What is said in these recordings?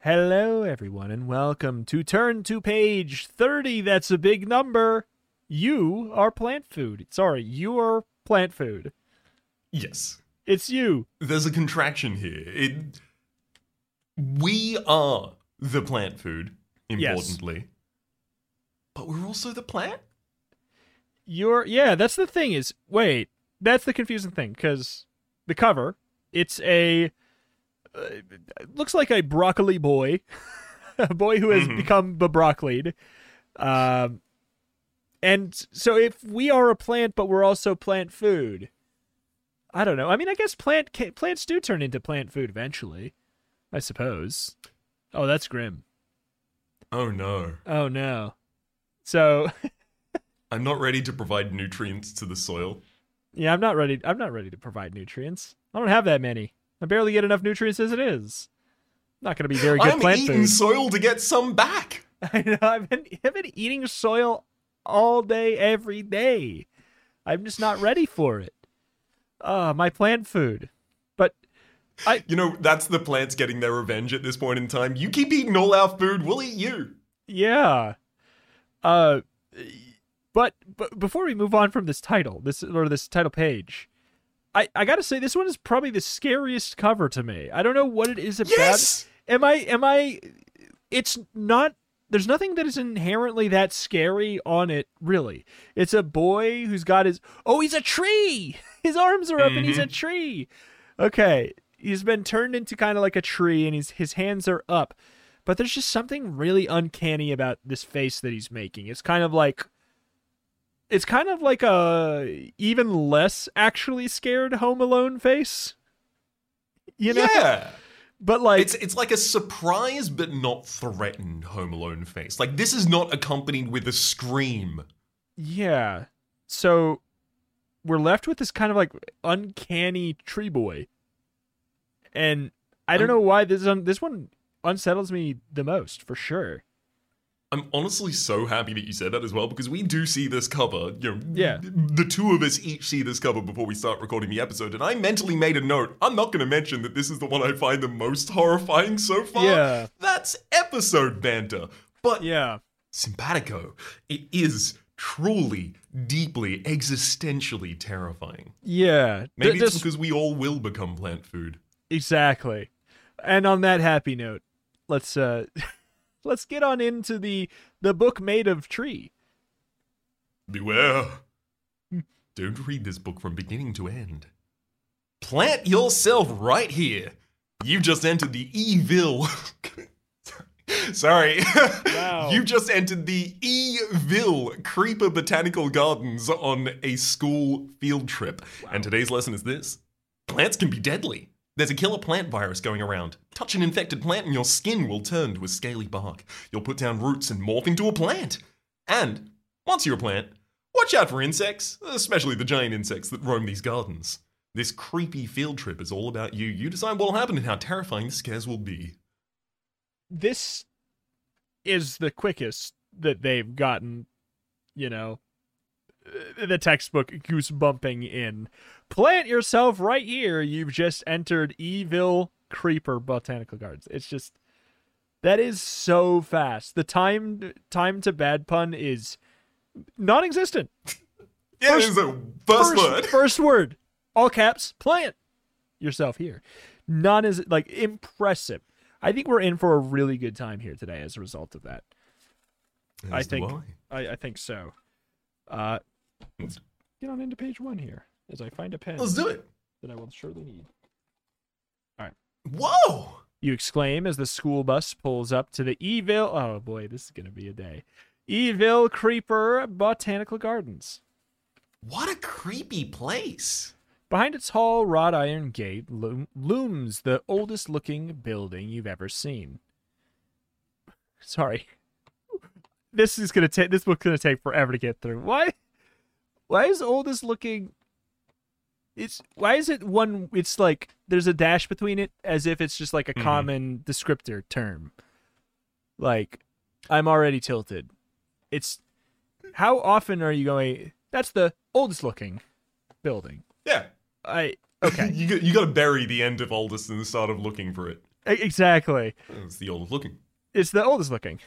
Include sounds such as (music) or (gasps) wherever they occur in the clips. Hello, everyone, and welcome to Turn to Page 30. That's a big number. You are plant food. Sorry, you are plant food. Yes. It's you. There's a contraction here. It, we are the plant food, Yes. importantly. But we're also the plant? You're, yeah, that's the thing is, wait, that's the confusing thing because the cover, it's a, uh, it looks like a broccoli boy, (laughs) a boy who has Mhm. become broccolied. Um, and so if we are a plant, but we're also plant food, I don't know. I mean, I guess plant ca- plants do turn into plant food eventually, I suppose. Oh, that's grim. Oh no. Oh no. So I'm not ready to provide nutrients to the soil. Yeah, I'm not ready. I'm not ready to provide nutrients. I don't have that many. I barely get enough nutrients as it is. Not going to be very good I'm plant eating food. soil to get some back. (laughs) I know. I've been I've been eating soil all day, every day. I'm just not ready for it. Uh, my plant food. But You know, that's the plants getting their revenge at this point in time. You keep eating all our food, we'll eat you. yeah. Uh, but but before we move on from this title, this or this title page. I, I gotta say this one is probably the scariest cover to me. I don't know what it is about. Yes! am i am i it's not there's nothing that is inherently that scary on it really it's a boy who's got his oh he's a tree (laughs) his arms are up and Mm-hmm. he's a tree okay he's been turned into kind of like a tree and he's his hands are up but there's just something really uncanny about this face that he's making it's kind of like it's kind of like a even less actually scared home alone face you know Yeah. but like It's it's like a surprise but not threatened Home Alone face. Like this is not accompanied with a scream. Yeah. So we're left with this kind of like uncanny tree boy. And I don't I'm- know why this un- this one unsettles me the most for sure. I'm honestly so happy that you said that as well because we do see this cover. You know, Yeah. The two of us each see this cover before we start recording the episode, and I mentally made a note. I'm not going to mention that this is the one I find the most horrifying so far. Yeah. That's episode banter. But Yeah. simpatico, it is truly, deeply, existentially terrifying. Yeah. Maybe Th- it's this- because we all will become plant food. exactly. And on that happy note, let's uh (laughs) let's get on into the the book made of tree. Beware. Don't read this book from beginning to end. Plant yourself right here. You've just entered the evil. (laughs) Sorry. Wow. You've just entered the Evil Creeper Botanical Gardens on a school field trip. And today's lesson is this plants can be deadly. There's a killer plant virus going around. Touch an infected plant and your skin will turn to a scaly bark. You'll put down roots and morph into a plant. And once you're a plant, watch out for insects, especially the giant insects that roam these gardens. This creepy field trip is all about you. You decide what'll happen and how terrifying the scares will be. This is the quickest that they've gotten, you know, uh, the textbook goose bumping in. Plant yourself right here. You've just entered Evil Creeper Botanical Gardens. It's just that is so fast. The time time to bad pun is non-existent. Yeah, First- there's a first, word. First word. All caps. Plant yourself here. None is like impressive. I think we're in for a really good time here today as a result of that. I As do think- I. I, I think so. Uh, let's get on into page one here as I find a pen Let's do it. that I will surely need. Whoa! You exclaim as the school bus pulls up to the Evil. Oh boy, this is going to be a day. Evil Creeper Botanical Gardens. What a creepy place. Behind its tall wrought iron gate loom- looms the oldest looking building you've ever seen. Sorry. This is gonna take this book's gonna take forever to get through. Why why is oldest looking it's why is it one it's like there's a dash between it as if it's just like a Mhm. common descriptor term. Like I'm already tilted. It's how often are you going that's the oldest looking building. Yeah. I e-, okay. (laughs) (laughs) you, got- you gotta bury the end of Aldous and the start of looking for it. E- Exactly. It's the oldest looking. It's the oldest looking.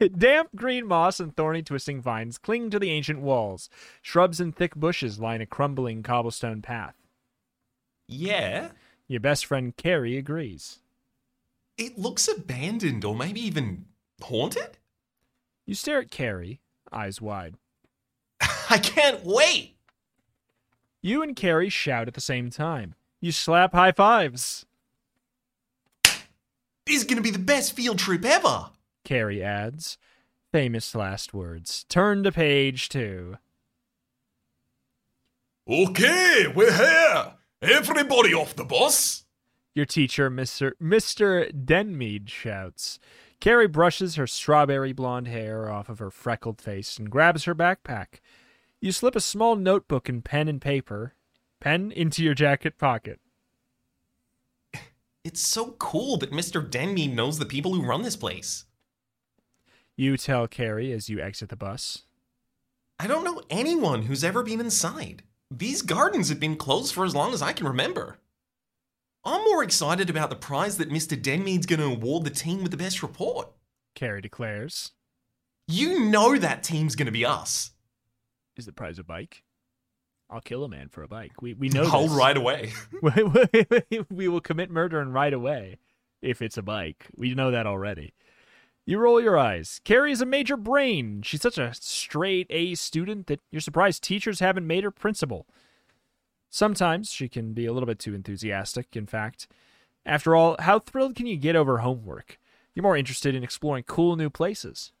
(laughs) Damp green moss and thorny twisting vines cling to the ancient walls. Shrubs and thick bushes line a crumbling cobblestone path. Yeah. Your best friend Carrie agrees. It looks abandoned or maybe even haunted? (laughs) You stare at Carrie, eyes wide. I can't wait. You and Carrie shout at the same time. You slap high fives, This is going to be the best field trip ever. Carrie adds. Famous last words. Turn to page two. Okay, we're here. Everybody off the bus. Your teacher, Mr. Mr. Denmead, shouts. Carrie brushes her strawberry blonde hair off of her freckled face and grabs her backpack. You slip a small notebook and pen and paper, pen into your jacket pocket. It's so cool that Mr. Denmead knows the people who run this place. You tell Carrie as you exit the bus. I don't know anyone who's ever been inside. These gardens have been closed for as long as I can remember. I'm more excited about the prize that Mr. Denmead's going to award the team with the best report. Carrie declares, You know that team's going to be us. "Is the prize a bike? I'll kill a man for a bike. We we (laughs) know. I'll this. ride away. (laughs) we will commit murder and ride away if it's a bike. We know that already. You roll your eyes. Carrie is a major brain. She's such a straight A student that you're surprised teachers haven't made her principal. Sometimes she can be a little bit too enthusiastic, in fact. After all, how thrilled can you get over homework? You're more interested in exploring cool new places.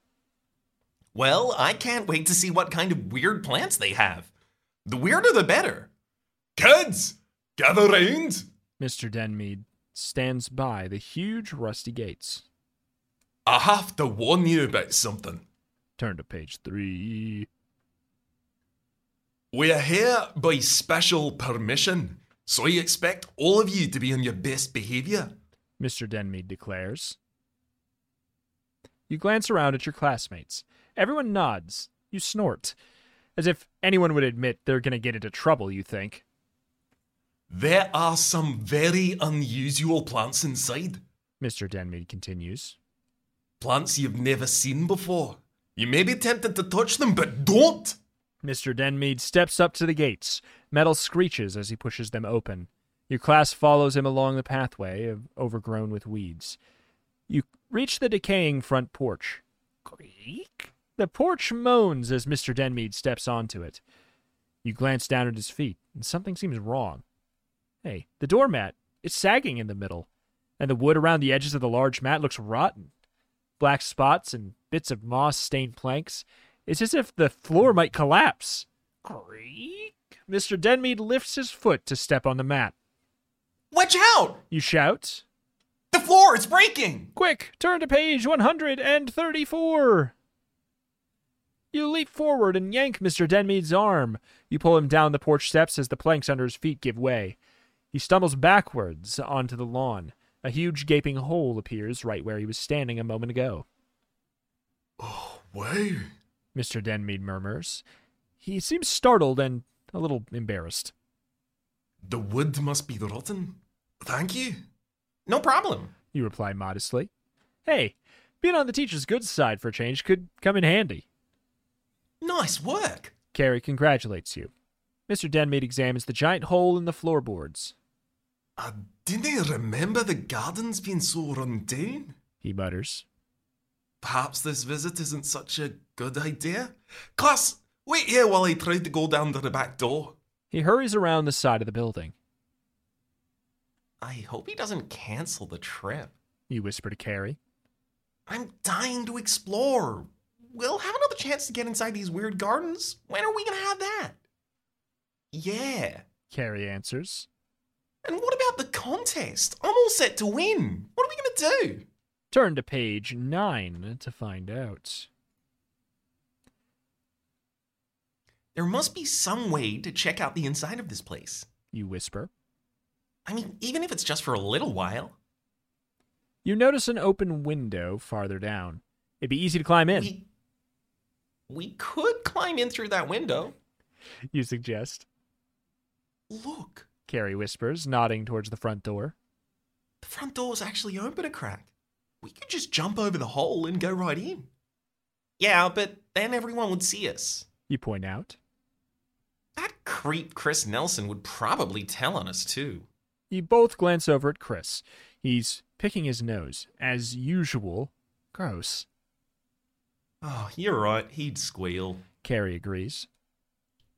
Well, I can't wait to see what kind of weird plants they have. The weirder the better. Kids, gather round. Mr. Denmead stands by the huge rusty gates. I have to warn you about something. Turn to page three. We're here by special permission, so I expect all of you to be on your best behavior. Mr. Denmead declares. You glance around at your classmates. Everyone nods. You snort. As if anyone would admit they're going to get into trouble, you think. There are some very unusual plants inside, Mr. Denmead continues. plants you've never seen before. You may be tempted to touch them, but don't! Mr. Denmead steps up to the gates. Metal screeches as he pushes them open. Your class follows him along the pathway, of- overgrown with weeds. You reach the decaying front porch. Creak? The porch moans as Mr. Denmead steps onto it. You glance down at his feet, and something seems wrong. Hey, the doormat, it's sagging in the middle, and the wood around the edges of the large mat looks rotten. Black spots and bits of moss stained planks. It's as if the floor might collapse. Creak. Mr. Denmead lifts his foot to step on the mat. Watch out! You shout, The floor is breaking! Quick, turn to page 134. You leap forward and yank Mr. Denmead's arm. You pull him down the porch steps as the planks under his feet give way. He stumbles backwards onto the lawn. A huge gaping hole appears right where he was standing a moment ago. Oh, Wow. Mr. Denmead murmurs. He seems startled and a little embarrassed. The wood must be rotten. Thank you. No problem. You reply modestly. Hey, being on the teacher's good side for a change could come in handy. Nice work. Carrie congratulates you. Mr. Denmead examines the giant hole in the floorboards. I didn't remember the gardens being so run down. He mutters. Perhaps this visit isn't such a good idea. Class, wait here while I try to go down to the back door. He hurries around the side of the building. I hope he doesn't cancel the trip. You whisper to Carrie. I'm dying to explore. We'll have another chance to get inside these weird gardens. When are we gonna have that? Yeah. Carrie answers. And what about the contest? I'm all set to win. What are we gonna do? Turn to page 9 to find out. There must be some way to check out the inside of this place. You whisper. I mean, even if it's just for a little while. You notice an open window farther down. It'd be easy to climb in, We, we could climb in through that window. you suggest. Look, Carrie whispers, nodding towards the front door. The front door's actually open a crack. We could just jump over the hole and go right in. Yeah, but then everyone would see us. You point out. That creep Chris Nelson would probably tell on us too. You both glance over at Chris. He's picking his nose, as usual. Gross. Oh, you're right, he'd squeal. Carrie agrees.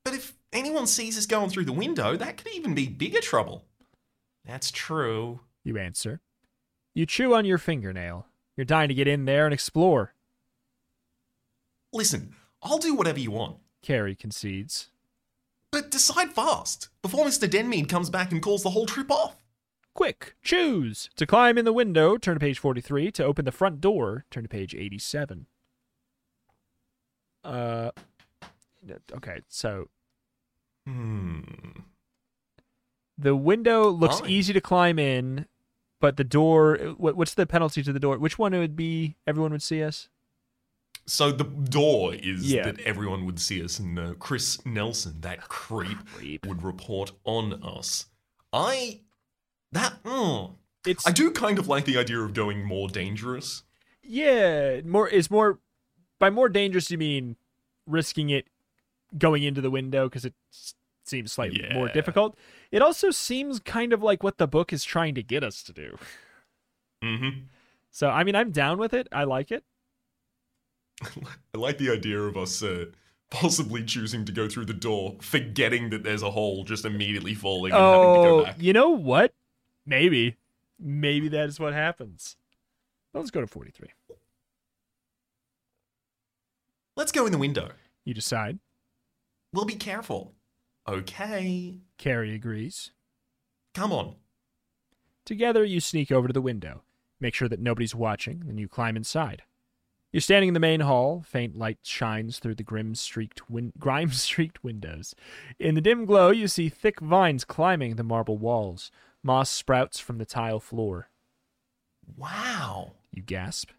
But if anyone sees us going through the window, that could even be bigger trouble. That's true. You answer. You chew on your fingernail. You're dying to get in there and explore. Listen, I'll do whatever you want, Carrie concedes. but decide fast before Mr. Denmead comes back and calls the whole trip off. Quick, choose! To climb in the window, turn to page 43. To open the front door, turn to page 87. Uh, no, okay, so Hmm. the window looks Fine. easy to climb in, but the door, what, what's the penalty to the door? Which one it would be everyone would see us? So the door is Yeah. that everyone would see us, and uh, Chris Nelson, that creep, Creep. would report on us. I. That. Mm, It's, I do kind of like the idea of going more dangerous. yeah, more, is more, by more dangerous you mean risking it going into the window because it s- seems slightly more Yeah. difficult. It also seems kind of like what the book is trying to get us to do. Mm-hmm. (laughs) So I mean, I'm down with it. I like it. I like the idea of us uh, possibly choosing to go through the door, forgetting that there's a hole, just immediately falling and having to go back. Oh, you know what? Maybe, maybe that is what happens. Let's go to 43. Let's go in the window. You decide. We'll be careful. Okay. Carrie agrees. Come on. Together, you sneak over to the window, make sure that nobody's watching, then you climb inside. You're standing in the main hall. Faint light shines through the grim streaked win- (laughs) grime streaked windows. In the dim glow, you see thick vines climbing the marble walls. Moss sprouts from the tile floor. Wow. You gasp.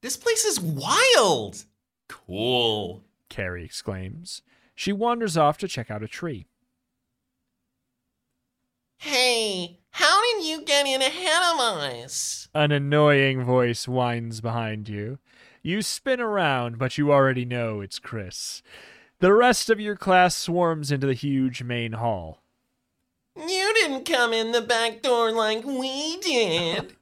This place is wild. Cool. Carrie exclaims. She wanders off to check out a tree. Hey, how did you get in ahead of us? An annoying voice whines behind you. You spin around, but you already know it's Chris. The rest of your class swarms into the huge main hall. (laughs) You didn't come in the back door like we (laughs) did.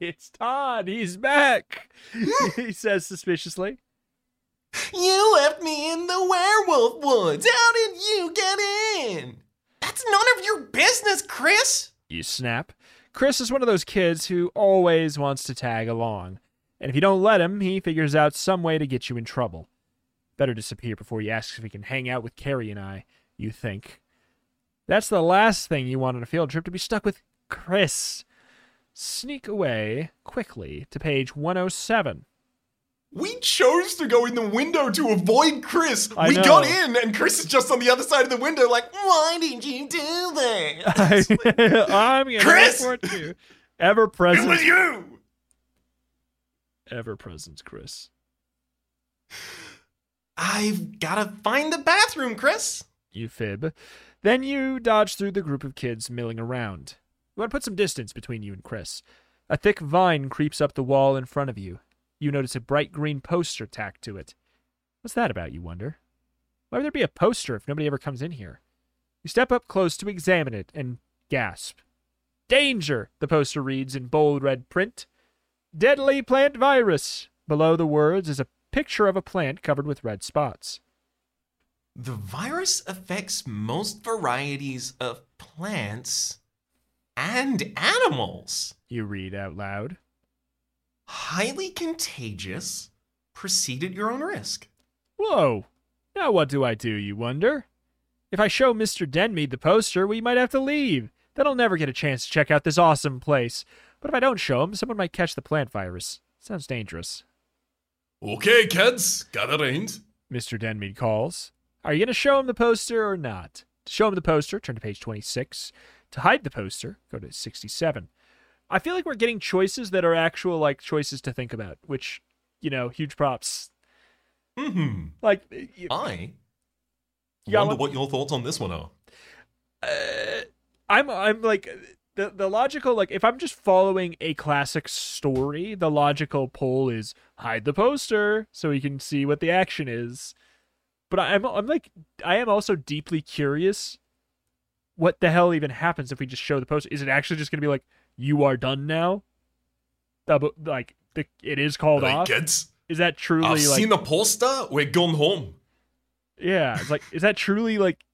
It's Todd. He's back. (laughs) he says suspiciously. You left me in the werewolf woods. How did you get in? That's none of your business, Chris. You snap. Chris is one of those kids who always wants to tag along. And if you don't let him, he figures out some way to get you in trouble. Better disappear before he asks if he can hang out with Carrie and I, you think. That's the last thing you want on a field trip to be stuck with Chris. Sneak away quickly to page 107. We chose to go in the window to avoid Chris. I we know. got in, and Chris is just on the other side of the window, like, Why did you do (laughs) that? I'm going to Chris! report you. Ever it was present. you. Ever present, Chris. I've gotta find the bathroom, Chris. you fib. Then you dodge through the group of kids milling around. You want to put some distance between you and Chris. A thick vine creeps up the wall in front of you. You notice a bright green poster tacked to it. What's that about, you wonder? Why would there be a poster if nobody ever comes in here? You step up close to examine it and gasp. Danger, the poster reads in bold red print. Deadly plant virus. Below the words is a picture of a plant covered with red spots. The virus affects most varieties of plants and animals. You read out loud. Highly contagious. Proceed at your own risk. Whoa! Now what do I do, you wonder? If I show Mr. Denmead the poster, we might have to leave. Then I'll never get a chance to check out this awesome place. But if I don't show him, someone might catch the plant virus. Sounds dangerous. Okay, kids, gather round. Mr. Denmead calls. Are you going to show him the poster or not? To show him the poster, turn to page 26. To hide the poster, go to 67. I feel like we're getting choices that are actual, like, choices to think about, which, you know, huge props. Mm-hmm. Like, y- I Yeah, wonder what- what your thoughts on this one are. I'm I'm like the the logical like if I'm just following a classic story, the logical pull is hide the poster so we can see what the action is. But I- I'm I'm like I am also deeply curious what the hell even happens if we just show the poster. Is it actually just going to be like you are done now? Uh, but, like the, it is called Like, off. kids, Is that truly I've like seen the poster. We're going home. yeah, it's like, is that truly like,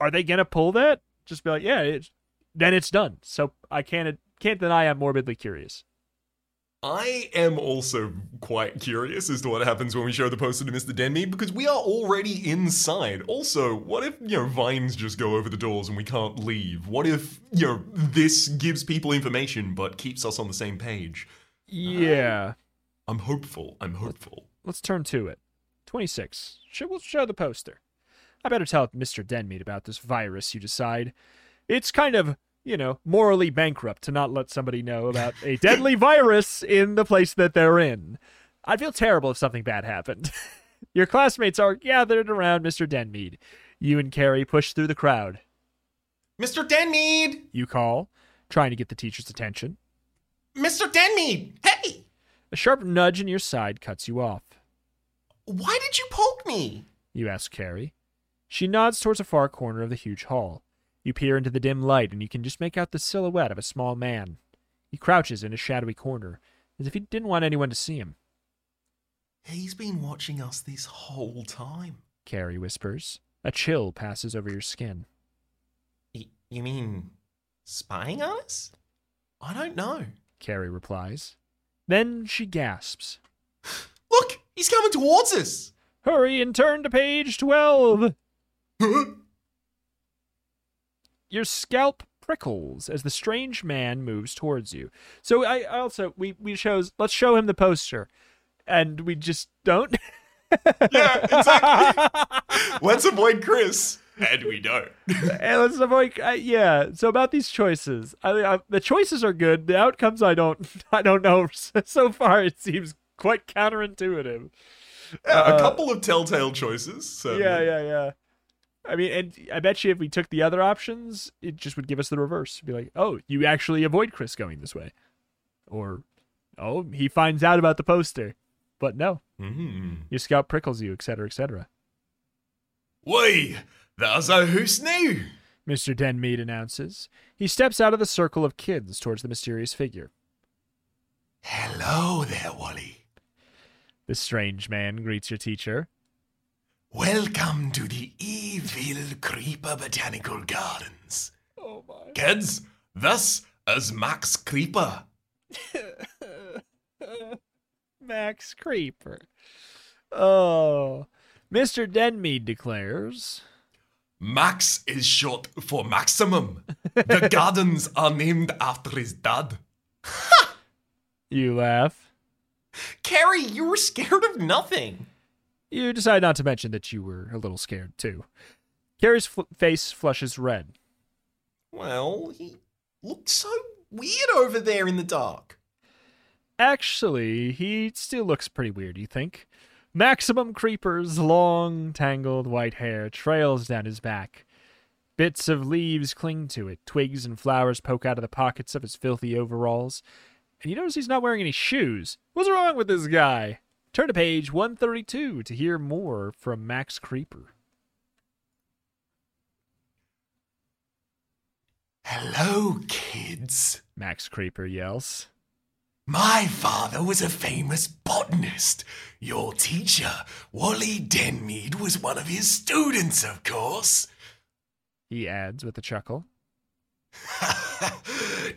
are they gonna pull that? Just be like, yeah, it's, then it's done. So I can't can't deny I'm morbidly curious. I am also quite curious as to what happens when we show the poster to Mr. Denby because we are already inside. Also, what if, you know, vines just go over the doors and we can't leave? What if, you know, this gives people information but keeps us on the same page? Yeah, I'm hopeful. I'm hopeful. let's turn to it. Twenty six. Should we'll show the poster. I better tell Mister Denmead about this virus. You decide. It's kind of you know morally bankrupt to not let somebody know about a deadly virus in the place that they're in. I'd feel terrible if something bad happened. (laughs) Your classmates are gathered around Mr. Denmead. You and Carrie push through the crowd. Mr. Denmead! You call, trying to get the teacher's attention. Mr. Denmead! Hey! A sharp nudge in your side cuts you off. Why did you poke me? You ask Carrie. She nods towards a far corner of the huge hall. You peer into the dim light, and you can just make out the silhouette of a small man. He crouches in a shadowy corner, as if he didn't want anyone to see him. He's been watching us this whole time. Carrie whispers. A chill passes over your skin. Y- you mean spying on us? I don't know. Carrie replies. Then she gasps. Look, he's coming towards us! Hurry and turn to page 12! your scalp prickles as the strange man moves towards you. So I I also we we chose let's show him the poster, and we just don't. yeah, (laughs) exactly. (laughs) Let's avoid Chris. And we don't. and let's avoid. I, yeah. So about these choices, I, I, the choices are good. The outcomes I don't (laughs) I don't know. So far, it seems quite counterintuitive. Yeah, a couple of telltale choices. So Yeah, yeah, yeah. I mean, and I bet you if we took the other options, it just would give us the reverse. It'd be like, oh, you actually avoid Chris going this way, or oh, he finds out about the poster, but no, Mm. your scalp prickles you, etc., etc. Wait, there's a who's new. Mister Denmead announces. He steps out of the circle of kids towards the mysterious figure. Hello there, Wally. The strange man greets your teacher. Welcome to the Evil Creeper Botanical Gardens. Oh my! (laughs) Kids, this is Max Creeper. Max Creeper. Oh, Mister Denmead declares. Max is short for maximum. The gardens are named after his dad. You laugh. Carrie, you were scared of nothing. You decide not to mention that you were a little scared too. Carrie's fl- face flushes red. Well, he looked so weird over there in the dark. Actually, he still looks pretty weird, you think? Maximum Creeper's long, tangled white hair trails down his back. Bits of leaves cling to it, twigs and flowers poke out of the pockets of his filthy overalls. And you notice he's not wearing any shoes. What's wrong with this guy? Turn to page 132 to hear more from Max Creeper. Hello, kids. Max Creeper yells. My father was a famous botanist. Your teacher, Wally Denmead, was one of his students, of course. (laughs) He adds with a chuckle.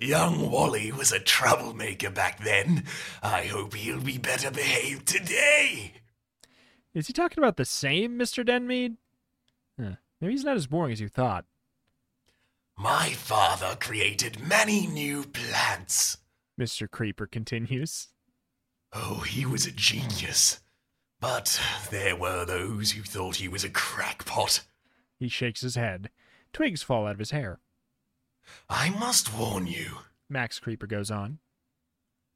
Young Wally was a troublemaker back then. I hope he'll be better behaved today. Is he talking about the same Mr. Denmead? Huh. Maybe he's not as boring as you thought. My father created many new plants. Mr. Creeper continues. Oh, he was a genius. But there were those who thought he was a crackpot. He shakes his head. Twigs fall out of his hair. I must warn you. Max Creeper goes on.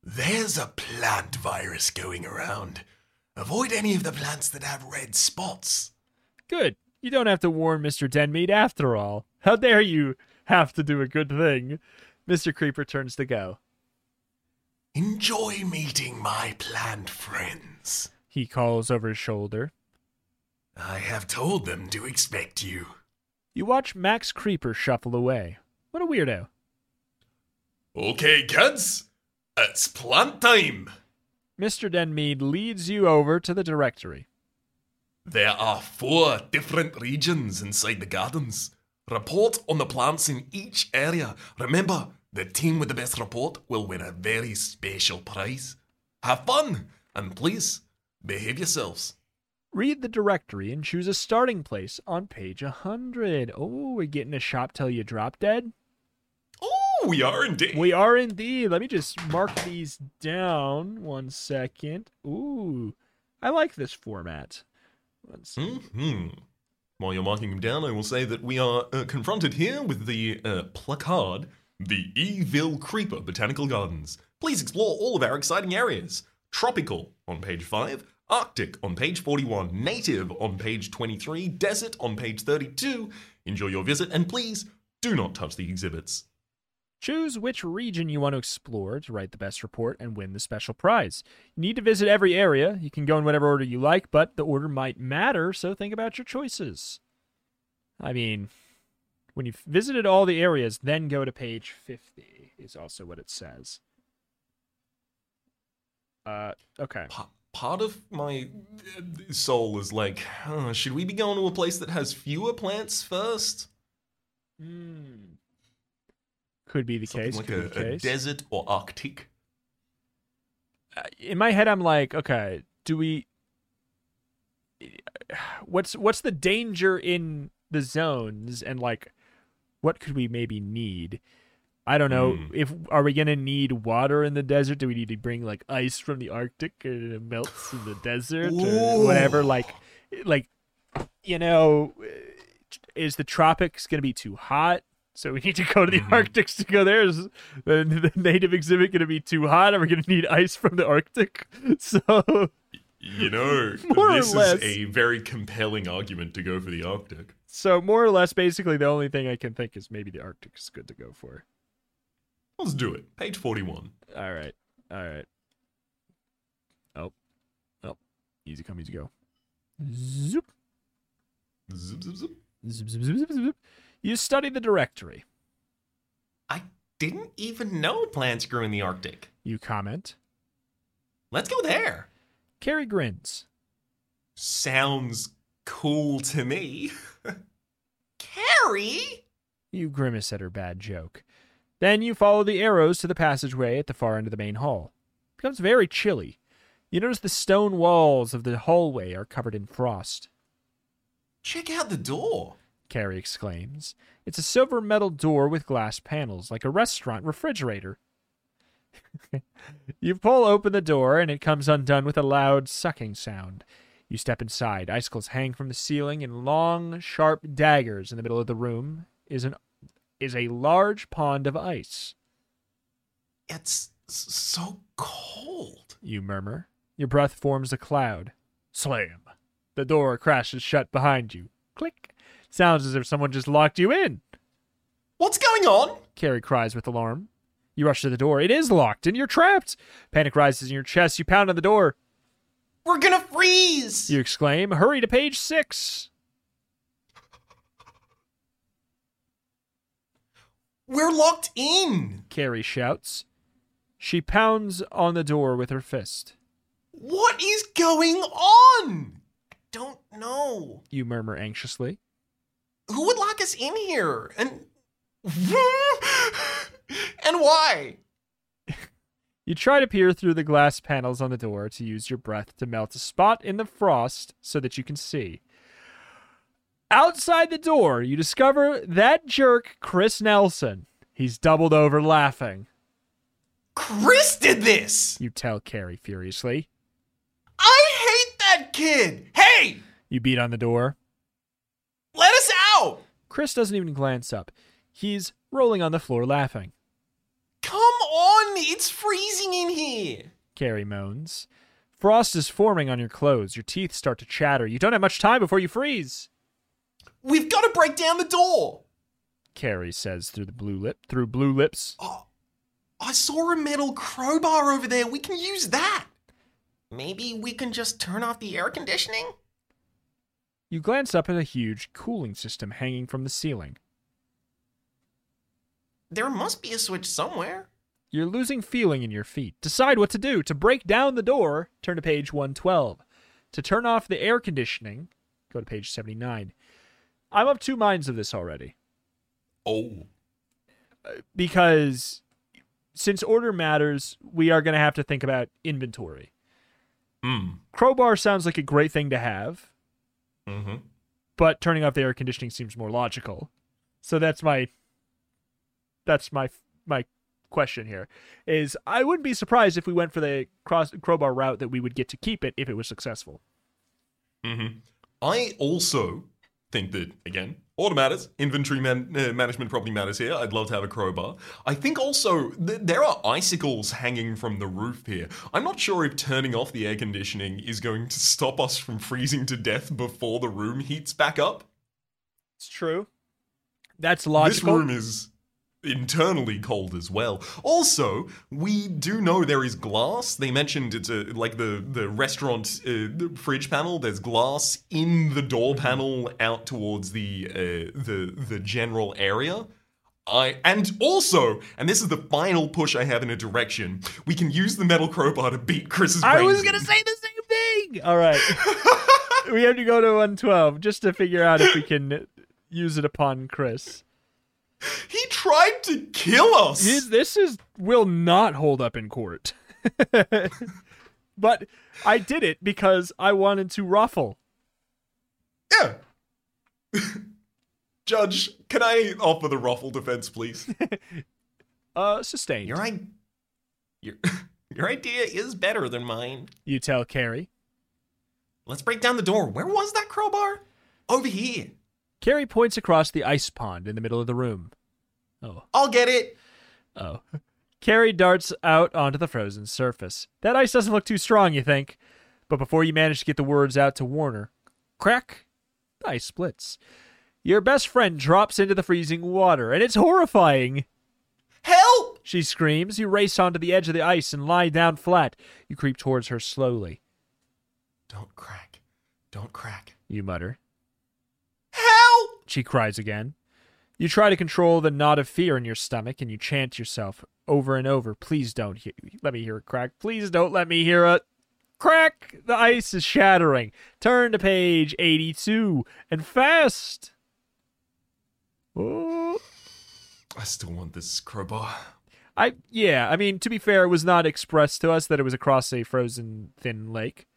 There's a plant virus going around. Avoid any of the plants that have red spots. Good. You don't have to warn Mr. Denmead after all. How dare you have to do a good thing? Mr. Creeper turns to go. Enjoy meeting my plant friends. He calls over his shoulder. I have told them to expect you. You watch Max Creeper shuffle away. What a weirdo. Okay, kids, it's plant time. Mr. Denmead leads you over to the directory. There are four different regions inside the gardens. Report on the plants in each area. Remember, the team with the best report will win a very special prize. Have fun, and please behave yourselves. Read the directory and choose a starting place on page 100. Oh, we're getting a shop till you drop dead. Oh, we are indeed. We are indeed. Let me just mark these down one second. Ooh, I like this format. Let's see. hmm While you're marking them down, I will say that we are uh, confronted here with the uh, placard, the Evil Creeper Botanical Gardens. Please explore all of our exciting areas. Tropical on page 5, Arctic on page 41, Native on page 23, Desert on page 32. Enjoy your visit and please do not touch the exhibits. Choose which region you want to explore to write the best report and win the special prize. You need to visit every area. You can go in whatever order you like, but the order might matter, so think about your choices. I mean, when you've visited all the areas, then go to page 50, is also what it says. Uh, okay. Pa- part of my uh, soul is like, huh, should we be going to a place that has fewer plants first? Hmm. Could be the Something case. like could a, be the a case. desert or Arctic. uh, in my head I'm like, okay, do we what's what's the danger in the zones and like what could we maybe need? I don't know Hmm. if are we going to need water in the desert? Do we need to bring like ice from the arctic and it melts in the desert or whatever Ooh. like like you know is the tropics going to be too hot? So we need to go to the Mhm. Arctics to go there. Is the, the native exhibit going to be too hot? Are we going to need ice from the Arctic? (laughs) So (laughs) You know, More or this less. is a very compelling argument to go for the Arctic. So more or less, basically, the only thing I can think is maybe the Arctic is good to go for. Let's do it. Page 41. All right, all right. Oh, oh, easy come, easy go. Zoop, Zip, zip, zip. zip, zip, zip, zip, zip. You study the directory. I didn't even know plants grew in the Arctic. You comment. Let's go there. Carrie grins. Sounds cool to me. (laughs) Carrie? You grimace at her bad joke. Then you follow the arrows to the passageway at the far end of the main hall. It becomes very chilly. You notice the stone walls of the hallway are covered in frost. Check out the door. Carrie exclaims. It's a silver metal door with glass panels, like a restaurant refrigerator. (laughs) you pull open the door, and it comes undone with a loud sucking sound. You step inside. Icicles hang from the ceiling, and long, sharp daggers in the middle of the room is an is a large pond of ice. It's s- so cold. You murmur. Your breath forms a cloud. Slam. The door crashes shut behind you. Click. Sounds as if someone just locked you in. What's going on? Carrie cries with alarm. You rush to the door. It is locked, and you're trapped. Panic rises in your chest. You pound on the door. We're gonna freeze! You exclaim, Hurry to page six. We're locked in! Carrie shouts. She pounds on the door with her fist. What is going on? I don't know. You murmur anxiously. Who would lock us in here? And. (laughs) and why? You try to peer through the glass panels on the door to use your breath to melt a spot in the frost so that you can see. Outside the door, you discover that jerk, Chris Nelson. He's doubled over laughing. Chris did this! You tell Carrie furiously. I hate that kid! Hey! You beat on the door. Let us out! Chris doesn't even glance up. He's rolling on the floor laughing. Come on! It's freezing in here! Carrie moans. Frost is forming on your clothes. Your teeth start to chatter. You don't have much time before you freeze. We've gotta break down the door! Carrie says through the blue lip through blue lips. Oh, I saw a metal crowbar over there. We can use that. Maybe we can just turn off the air conditioning? You glance up at a huge cooling system hanging from the ceiling. There must be a switch somewhere. You're losing feeling in your feet. Decide what to do. To break down the door, turn to page 112. To turn off the air conditioning, go to page 79. I'm up two minds of this already Oh, because since order matters, we are going to have to think about inventory. mm. Crowbar sounds like a great thing to have, mm-hmm. but turning off the air conditioning seems more logical. So that's my that's my my question here is I wouldn't be surprised if we went for the cross crowbar route that we would get to keep it if it was successful. hmm I also think that again, order matters, inventory man- uh, management probably matters here. I'd love to have a crowbar. I think also th- there are icicles hanging from the roof here. I'm not sure if turning off the air conditioning is going to stop us from freezing to death before the room heats back up. It's true. That's This logical. room is internally cold as well. Also, we do know there is glass. They mentioned it's a, like the the restaurant uh, the fridge panel. There's glass in the door panel out towards the uh, the the general area. I and also, and this is the final push I have in a direction. We can use the metal crowbar to beat Chris's. I was brains gonna in. say the same thing. All (laughs) right, we have to go to 112 just to figure out if we can use it upon Chris. he tried to kill us. His- this is will not hold up in court. (laughs) but I did it because I wanted to ruffle. Yeah. (laughs) Judge, can I offer the ruffle defense, please? Uh, sustained. Your, I- your, (laughs) your idea is better than mine. You tell Carrie. Let's break down the door. Where was that crowbar? Over here. Carrie points across the ice pond in the middle of the room. Oh, I'll get it. oh. Carrie darts out onto the frozen surface. That ice doesn't look too strong, you think? But before you manage to get the words out to Warner, crack, the ice splits. Your best friend drops into the freezing water, and it's horrifying. Help! She screams. You race onto the edge of the ice and lie down flat. You creep towards her slowly. Don't crack. Don't crack. You mutter. Help! She cries again. You try to control the knot of fear in your stomach and you chant yourself over and over. Please don't he- let me hear a crack. Please don't let me hear a crack. The ice is shattering. Turn to page 82 and fast. Oh. I still want this crowbar. (laughs) I yeah, I mean to be fair, it was not expressed to us that it was across a frozen thin lake.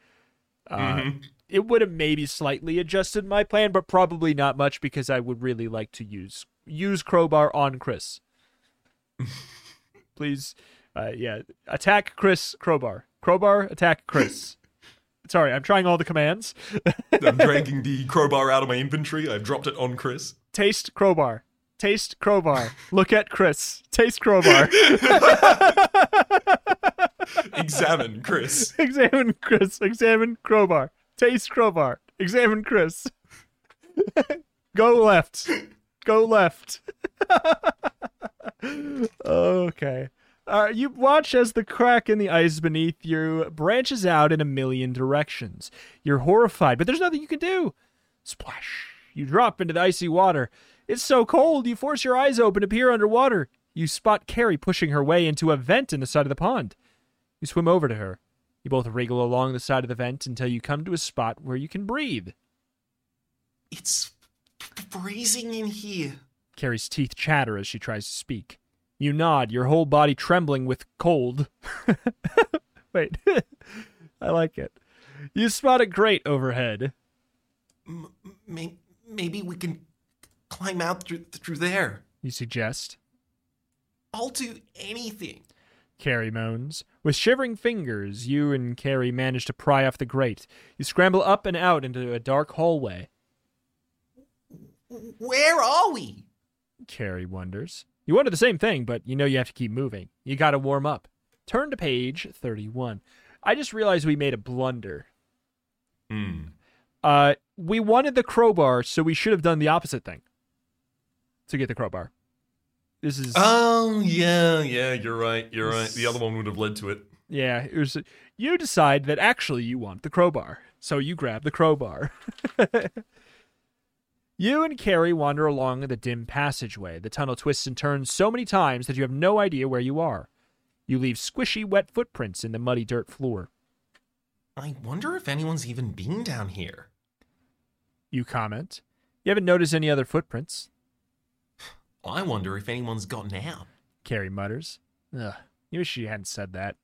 Uh, Mhm. It would have maybe slightly adjusted my plan, but probably not much because I would really like to use use crowbar on Chris. Please, uh, yeah, attack Chris crowbar crowbar attack Chris. Sorry, I'm trying all the commands. (laughs) I'm dragging the crowbar out of my inventory. I've dropped it on Chris. Taste crowbar. Taste crowbar. Look at Chris. Taste crowbar. (laughs) Examine Chris. Examine Chris. Examine crowbar. Taste crowbar. Examine Chris. Go left. Go left. okay. Uh, you watch as the crack in the ice beneath you branches out in a million directions. You're horrified, but there's nothing you can do. Splash. You drop into the icy water. It's so cold, you force your eyes open to peer underwater. You spot Carrie pushing her way into a vent in the side of the pond. You swim over to her. You both wriggle along the side of the vent until you come to a spot where you can breathe. It's freezing in here. Carrie's teeth chatter as she tries to speak. You nod, your whole body trembling with cold. (laughs) Wait, (laughs) I like it. You spot a grate overhead. M- m- may- maybe we can climb out through, through there. You suggest. I'll do anything. Carrie moans. With shivering fingers, you and Carrie manage to pry off the grate. You scramble up and out into a dark hallway. Where are we? Carrie wonders. You wonder the same thing, but you know you have to keep moving. You gotta warm up. Turn to page 31. I just realized we made a blunder. Hmm. Uh, we wanted the crowbar, so we should have done the opposite thing. to get the crowbar. This is Oh yeah, yeah. You're right. You're right. The other one would have led to it. yeah. It was, you decide that actually you want the crowbar, so you grab the crowbar. (laughs) you and Carrie wander along the dim passageway. The tunnel twists and turns so many times that you have no idea where you are. You leave squishy, wet footprints in the muddy dirt floor. I wonder if anyone's even been down here. You comment. You haven't noticed any other footprints. I wonder if anyone's gotten out. Carrie mutters. Ugh, you wish you hadn't said that.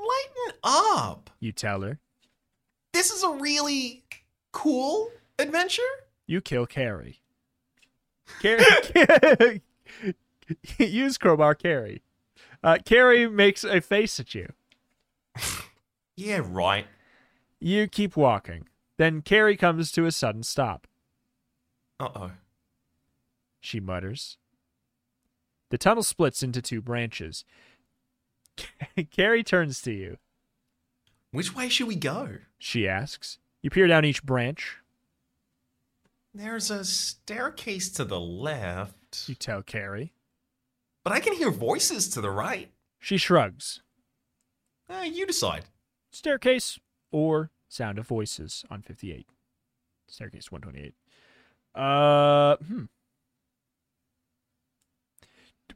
Lighten up. You tell her. This is a really cool adventure. You kill Carrie. (laughs) Carrie. Use crowbar Carrie. Uh, Carrie makes a face at you. Yeah, right. You keep walking. Then Carrie comes to a sudden stop. Uh oh. She mutters. The tunnel splits into two branches. (laughs) Carrie turns to you. Which way should we go? She asks. You peer down each branch. There's a staircase to the left, You tell Carrie. but I can hear voices to the right. She shrugs. Uh, you decide. staircase or sound of voices on 58 staircase 128 uh hmm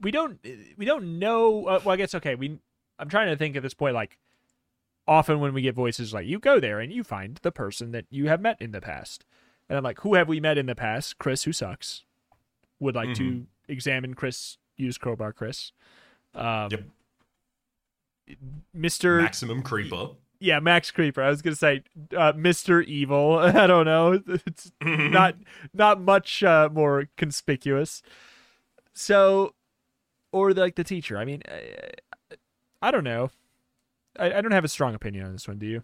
we don't we don't know uh, well i guess okay we i'm trying to think at this point like often when we get voices like you go there and you find the person that you have met in the past and i'm like who have we met in the past chris who sucks would like to examine chris use crowbar chris um Yep. mr Maximum creeper. yeah, Max Creeper. I was gonna say uh, Mr. Evil. (laughs) I don't know. It's (laughs) not not much uh, more conspicuous. So, or like the teacher. I mean, I, I don't know. I, I don't have a strong opinion on this one. Do you?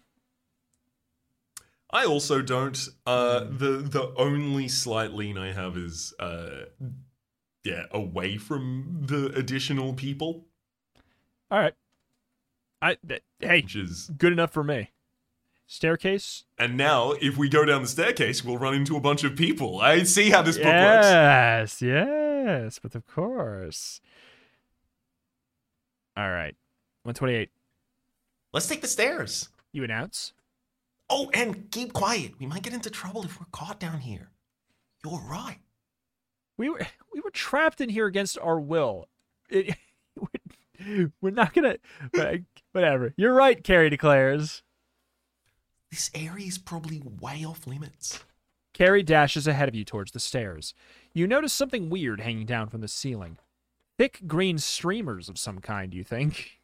I also don't. Uh, the the only slight lean I have is uh, yeah, away from the additional people, All right. I th- hey, which is. good enough for me. Staircase. And now, if we go down the staircase, we'll run into a bunch of people. I see how this book works. Yes, yes, but of course. All right, one twenty-eight. Let's take the stairs. You announce. Oh, and keep quiet. We might get into trouble if we're caught down here. You're right. we were (laughs) we were trapped in here against our will. It, (laughs) we're, we're not gonna. but- Whatever. You're right, Carrie declares. This area is probably way off limits. Carrie dashes ahead of you towards the stairs. You notice something weird hanging down from the ceiling. Thick green streamers of some kind. You think?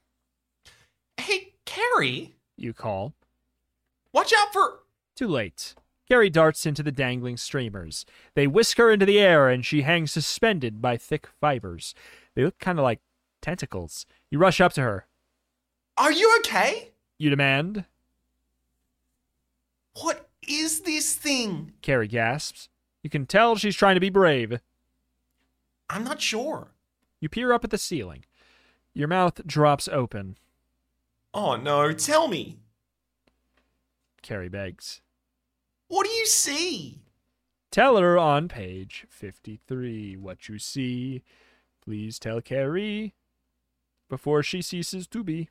(laughs) Hey, Carrie, You call. watch out for. Too late. Carrie darts into the dangling streamers. They whisk her into the air, and she hangs suspended by thick fibers. They look kind of like tentacles. You rush up to her. Are you okay? You demand. What is this thing? Carrie gasps. You can tell she's trying to be brave. I'm not sure. You peer up at the ceiling. Your mouth drops open. Oh no, tell me. Carrie begs. What do you see? Tell her on page 53 what you see. Please tell Carrie before she ceases to be.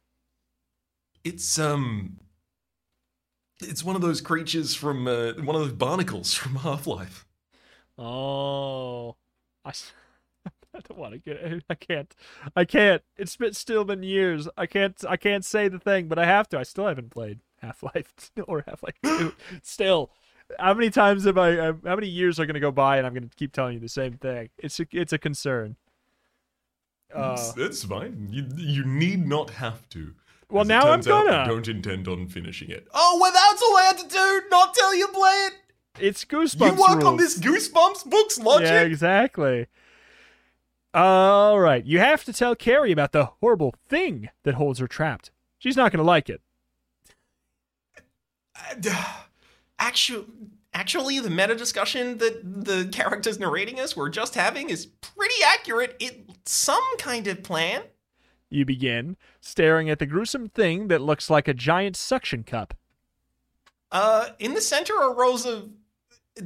It's, um. It's one of those creatures from, uh, one of those barnacles (laughs) from Half Life. Oh. I, s- (laughs) I don't want to get I can't. I can't. It's been still been years. I can't I can't say the thing, but I have to. I still haven't played Half-Life (laughs) or Half-Life 2. still. How many times have I uh, how many years are going to go by and I'm going to keep telling you the same thing? It's a, it's a concern. Uh, Ah. That's that's fine. You, you need not have to. well, As it now I'm turns out, I gonna. don't intend on finishing it. Oh, well, that's all I had to do. Not tell you, play it. it's goosebumps You work on rules. this Goosebumps books logic? Yeah, exactly. All right, you have to tell Carrie about the horrible thing that holds her trapped. She's not going to like it. Actually, uh, Actually, the meta discussion that the characters narrating us were just having is pretty accurate. It some kind of plan. You begin staring at the gruesome thing that looks like a giant suction cup. Uh, in the center are rows of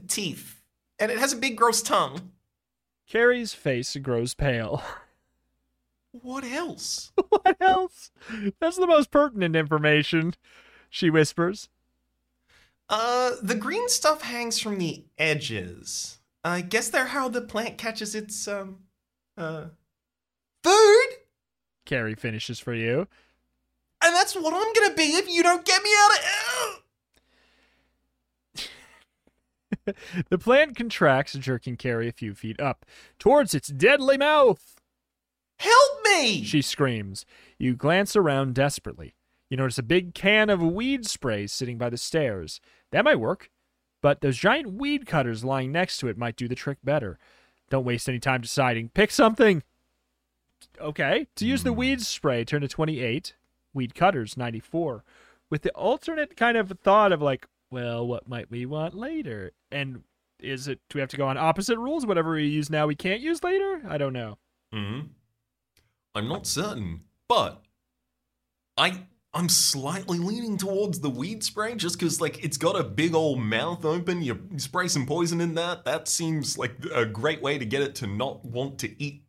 teeth, and it has a big gross tongue. Carrie's face grows pale. (laughs) What else? what else? That's the most pertinent information, she whispers. Uh, the green stuff hangs from the edges. I guess they're how the plant catches its, um, uh, Food? Carrie finishes for you. And that's what I'm gonna be if you don't get me out of. Ugh. The plant contracts, jerking Carrie a few feet up towards its deadly mouth. Help me! She screams. You glance around desperately. You notice a big can of weed spray sitting by the stairs. That might work, but those giant weed cutters lying next to it might do the trick better. Don't waste any time deciding. Pick something. Okay. To use the weed spray, turn to 28, weed cutters 94, with the alternate kind of thought of like, well, what might we want later? And is it do we have to go on opposite rules? Whatever we use now, we can't use later? I don't know. hmm I'm not certain, but I I'm slightly leaning towards the weed spray just because like it's got a big old mouth open. You spray some poison in that. That seems like a great way to get it to not want to eat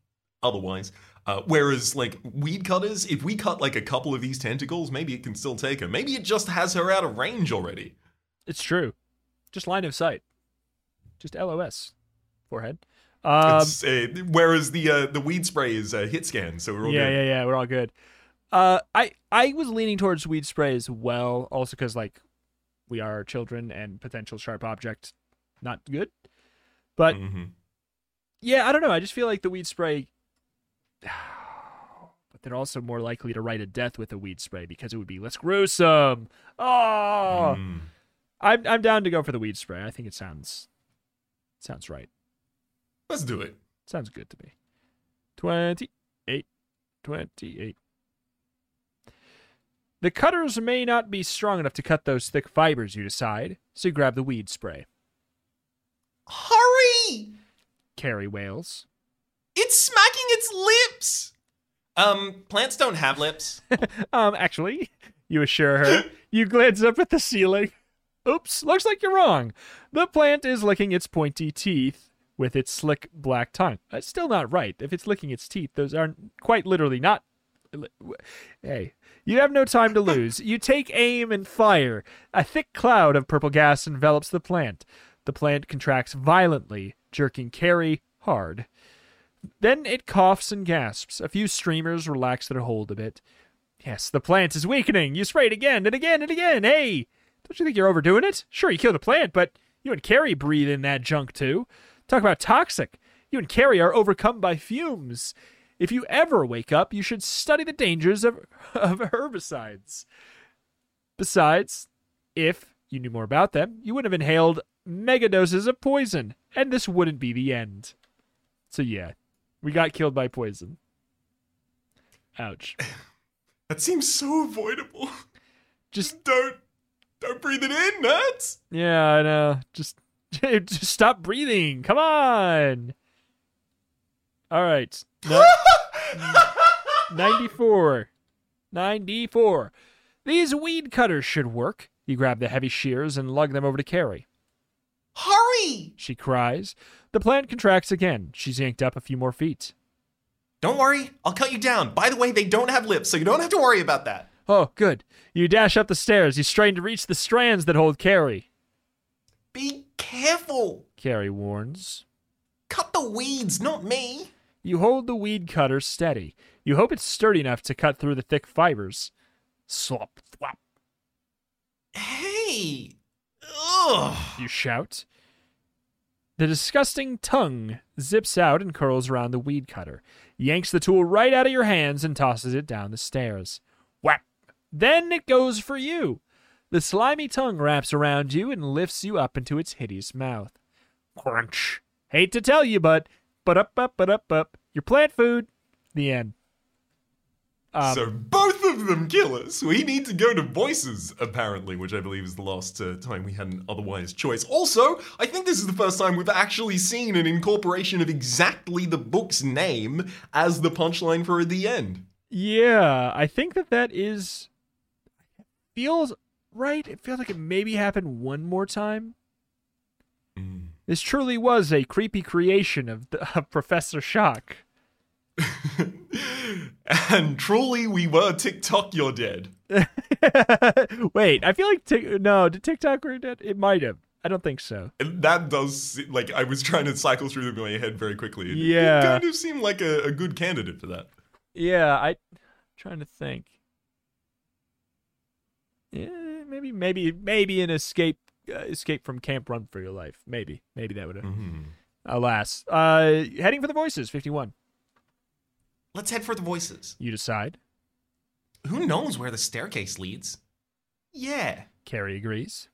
otherwise. Uh, whereas like weed cutters, if we cut like a couple of these tentacles, maybe it can still take her. Maybe it just has her out of range already. It's true. Just line of sight. Just LOS. Forehead. Um, It's, uh, whereas the uh, the weed spray is a hit scan, so we're all yeah, good. yeah, yeah. We're all good. Uh, I I was leaning towards weed spray as well, also because like we are children and potential sharp object, not good. But hmm yeah, I don't know. I just feel like the weed spray. (sighs) But they're also more likely to write a death with a weed spray because it would be less gruesome. Oh, Mm-hmm. Mm. I'm I'm down to go for the weed spray. I think it sounds sounds right. Let's do it. Sounds good to me. 28. 28. The cutters may not be strong enough to cut those thick fibers, you decide, so you grab the weed spray. Hurry! Carrie wails. It's smacking its lips! Um, plants don't have lips. Um, actually, you assure her. You glance up at the ceiling. Oops, looks like you're wrong. The plant is licking its pointy teeth with its slick black tongue. That's still not right. If it's licking its teeth, those aren't quite literally not. li- w- Hey, you have no time to lose. You take aim and fire. A thick cloud of purple gas envelops the plant. The plant contracts violently, jerking Carrie hard. Then it coughs and gasps. A few streamers relax their hold a bit. Yes, the plant is weakening. You spray it again and again and again. Hey, don't you think you're overdoing it? Sure, you kill the plant, but you and Carrie breathe in that junk too. Talk about toxic. You and Carrie are overcome by fumes. If you ever wake up, you should study the dangers of, (laughs) of herbicides. Besides, if you knew more about them, you would have inhaled mega doses of poison, and this wouldn't be the end. So, yeah, we got killed by poison. Ouch. (laughs) That seems so avoidable. (laughs) Just Don't don't breathe it in, nuts. Yeah, I know. Just, (laughs) just stop breathing. Come on. All right. (laughs) No- 94. 94. These weed cutters should work. You grab the heavy shears and lug them over to Carrie. Hurry! She cries. The plant contracts again. She's yanked up a few more feet. Don't worry, I'll cut you down. By the way, they don't have lips, so you don't have to worry about that. Oh, good. You dash up the stairs. You strain to reach the strands that hold Carrie. Be careful! Carrie warns. Cut the weeds, not me! You hold the weed cutter steady. You hope it's sturdy enough to cut through the thick fibers. Slop, thwap, Hey! Ugh! you shout. The disgusting tongue zips out and curls around the weed cutter, yanks the tool right out of your hands, and tosses it down the stairs. Whap! Then it goes for you. The slimy tongue wraps around you and lifts you up into its hideous mouth. Crunch. Hate to tell you, but but up, up, but up, up. Your plant food. The end. Um, so both of them kill us. We need to go to voices, apparently, which I believe is the last uh, time we had an otherwise choice. Also, I think this is the first time we've actually seen an incorporation of exactly the book's name as the punchline for the end. Yeah, I think that that is Mm. feels right. It feels like it maybe happened one more time. This truly was a creepy creation of, the, of Professor Shock. (laughs) (laughs) and truly, we were TikTok, you're dead. Wait, I feel like Tik no, did TikTok or did it might have. I don't think so. And that does, se- like, I was trying to cycle through them in my head very quickly. It- Yeah. It kind of seemed like a, a good candidate for that. Yeah, I, am trying to think. Yeah, maybe, maybe, maybe an escape, uh, escape from camp, run for your life. Maybe, maybe that would have. Mhm. Alas, uh, heading for the voices, fifty-one. Let's head for the voices. You decide. Who knows where the staircase leads? Yeah. Carrie agrees.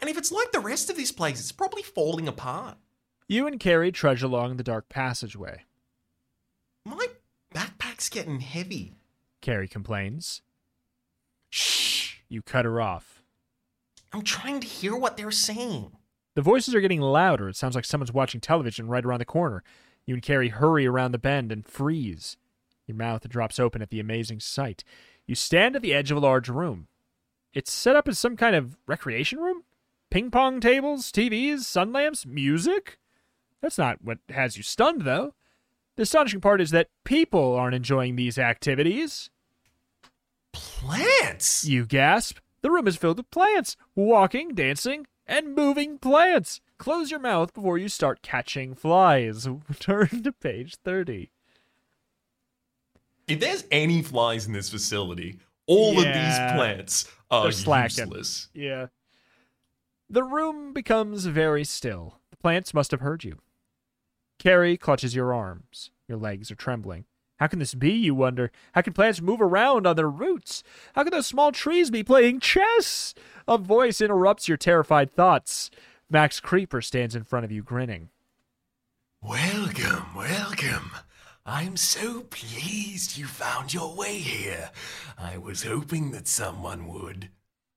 And if it's like the rest of this place, it's probably falling apart. You and Carrie trudge along the dark passageway. My backpack's getting heavy. Carrie complains. Shh! You cut her off. I'm trying to hear what they're saying. The voices are getting louder. It sounds like someone's watching television right around the corner. You and Carrie hurry around the bend and freeze. Your mouth drops open at the amazing sight. You stand at the edge of a large room. It's set up as some kind of recreation room? Ping pong tables, TVs, sun lamps, music? That's not what has you stunned, though. The astonishing part is that people aren't enjoying these activities. Plants? You gasp. The room is filled with plants, walking, dancing, and moving plants. Close your mouth before you start catching flies. (laughs) Turn to page 30. If there's any flies in this facility, all of Yeah. these plants are They're slacking. useless. Yeah. The room becomes very still. The plants must have heard you. Carrie clutches your arms. Your legs are trembling. How can this be, you wonder? How can plants move around on their roots? How can those small trees be playing chess? A voice interrupts your terrified thoughts. Max Creeper stands in front of you, grinning. Welcome, welcome. I'm so pleased you found your way here. I was hoping that someone would.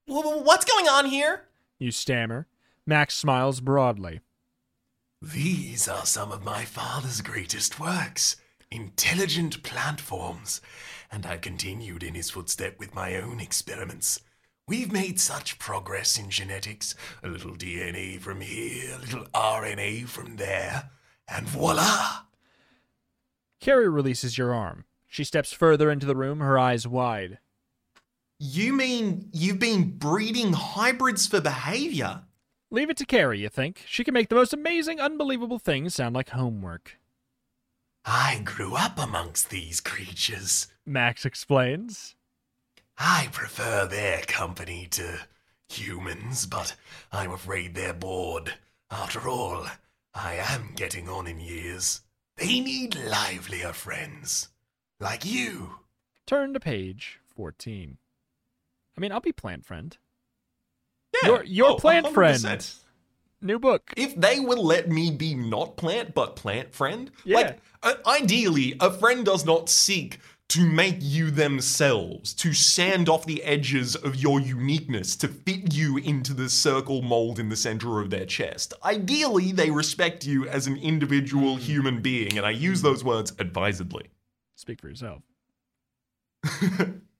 What's going on here? You stammer. Max smiles broadly. These are some of my father's greatest works, intelligent plant forms, and I continued in his footstep with my own experiments. We've made such progress in genetics a little DNA from here, a little RNA from there, and voila! Carrie releases your arm. She steps further into the room, her eyes wide. You mean You've been breeding hybrids for behavior? Leave it to Carrie, you think. She can make the most amazing, unbelievable things sound like homework. I grew up amongst these creatures. Max (laughs) explains. I prefer their company to humans, but I'm afraid they're bored. After all, I am getting on in years. They need livelier friends. Like you. Turn to page 14. I mean, I'll be plant friend. Yeah. Your- your Oh, plant 100%. friend. New book. If they would let me be not plant but plant friend, Yeah. like uh, ideally, a friend does not seek to make you themselves, to sand off the edges of your uniqueness, to fit you into the circle mold in the center of their chest. Ideally, they respect you as an individual Hmm. human being, and I use those words advisedly. Speak for (laughs) yourself.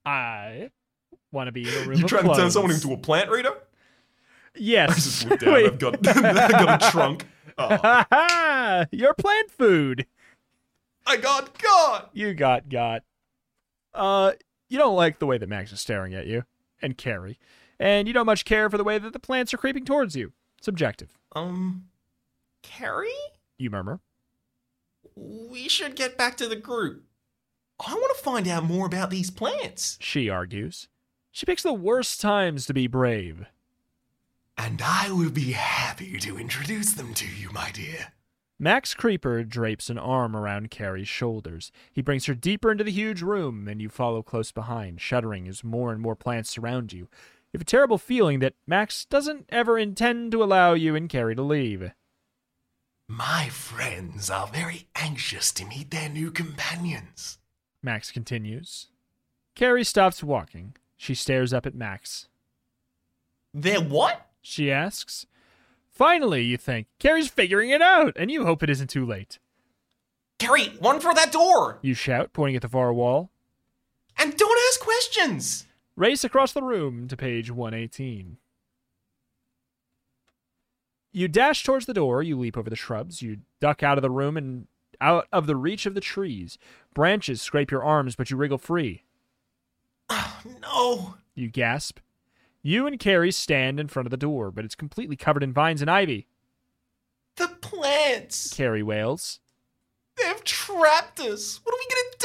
I want to be in a room You of trying to turn clones. someone into a plant reader? I Yes. (laughs) just looked down. I've got, (laughs) I've got a trunk. Oh, got... (laughs) Your plant food. I got God. You got got. Uh, you don't like the way that Max is staring at you and Carrie, and you don't much care for the way that the plants are creeping towards you. Subjective, Um, Carrie? you murmur. We should get back to the group. I want to find out more about these plants. She argues. She picks the worst times to be brave. And I will be happy to introduce them to you, my dear. Max Creeper drapes an arm around Carrie's shoulders. He brings her deeper into the huge room, and you follow close behind, shuddering as more and more plants surround you. You have a terrible feeling that Max doesn't ever intend to allow you and Carrie to leave. My friends are very anxious to meet their new companions. Max continues. Carrie stops walking. She stares up at Max. they're what? She asks, Finally, you think. Carrie's figuring it out, and you hope it isn't too late. Carrie, one for that door! You shout, pointing at the far wall. And don't ask questions! Race across the room to page 118. You dash towards the door, you leap over the shrubs, you duck out of the room and out of the reach of the trees. Branches scrape your arms, but you wriggle free. Oh, No. You gasp. You and Carrie stand in front of the door, but it's completely covered in vines and ivy. The plants. Carrie wails. They've trapped us. What are we going to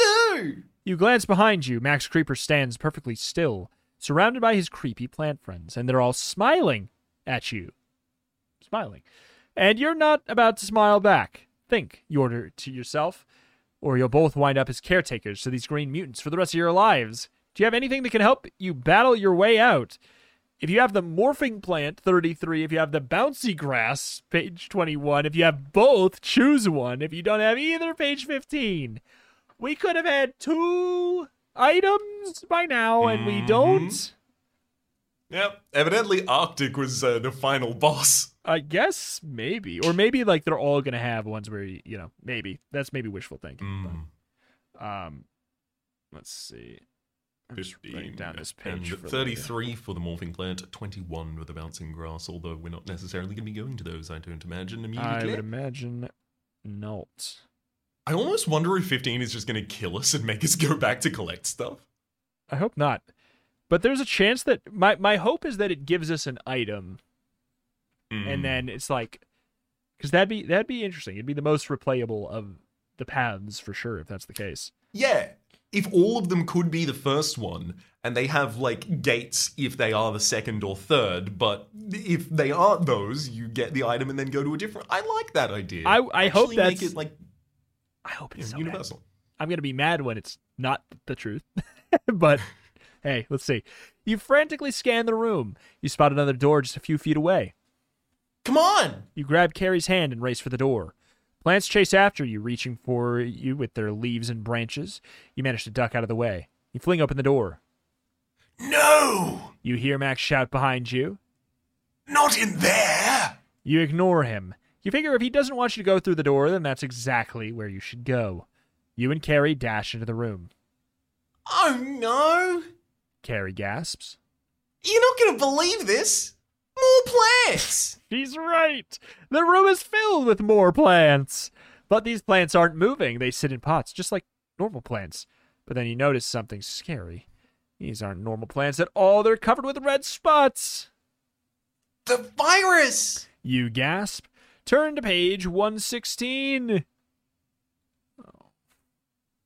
do? You glance behind you. Max Creeper stands perfectly still, surrounded by his creepy plant friends, and they're all smiling at you. Smiling. And you're not about to smile back. Think, you order to yourself, or you'll both wind up as caretakers to these green mutants for the rest of your lives. Do you have anything that can help you battle your way out? If you have the morphing plant, 33, if you have the bouncy grass, page 21, if you have both, choose one. If you don't have either, page 15 we could have had two items by now and we don't Yep. Evidently, Arctic was uh, the final boss. i guess maybe or maybe like they're all gonna have ones where you you know maybe that's maybe wishful thinking Hmm. but, um let's see I'm just writing down this page and for later. 33 for the morphing plant, 21 for the bouncing grass, although we're not necessarily going to be going to those, I don't imagine, i immediately. I, would imagine not almost wonder if 15 is just going to kill us and make us go back to collect stuff. i hope not but there's a chance that my my hope is that it gives us an item Hmm. and then it's like because that'd be that'd be interesting it'd be the most replayable of the paths for sure if that's the case Yeah. If all of them could be the first one, and they have like gates if they are the second or third, but if they aren't those, you get the item and then go to a different. I like that idea. I- I hope Actually that's- make it like I hope you know, it's so bad. universal. I'm gonna be mad when it's not the truth. (laughs) but hey, let's see. You frantically scan the room. You spot another door just a few feet away. Come on, You grab Carrie's hand and race for the door. Plants chase after you, reaching for you with their leaves and branches. You manage to duck out of the way. You fling open the door. No! You hear Max shout behind you. Not in there! You ignore him. You figure if he doesn't want you to go through the door, then that's exactly where you should go. You and Carrie dash into the room. Oh no! Carrie gasps. You're not gonna believe this! More plants! He's right. The room is filled with more plants. But these plants aren't moving. They sit in pots, just like normal plants. But then you notice something scary. These aren't normal plants at all. They're covered with red spots. the virus! You gasp. Turn to page 116.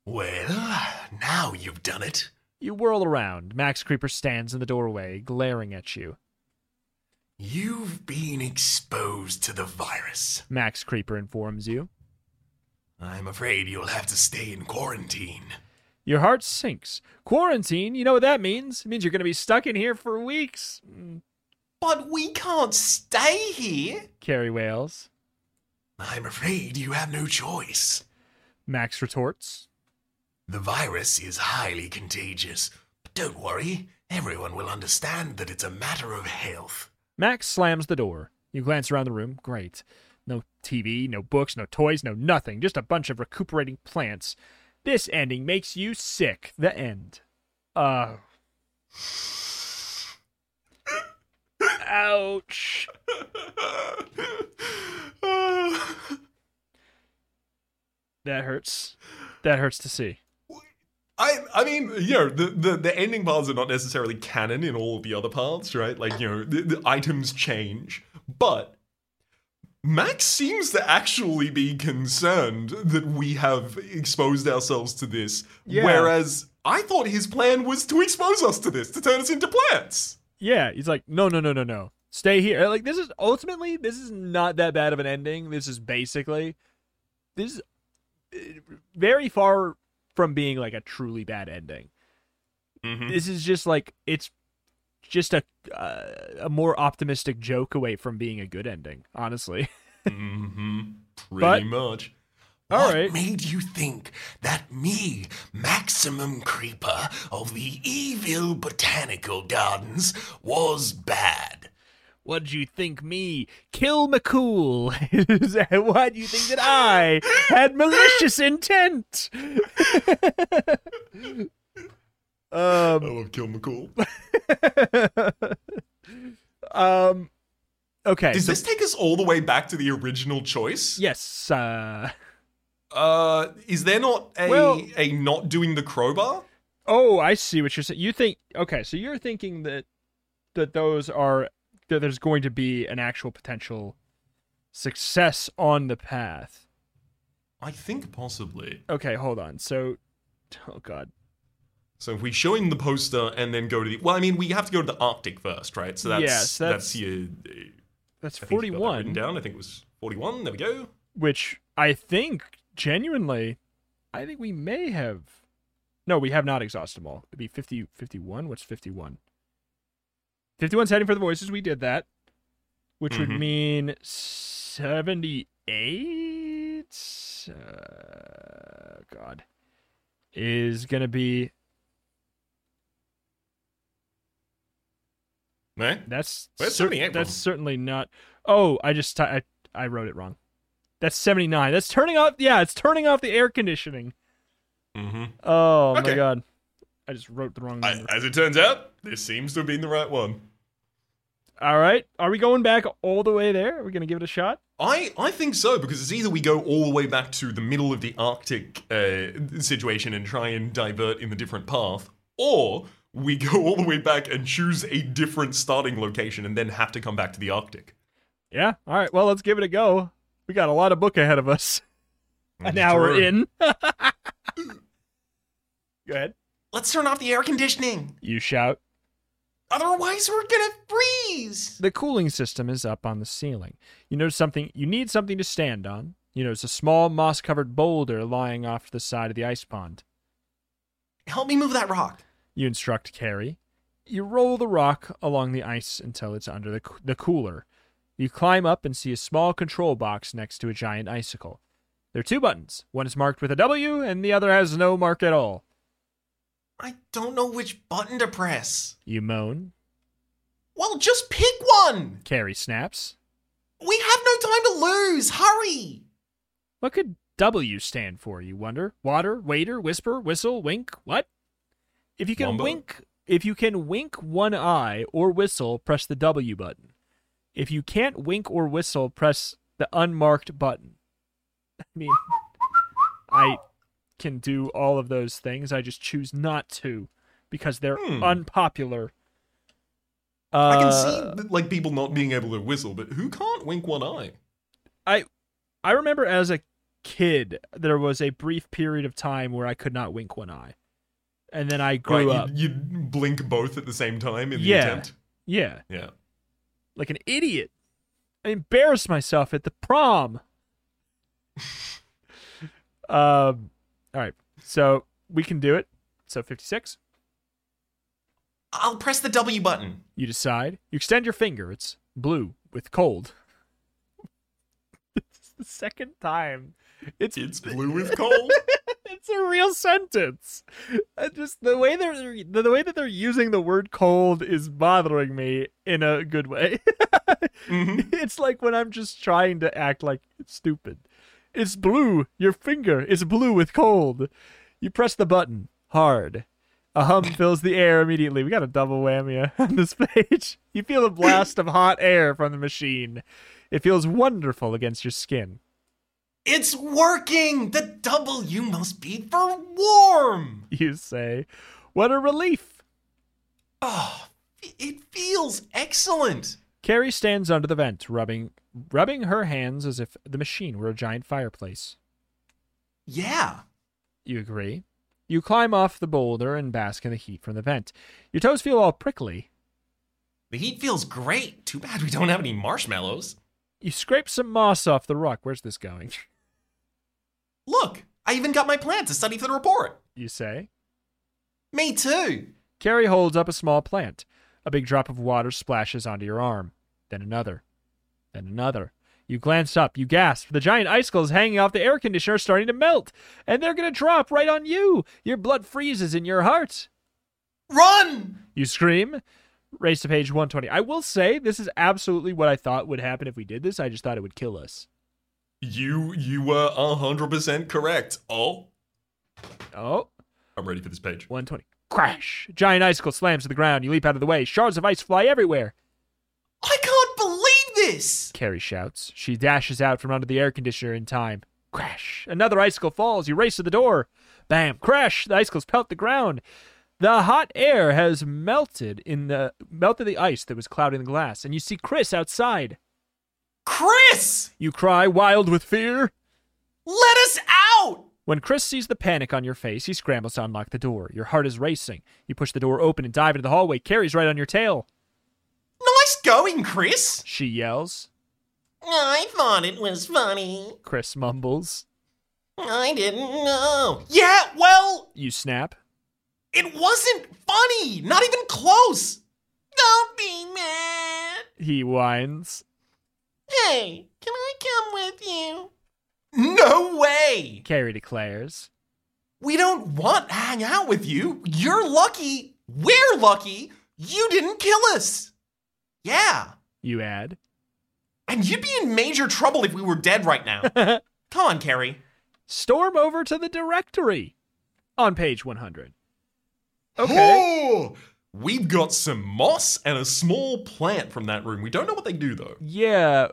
Well, now you've done it. You whirl around. Max Creeper stands in the doorway, glaring at you. You've been exposed to the virus. Max Creeper informs you. I'm afraid you'll have to stay in quarantine. Your heart sinks. Quarantine? You know what that means? It means you're going to be stuck in here for weeks. Mm, But we can't stay here! Carrie wails. I'm afraid you have no choice. Max retorts. The virus is highly contagious. But don't worry, everyone will understand that it's a matter of (laughs) health. Max slams the door. You glance around the room. Great. No TV, no books, no toys, no nothing. Just a bunch of recuperating plants. This ending makes you sick. The end. Uh. Ouch. That hurts. That hurts to see. I, I mean, you know, the, the, the ending paths are not necessarily canon in all of the other paths, right? Like, you know, the, the items change. But Max seems to actually be concerned that we have exposed ourselves to this. Yeah. Whereas I thought his plan was to expose us to this, to turn us into plants. Yeah, he's like, no, no, no, no, no. Stay here. Like, this is ultimately, this is not that bad of an ending. This is basically, this is uh, very far from being like a truly bad ending. Mm-hmm. This is just like it's just a uh, a more optimistic joke away from being a good ending. Honestly, (laughs) mm-hmm. But- Pretty much. all what right, made you think that me, Maximum Creeper of the Evil Botanical Gardens, was bad? what do you think? Me kill McCool? (laughs) Why do you think that I (laughs) had malicious (laughs) intent? um. I love Kill McCool. (laughs) um Okay. Does this take us all the way back to the original choice? yes. Uh, Uh, is there not a Well- a not doing the crowbar? oh, I see what you're saying. You think okay, so you're thinking that that those are that there's going to be an actual potential success on the path. I think possibly. Okay, hold on. So, oh god. So if we show him the poster and then go to the well, I mean we have to go to the Arctic first, right? So that's Yes, that's- that's, your That's I think you've got that 41, written down. I think it was forty one. There we go. which I think genuinely I think we may have No, we have not exhausted them all. It'd be 50 51. What's 51? 51's heading for the voices. We did that, which would Mhm. mean 78 uh, god is going to be No? That's Where's cer- 78 that's from? certainly not. Oh, I just t- I I wrote it wrong. That's seventy nine. That's turning off. Yeah, it's turning off the air conditioning. Mm-hmm. Oh my Okay. god, I just wrote the wrong I, number. as it turns out, this seems to have been the right one. all right, are we going back all the way there? Are we gonna give it a shot? I, I think so because it's either we go all the way back to the middle of the Arctic uh, situation and try and divert in the different path, or we go (laughs) all the way back and choose a different starting location and then have to come back to the Arctic. Yeah. All right. Well, let's give it a go. We got a lot of book ahead of us. An hour Mm, True. in. go (laughs) ahead. Let's turn off the air conditioning. You shout. Otherwise, we're gonna freeze. The cooling system is up on the ceiling. You notice something you need something to stand on. You notice a small moss covered boulder lying off to the side of the ice pond. Help me move that rock. You instruct Carrie. You roll the rock along the ice until it's under the, c- the cooler. You climb up and see a small control box next to a giant icicle. There are two buttons. One is marked with a W, and the other has no mark at all. I don't know which button to press. You moan. Well, just pick one. Carrie snaps. We have no time to lose. Hurry. What could W stand for, you wonder? Water, waiter, whisper, whistle, wink, what? If you can Wombo? wink if you can wink one eye or whistle, press the W button. If you can't wink or whistle, press the unmarked button. (laughs) I mean I can do all of those things. I just choose not to because they're Hmm. unpopular. Uh, I can see like people not being able to whistle, but who can't wink one eye? I remember as a kid, there was a brief period of time where I could not wink one eye, and then I grew right, up. You, you blink both at the same time in the Yeah. attempt. Yeah, Yeah. like an idiot. I embarrassed myself at the prom. (laughs) um. All right, so we can do it. So fifty-six. I'll press the W button. You decide. You extend your finger. It's blue with cold. (laughs) it's the second time. It's It's blue with cold. it's a real sentence. I just the way they're the, the way that they're using the word cold is bothering me in a good way. (laughs) Mhm. it's like when I'm just trying to act like it's stupid. It's blue. Your finger is blue with cold. You press the button hard. A hum fills the air immediately. We got a double whammy (laughs) on this page. You feel a blast of hot air from the machine. It feels wonderful against your skin. (laughs) It's working. The W must be for warm. You say, What a relief! Oh, it feels excellent. Carrie stands under the vent, rubbing rubbing her hands as if the machine were a giant fireplace. Yeah. You agree? You climb off the boulder and bask in the heat from the vent. Your toes feel all prickly. The heat feels great. Too bad we don't have any marshmallows. You scrape some moss off the rock. Where's this going? (laughs) Look, I even got my plan to study for the report. You say. Me too. Carrie holds up a small plant. A big drop of water splashes onto your arm. Then another. Then another. You glance up. You gasp. The giant icicles hanging off the air conditioner are starting to melt, and they're going to drop right on you. Your blood freezes in your heart. Run! You scream, race to page 120. I will say this is absolutely what I thought would happen if we did this. I just thought it would kill us. You you were hundred percent correct. Oh, Oh, I'm ready for this page. 120. Crash! Giant icicle slams to the ground. You leap out of the way. Shards of ice fly everywhere. I can't believe this? Carrie shouts. She dashes out from under the air conditioner in time. Crash! Another icicle falls. You race to the door. Bam! Crash! The icicles pelt the ground. The hot air has melted in the melted the ice that was clouding the glass, and you see Chris outside. Chris! You cry, wild with fear. Let us out! When Chris sees the panic on your face, he scrambles to unlock the door. Your heart is racing. You push the door open and dive into the hallway. Carrie's right on your tail. Nice going, Chris! She yells. I thought it was funny. Chris mumbles. I didn't know. Yeah, well, You snap. it wasn't funny! Not even close! Don't be mad. He whines. Hey, can I come with you? No way! Carrie declares. We don't want to hang out with you. You're lucky. We're lucky. You didn't kill us. Yeah. You add. (laughs) And you'd be in major trouble if we were dead right now. (laughs) Come on, Carrie. Storm over to the directory on page 100. Okay. Oh, we've got some moss and a small plant from that room. We don't know what they do though. Yeah.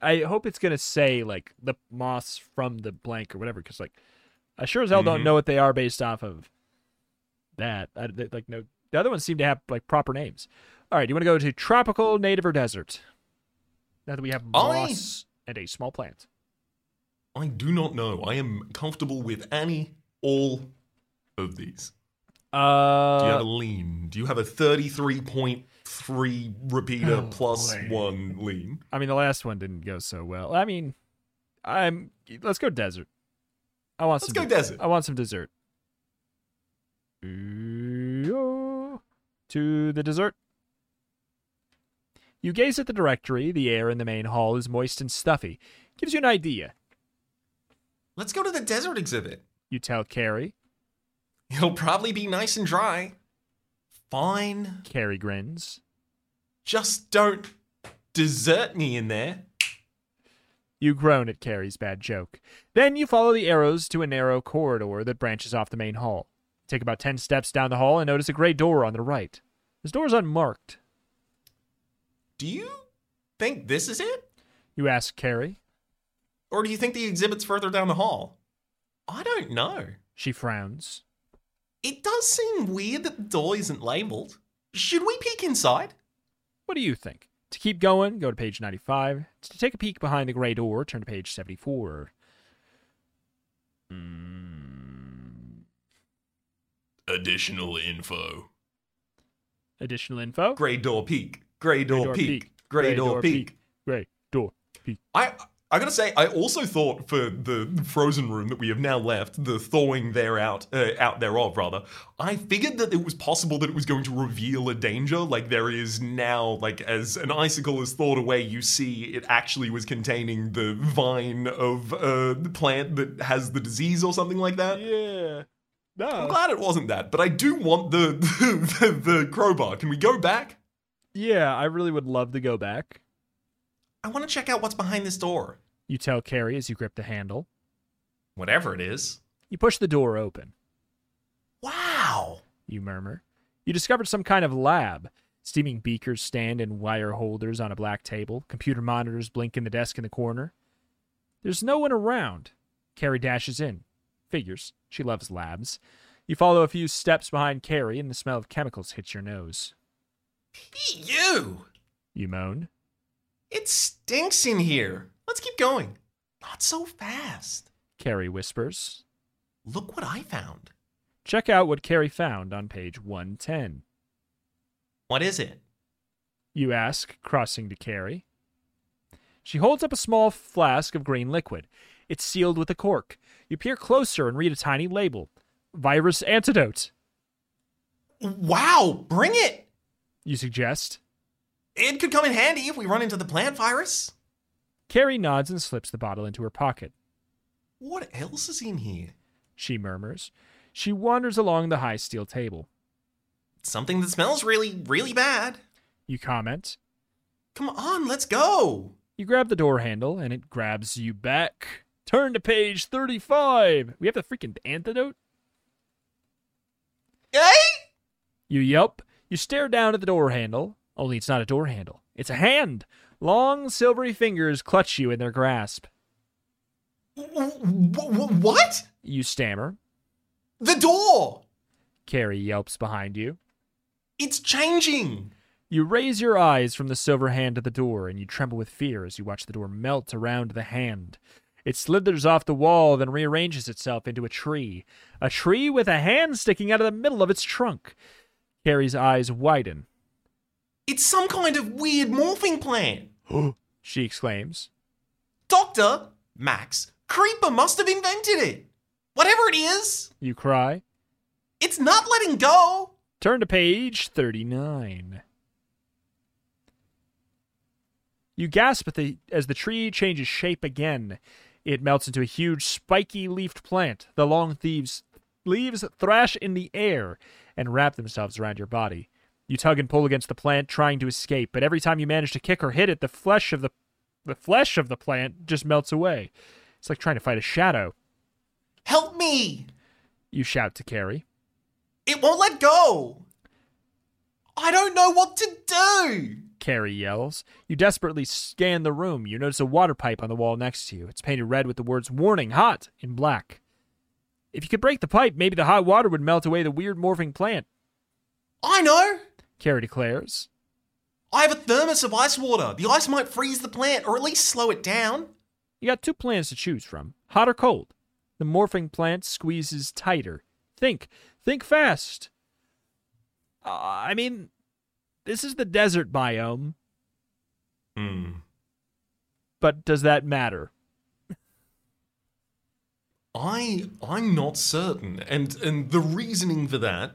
I hope it's going to say, like, the moss from the blank or whatever, because, like, I sure as hell don't Mhm. know what they are based off of that. I, th- like, no. The other ones seem to have, like, proper names. All right. Do you want to go to tropical, native, or desert? Now that we have moss and a small plant. I do not know. I am comfortable with any all of these. Do you have a Uh, lean? Do you have a 33.3 repeater Oh, plus boy. one lean? I mean, the last one didn't go so well. I mean, I'm. Let's go desert. I want Let's some. go de- desert. I want some dessert. Ooh, To the dessert. You gaze at the directory. The air in the main hall is moist and stuffy. Gives you an idea. Let's go to the desert exhibit. You tell Carrie. It'll probably be nice and dry. Fine. Carrie grins. Just don't desert me in there. You groan at Carrie's bad joke. Then you follow the arrows to a narrow corridor that branches off the main hall. Take about ten steps down the hall and notice a gray door on the right. This door is unmarked. Do you think this is it? You ask Carrie. Or do you think the exhibit's further down the hall? I don't know. She frowns. It does seem weird that the door isn't labeled. Should we peek inside? What do you think? To keep going, go to page 95. To take a peek behind the gray door, turn to page 74. Hmm. Additional info. Additional info? Grey door peek. Grey door, peek. Grey door, peek. Gray door peek. I I gotta say, I also thought for the frozen room that we have now left, the thawing there out uh, out thereof rather. I figured that it was possible that it was going to reveal a danger, like there is now, like as an icicle is thawed away, you see it actually was containing the vine of uh, the plant that has the disease or something like that. Yeah. Uh, I'm No. glad it wasn't that, but I do want the (laughs) the, the crowbar. Can we go back? Yeah, I really would love to go back. I want to check out what's behind this door. You tell Carrie as you grip the handle. Whatever it is. You push the door open. Wow. you murmur. You discovered some kind of lab. Steaming beakers stand in wire holders on a black table. Computer monitors blink in the desk in the corner. There's no one around. Carrie dashes in. Figures. She loves labs. You follow a few steps behind Carrie, and the smell of chemicals hits your nose. You. You moan. It stinks in here. Let's keep going. Not so fast. Carrie whispers. Look what I found. Check out what Carrie found on page 110. What is it? You ask, crossing to Carrie. She holds up a small flask of green liquid. It's sealed with a cork. You peer closer and read a tiny label Virus Antidote, Wow, bring it. you suggest. It could come in handy if we run into the plant virus. Carrie nods and slips the bottle into her pocket. What else is in here? She murmurs. She wanders along the high steel table. Something that smells really, really bad. You comment. Come on, let's go. You grab the door handle and it grabs you back. Turn to page 35. We have the freaking antidote? Hey! You yelp. You stare down at the door handle, only it's not a door handle. It's a hand. Long, silvery fingers clutch you in their grasp. Wh- wh- What? You stammer. The door! Carrie yelps behind you. It's changing! You raise your eyes from the silver hand at the door, and you tremble with fear as you watch the door melt around the hand. It slithers off the wall, then rearranges itself into a tree. A tree with a hand sticking out of the middle of its trunk. Carrie's eyes widen. It's some kind of weird morphing plan. She exclaims. Doctor, Max, Creeper must have invented it. Whatever it is, You cry. it's not letting go. Turn to page 39. You gasp at the, as the tree changes shape again. It melts into a huge, spiky leafed plant. The long thieves, leaves thrash in the air and wrap themselves around your body. You tug and pull against the plant, trying to escape, but every time you manage to kick or hit it, the flesh of the, the flesh of the plant just melts away. It's like trying to fight a shadow. Help me. You shout to Carrie. It won't let go. I don't know what to do. Carrie yells. You desperately scan the room. You notice a water pipe on the wall next to you. It's painted red with the words warning hot in black. If you could break the pipe, maybe the hot water would melt away the weird morphing plant, I know. Carrie declares. I have a thermos of ice water. The ice might freeze the plant or at least slow it down. You got two plans to choose from hot or cold. The morphing plant squeezes tighter. Think. Think fast. Uh, I mean, this is the desert biome, Hmm. but does that matter? I I'm not certain, and and the reasoning for that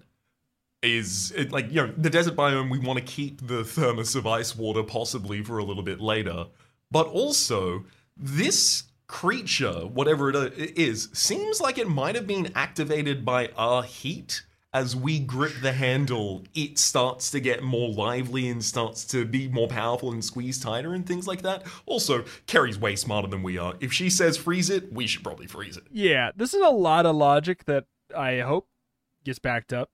is it, like you know the desert biome. We want to keep the thermos of ice water possibly for a little bit later, but also this creature, whatever it i- is, seems like it might have been activated by our heat. As we grip the handle, it starts to get more lively and starts to be more powerful and squeeze tighter and things like that. Also, Carrie's way smarter than we are. If she says freeze it, we should probably freeze it. Yeah, this is a lot of logic that I hope gets backed up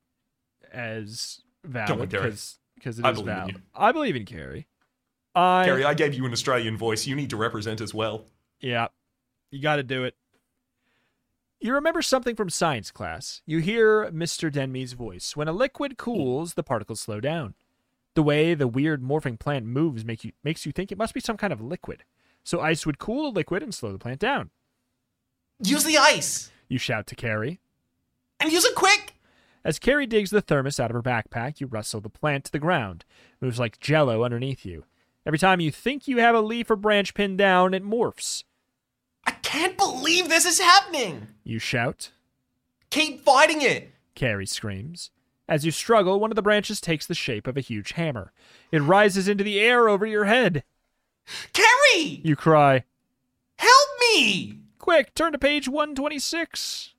as Come valid on, Carrie. because it I is believe in valid. you. I believe in Carrie. I Carrie, I gave you an Australian voice. You need to represent as well. yeah, you got to do it. You remember something from science class. You hear Mr. Denme's voice. When a liquid cools, the particles slow down. The way the weird morphing plant moves make you, makes you think it must be some kind of liquid. So ice would cool the liquid and slow the plant down. Use the ice You shout to Carrie. and use it quick. As Carrie digs the thermos out of her backpack, you rustle the plant to the ground. It moves like jello underneath you. Every time you think you have a leaf or branch pinned down, it morphs. I can't believe this is happening. You shout. Keep fighting it. Carrie screams. As you struggle, one of the branches takes the shape of a huge hammer. It rises into the air over your head. Carrie, You cry, help me. Quick, turn to page 126.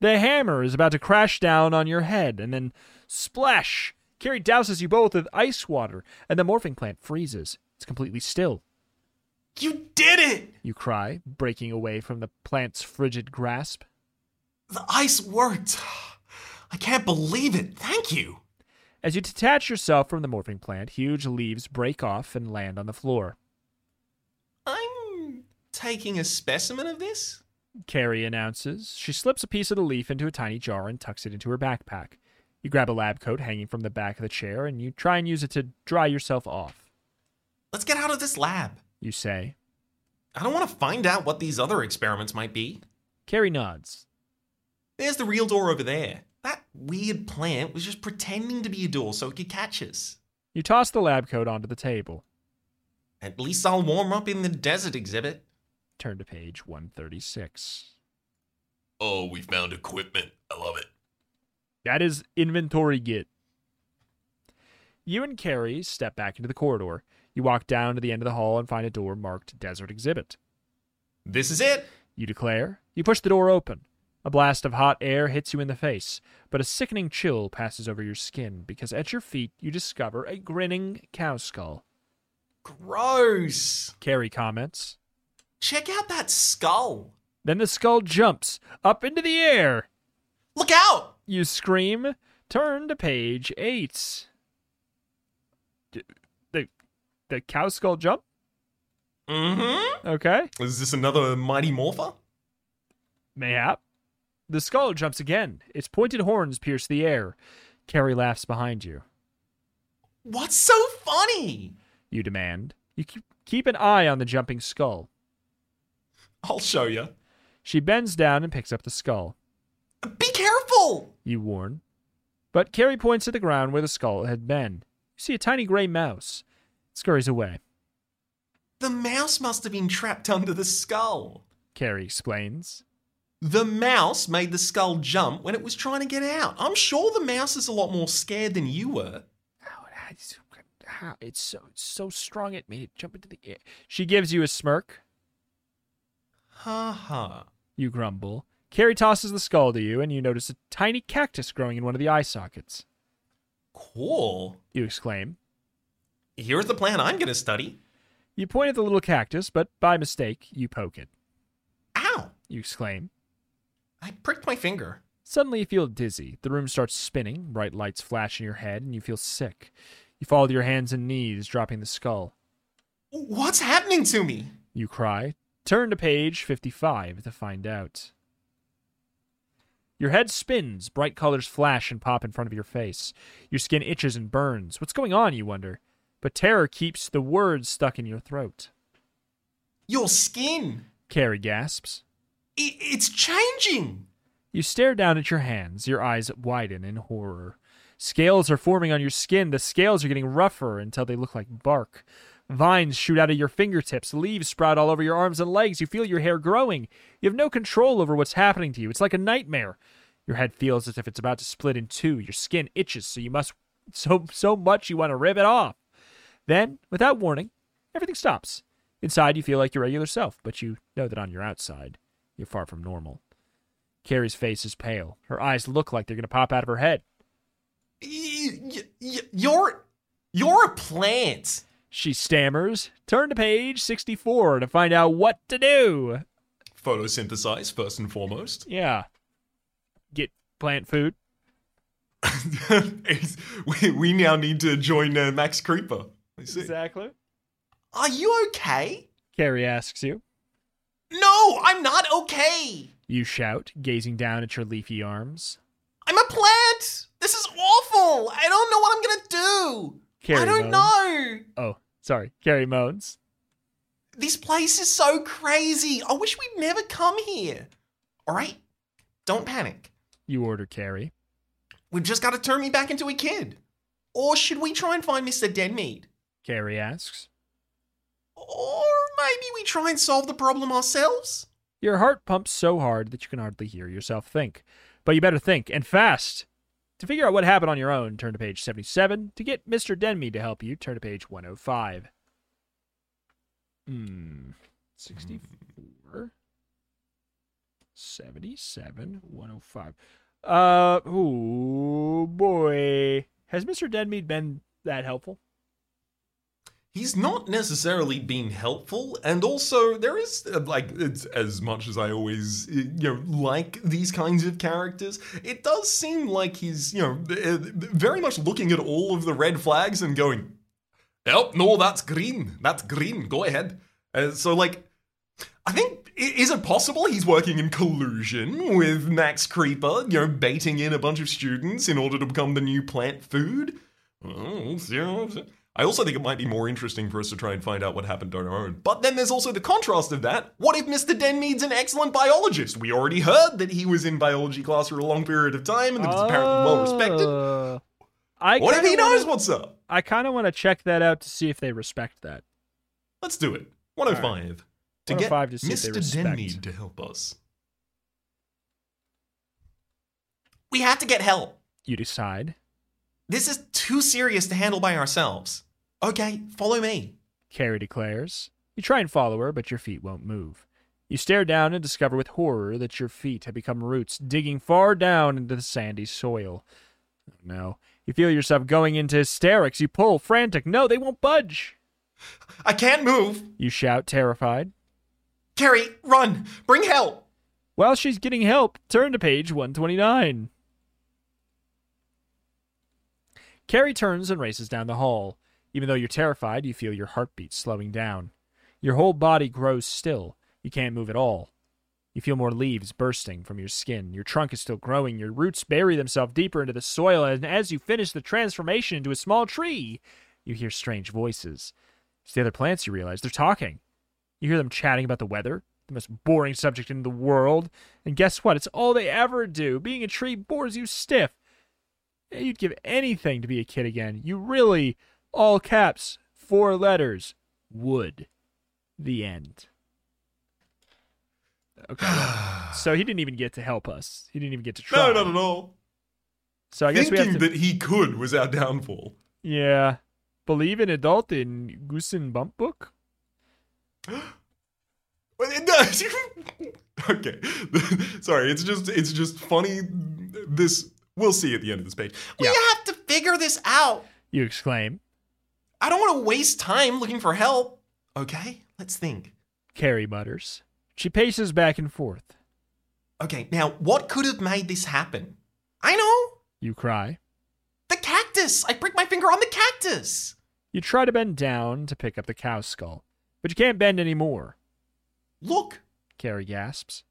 The hammer is about to crash down on your head, and then splash! Carrie douses you both with ice water, and the morphing plant freezes. It's completely still. You did it. You cry, breaking away from the plant's frigid grasp. The ice worked. I can't believe it. Thank you. As you detach yourself from the morphing plant, huge leaves break off and land on the floor. I'm taking a specimen of this. Carrie announces. She slips a piece of the leaf into a tiny jar and tucks it into her backpack. You grab a lab coat hanging from the back of the chair and you try and use it to dry yourself off, Let's get out of this lab. you say. I don't want to find out what these other experiments might be. Carrie nods. There's the real door over there. That weird plant was just pretending to be a door so it could catch us. You toss the lab coat onto the table. At least I'll warm up in the desert exhibit. Turn to page 136. Oh, we found equipment. I love it. That is inventory git. You and Carrie step back into the corridor. You walk down to the end of the hall and find a door marked Desert Exhibit. This is it. You declare. You push the door open. A blast of hot air hits you in the face, but a sickening chill passes over your skin because at your feet you discover a grinning cow skull. Gross. Carrie comments. Check out that skull. Then the skull jumps up into the air. Look out. You scream. Turn to page 8. the the cow skull jump. Mm-hmm. Okay, Is this another Mighty Morpher? mayhap. The skull jumps again. Its pointed horns pierce the air. Carrie laughs behind you. What's so funny? You demand. You keep keep an eye on the jumping skull. I'll show you. She bends down and picks up the skull. Be careful! You warn. But Carrie points at the ground where the skull had been. You see a tiny gray mouse. It scurries away. The mouse must have been trapped under the skull. Carrie explains. The mouse made the skull jump when it was trying to get out. I'm sure the mouse is a lot more scared than you were. Oh, it's, how, it's so it's so strong it made it jump into the air. She gives you a smirk. Ha ha. You grumble. Carrie tosses the skull to you, and you notice a tiny cactus growing in one of the eye sockets. Cool. You exclaim. Here's the plan I'm going to study. You point at the little cactus, but by mistake, you poke it. Ow! You exclaim. I pricked my finger. Suddenly, you feel dizzy. The room starts spinning, bright lights flash in your head, and you feel sick. You fall to your hands and knees, dropping the skull. What's happening to me? You cry. Turn to page 55 to find out. Your head spins, bright colors flash and pop in front of your face. Your skin itches and burns. What's going on, you wonder? But terror keeps the words stuck in your throat. Your skin. Carrie gasps. I- it's changing. You stare down at your hands, your eyes widen in horror. Scales are forming on your skin. The scales are getting rougher until they look like bark. Vines shoot out of your fingertips. Leaves sprout all over your arms and legs. You feel your hair growing. You have no control over what's happening to you. It's like a nightmare. Your head feels as if it's about to split in two. Your skin itches, so you must so so much you want to rip it off. Then, without warning, everything stops. Inside, you feel like your regular self, but you know that on your outside, you're far from normal. Carrie's face is pale. Her eyes look like they're going to pop out of her head. Y- y- y- you're. You're a plant. She stammers. Turn to page 64 to find out what to do. Photosynthesize, first and foremost. (laughs) Yeah. Get plant food. we, we now need to join uh, Max Creeper. I see. Exactly. Are you okay? Carrie asks you. No, I'm not okay. You shout, gazing down at your leafy arms. I'm a plant. This is awful. I don't know what I'm gonna do. Carrie I don't moans. know. Oh, sorry. Carrie moans. This place is so crazy. I wish we'd never come here. All right, don't panic. You order Carrie. We've just got to turn me back into a kid. Or should we try and find Mr. Denmead? Carrie asks. Or maybe we try and solve the problem ourselves? Your heart pumps so hard that you can hardly hear yourself think. But you better think, and fast. To figure out what happened on your own, turn to page 77. To get Mr. Denme to help you, turn to page 105. Hmm. 64. 77. 105. Uh, oh boy. Has Mr. Denmead been that helpful? He's not necessarily being helpful, and also there is uh, like it's, as much as I always uh, you know like these kinds of characters, it does seem like he's you know uh, very much looking at all of the red flags and going, "Nope, no, that's green, that's green. Go ahead." Uh, so like, I think i- is it possible he's working in collusion with Max Creeper, you know, baiting in a bunch of students in order to become the new plant food? Oh, zero, zero. I also think it might be more interesting for us to try and find out what happened on our own. But then there's also the contrast of that. What if Mr. Denmead's an excellent biologist? We already heard that he was in biology class for a long period of time and was apparently well respected. Uh, I What if kinda he knows wanna- what's up? I kind of want to check that out to see if they respect that. Let's do it. 105. To get 105 to see if they Mr. respect. Denmead to help us. We have to get help. You decide. This is too serious to handle by ourselves. Okay, follow me. Carrie declares. You try and follow her, but your feet won't move. You stare down and discover with horror that your feet have become roots digging far down into the sandy soil. Oh, no. You feel yourself going into hysterics. You pull, frantic. No, they won't budge. I can't move. You shout, terrified. Carrie, run! Bring help! While she's getting help, turn to page 129. Carrie turns and races down the hall. Even though you're terrified, you feel your heartbeat slowing down. Your whole body grows still. You can't move at all. You feel more leaves bursting from your skin. Your trunk is still growing. Your roots bury themselves deeper into the soil. And as you finish the transformation into a small tree, you hear strange voices. It's the other plants you realize. They're talking. You hear them chatting about the weather, the most boring subject in the world. And guess what? It's all they ever do. Being a tree bores you stiff. Yeah, You'd give anything to be a kid again. You really, all caps, four letters, would. The end. Okay. (sighs) well, so he didn't even get to help us. He didn't even get to try. No, not at all. So I guess we have Thinking to. that he could was our downfall. (laughs) yeah. Believe in adult in Goosen Bump Book? Well, no. okay. (laughs) Sorry, it's just it's just funny this we'll see at the end of this page. We have to figure this out. You exclaim. I don't want to waste time looking for help. Okay, let's think. Carrie mutters. She paces back and forth. Okay, now what could have made this happen? I know! You cry. The cactus! I pricked my finger on the cactus! You try to bend down to pick up the cow skull, but you can't bend anymore, Look, Carrie gasps.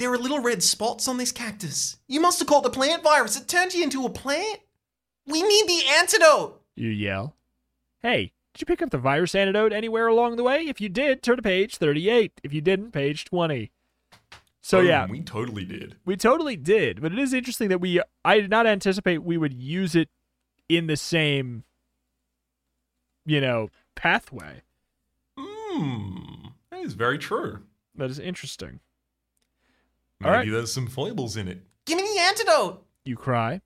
there are little red spots on this cactus. You must have caught the plant virus. It turned you into a plant. We need the antidote! You yell. Hey, did you pick up the virus antidote anywhere along the way? If you did, turn to page 38. If you didn't, page 20. So, Um, Oh, yeah, we totally did. we totally did, but it is interesting that we, I did not anticipate we would use it in the same, you know, pathway. Hmm, that is very true. That is interesting. All Maybe right. there's some foibles in it. Give me the antidote! You cry.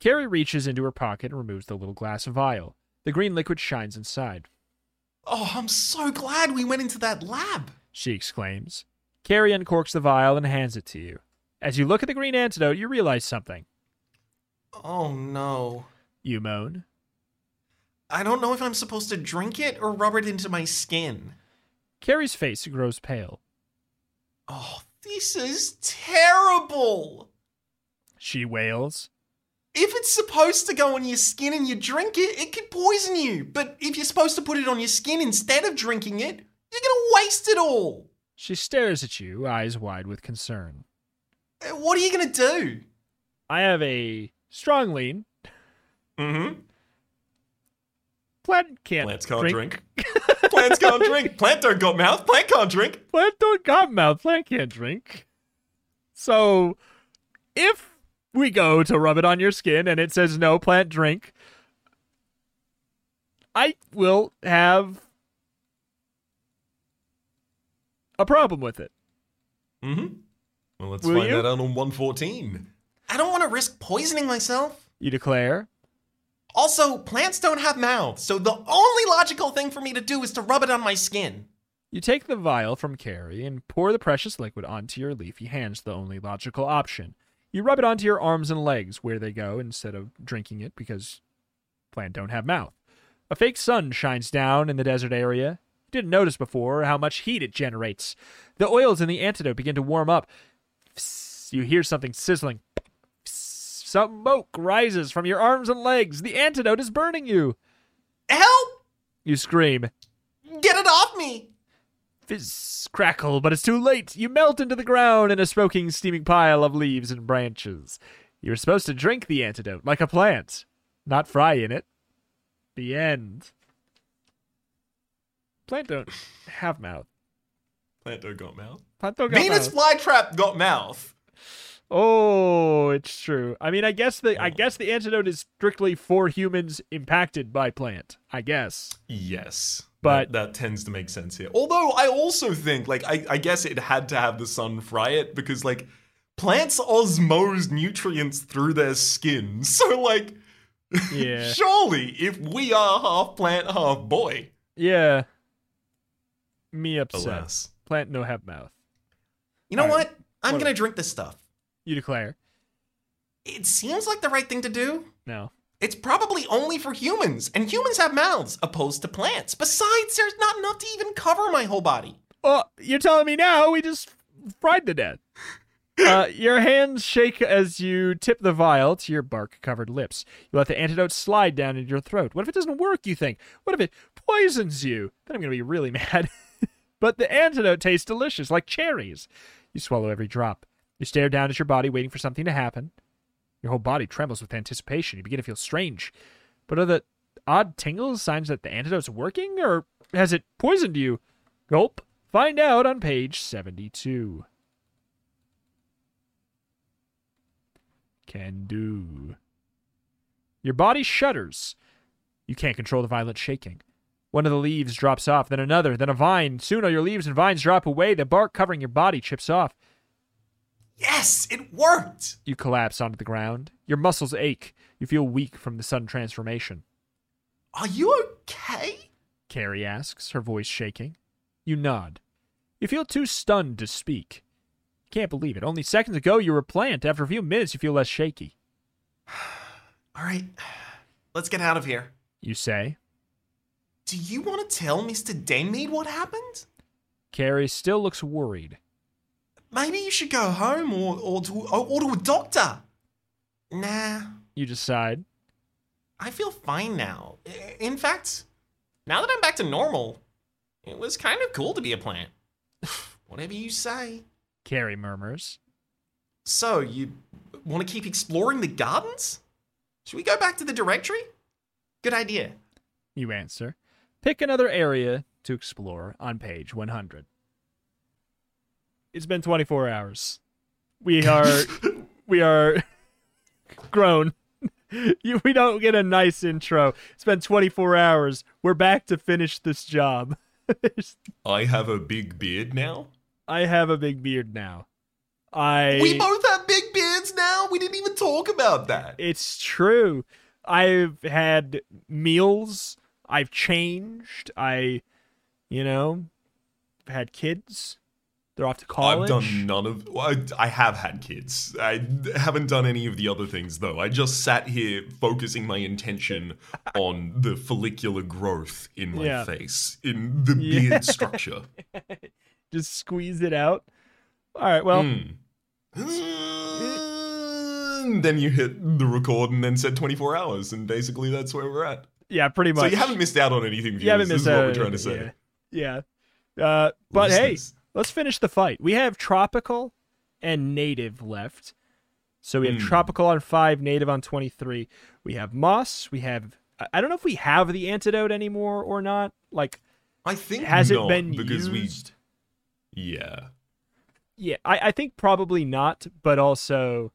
Carrie reaches into her pocket and removes the little glass vial. The green liquid shines inside. Oh, I'm so glad we went into that lab. she exclaims. Carrie uncorks the vial and hands it to you. As you look at the green antidote, you realize something. Oh no. You moan. I don't know if I'm supposed to drink it or rub it into my skin. Carrie's face grows pale. Oh, this is terrible! She wails. If it's supposed to go on your skin and you drink it, it could poison you. But if you're supposed to put it on your skin instead of drinking it, you're gonna waste it all. She stares at you, eyes wide with concern. Uh, What are you gonna do? I have a strong lean. Mm-hmm. Plant can't, Plants can't drink. (laughs) Plants can't drink. Plant don't got mouth. Plant can't drink. Plant don't got mouth. Plant can't drink. So, if we go to rub it on your skin and it says no plant drink, I will have a problem with it. Mm-hmm. Well, let's Will find you? that out on 114. I don't wanna risk poisoning myself. You declare. Also, plants don't have mouths, so the only logical thing for me to do is to rub it on my skin. You take the vial from Carrie and pour the precious liquid onto your leafy hands, the only logical option. You rub it onto your arms and legs where they go instead of drinking it because plant don't have mouth. A fake sun shines down in the desert area. You didn't notice before how much heat it generates. The oils in the antidote begin to warm up. Psst, You hear something sizzling. Psst, Smoke rises from your arms and legs. The antidote is burning you. Help! You scream. Get it off me! Fizz, crackle, but it's too late. You melt into the ground in a smoking, steaming pile of leaves and branches. You're supposed to drink the antidote like a plant, not fry in it. The end. Plant don't have mouth. Plant don't got mouth. Plant don't got Venus mouth. flytrap got mouth. oh, it's true. I mean, I guess the I guess the antidote is strictly for humans impacted by plant. I guess. Yes. But- that, that tends to make sense here. Although I also think, like, I, I guess it had to have the sun fry it because, like, plants osmose nutrients through their skin. (laughs) So, like, Yeah. surely if we are half plant, half boy, yeah. Me upset. alas. Plant no have mouth. You know All right. what? I'm What- gonna drink this stuff. You declare. It seems like the right thing to do. No. It's probably only for humans, and humans have mouths, opposed to plants. Besides, there's not enough to even cover my whole body. Oh, you're telling me now we just fried to death. Uh, your hands shake as you tip the vial to your bark covered lips. You let the antidote slide down into your throat. What if it doesn't work, you think? What if it poisons you? Then I'm going to be really (laughs) mad. but the antidote tastes delicious, like cherries. You swallow every drop. You stare down at your body, waiting for something to happen. Your whole body trembles with anticipation. You begin to feel strange. But are the odd tingles signs that the antidote's working, or has it poisoned you? Gulp. Find out on page 72. Can do. Your body shudders. You can't control the violent shaking. One of the leaves drops off, then another, then a vine. Soon all your leaves and vines drop away. The bark covering your body chips off. Yes, it worked. You collapse onto the ground. Your muscles ache. You feel weak from the sudden transformation. Are you okay? Carrie asks, her voice shaking. You nod. You feel too stunned to speak. Can't believe it. Only seconds ago you were a plant. After a few minutes, you feel less shaky. All right, (sighs) let's get out of here. You say. Do you want to tell Mr. Denmead what happened? Carrie still looks worried. Maybe you should go home or, or, to, or, or to a doctor. Nah, You decide. I feel fine now. I- In fact, now that I'm back to normal, it was kind of cool to be a plant. (sighs) Whatever you say. Carrie murmurs. So, you want to keep exploring the gardens? Should we go back to the directory? Good idea. You answer. Pick another area to explore on page 100. It's been 24 hours. We are we are grown. You, we don't get a nice intro. It's been 24 hours. We're back to finish this job. (laughs) I have a big beard now. I have a big beard now. I We both have big beards now. We didn't even talk about that. It's true. I've had meals. I've changed. I, you know, I've had kids. They're off to college. I've done none of. well, I, I have had kids. I haven't done any of the other things though. I just sat here focusing my intention on the follicular growth in my Yeah. face, in the (laughs) Yeah. beard structure. Just squeeze it out. All right. Well, Mm. Mm, Then you hit the record and then said 24 hours, and basically that's where we're at. yeah, pretty much. So you haven't missed out on anything. Viewers. You haven't this missed is what out we're on trying to anything, say. Yeah. yeah. Uh, but hey, Listeners. let's finish the fight. We have tropical and native left. So we have Hmm. tropical on five, native on twenty-three. We have moss. We have. I- I don't know if we have the antidote anymore or not. Like, I think has not, it been because used? we yeah. Yeah, I, I think probably not. But also,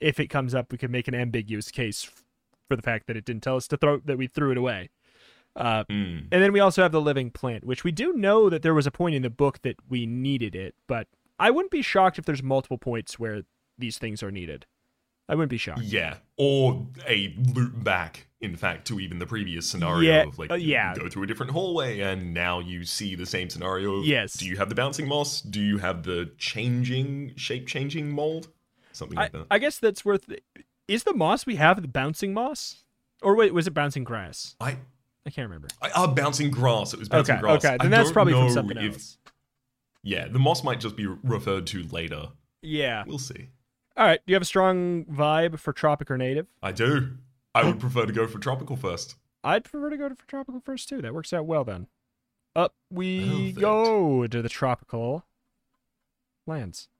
if it comes up, we could make an ambiguous case f- for the fact that it didn't tell us to throw that we threw it away. Uh, Mm. And then we also have the living plant, which we do know that there was a point in the book that we needed it, but I wouldn't be shocked if there's multiple points where these things are needed. I wouldn't be shocked. Yeah, or a loop back, in fact, to even the previous scenario Yeah, of like, uh, you yeah. go to a different hallway and now you see the same scenario. of, Yes. Do you have the bouncing moss? Do you have the changing, shape changing mold? Something I, like that. I guess that's worth. Is the moss we have the bouncing moss, or wait, was it bouncing grass? I, I can't remember. I, uh, bouncing grass. It was bouncing okay, grass. okay, I then that's don't probably from know something if- else. Yeah, the moss might just be referred to later. Yeah. We'll see. All right. Do you have a strong vibe for tropic or native? I do. I would prefer to go for tropical first. I'd prefer to go to for tropical first too. That works out well then. Up we Perfect. go to the tropical lands.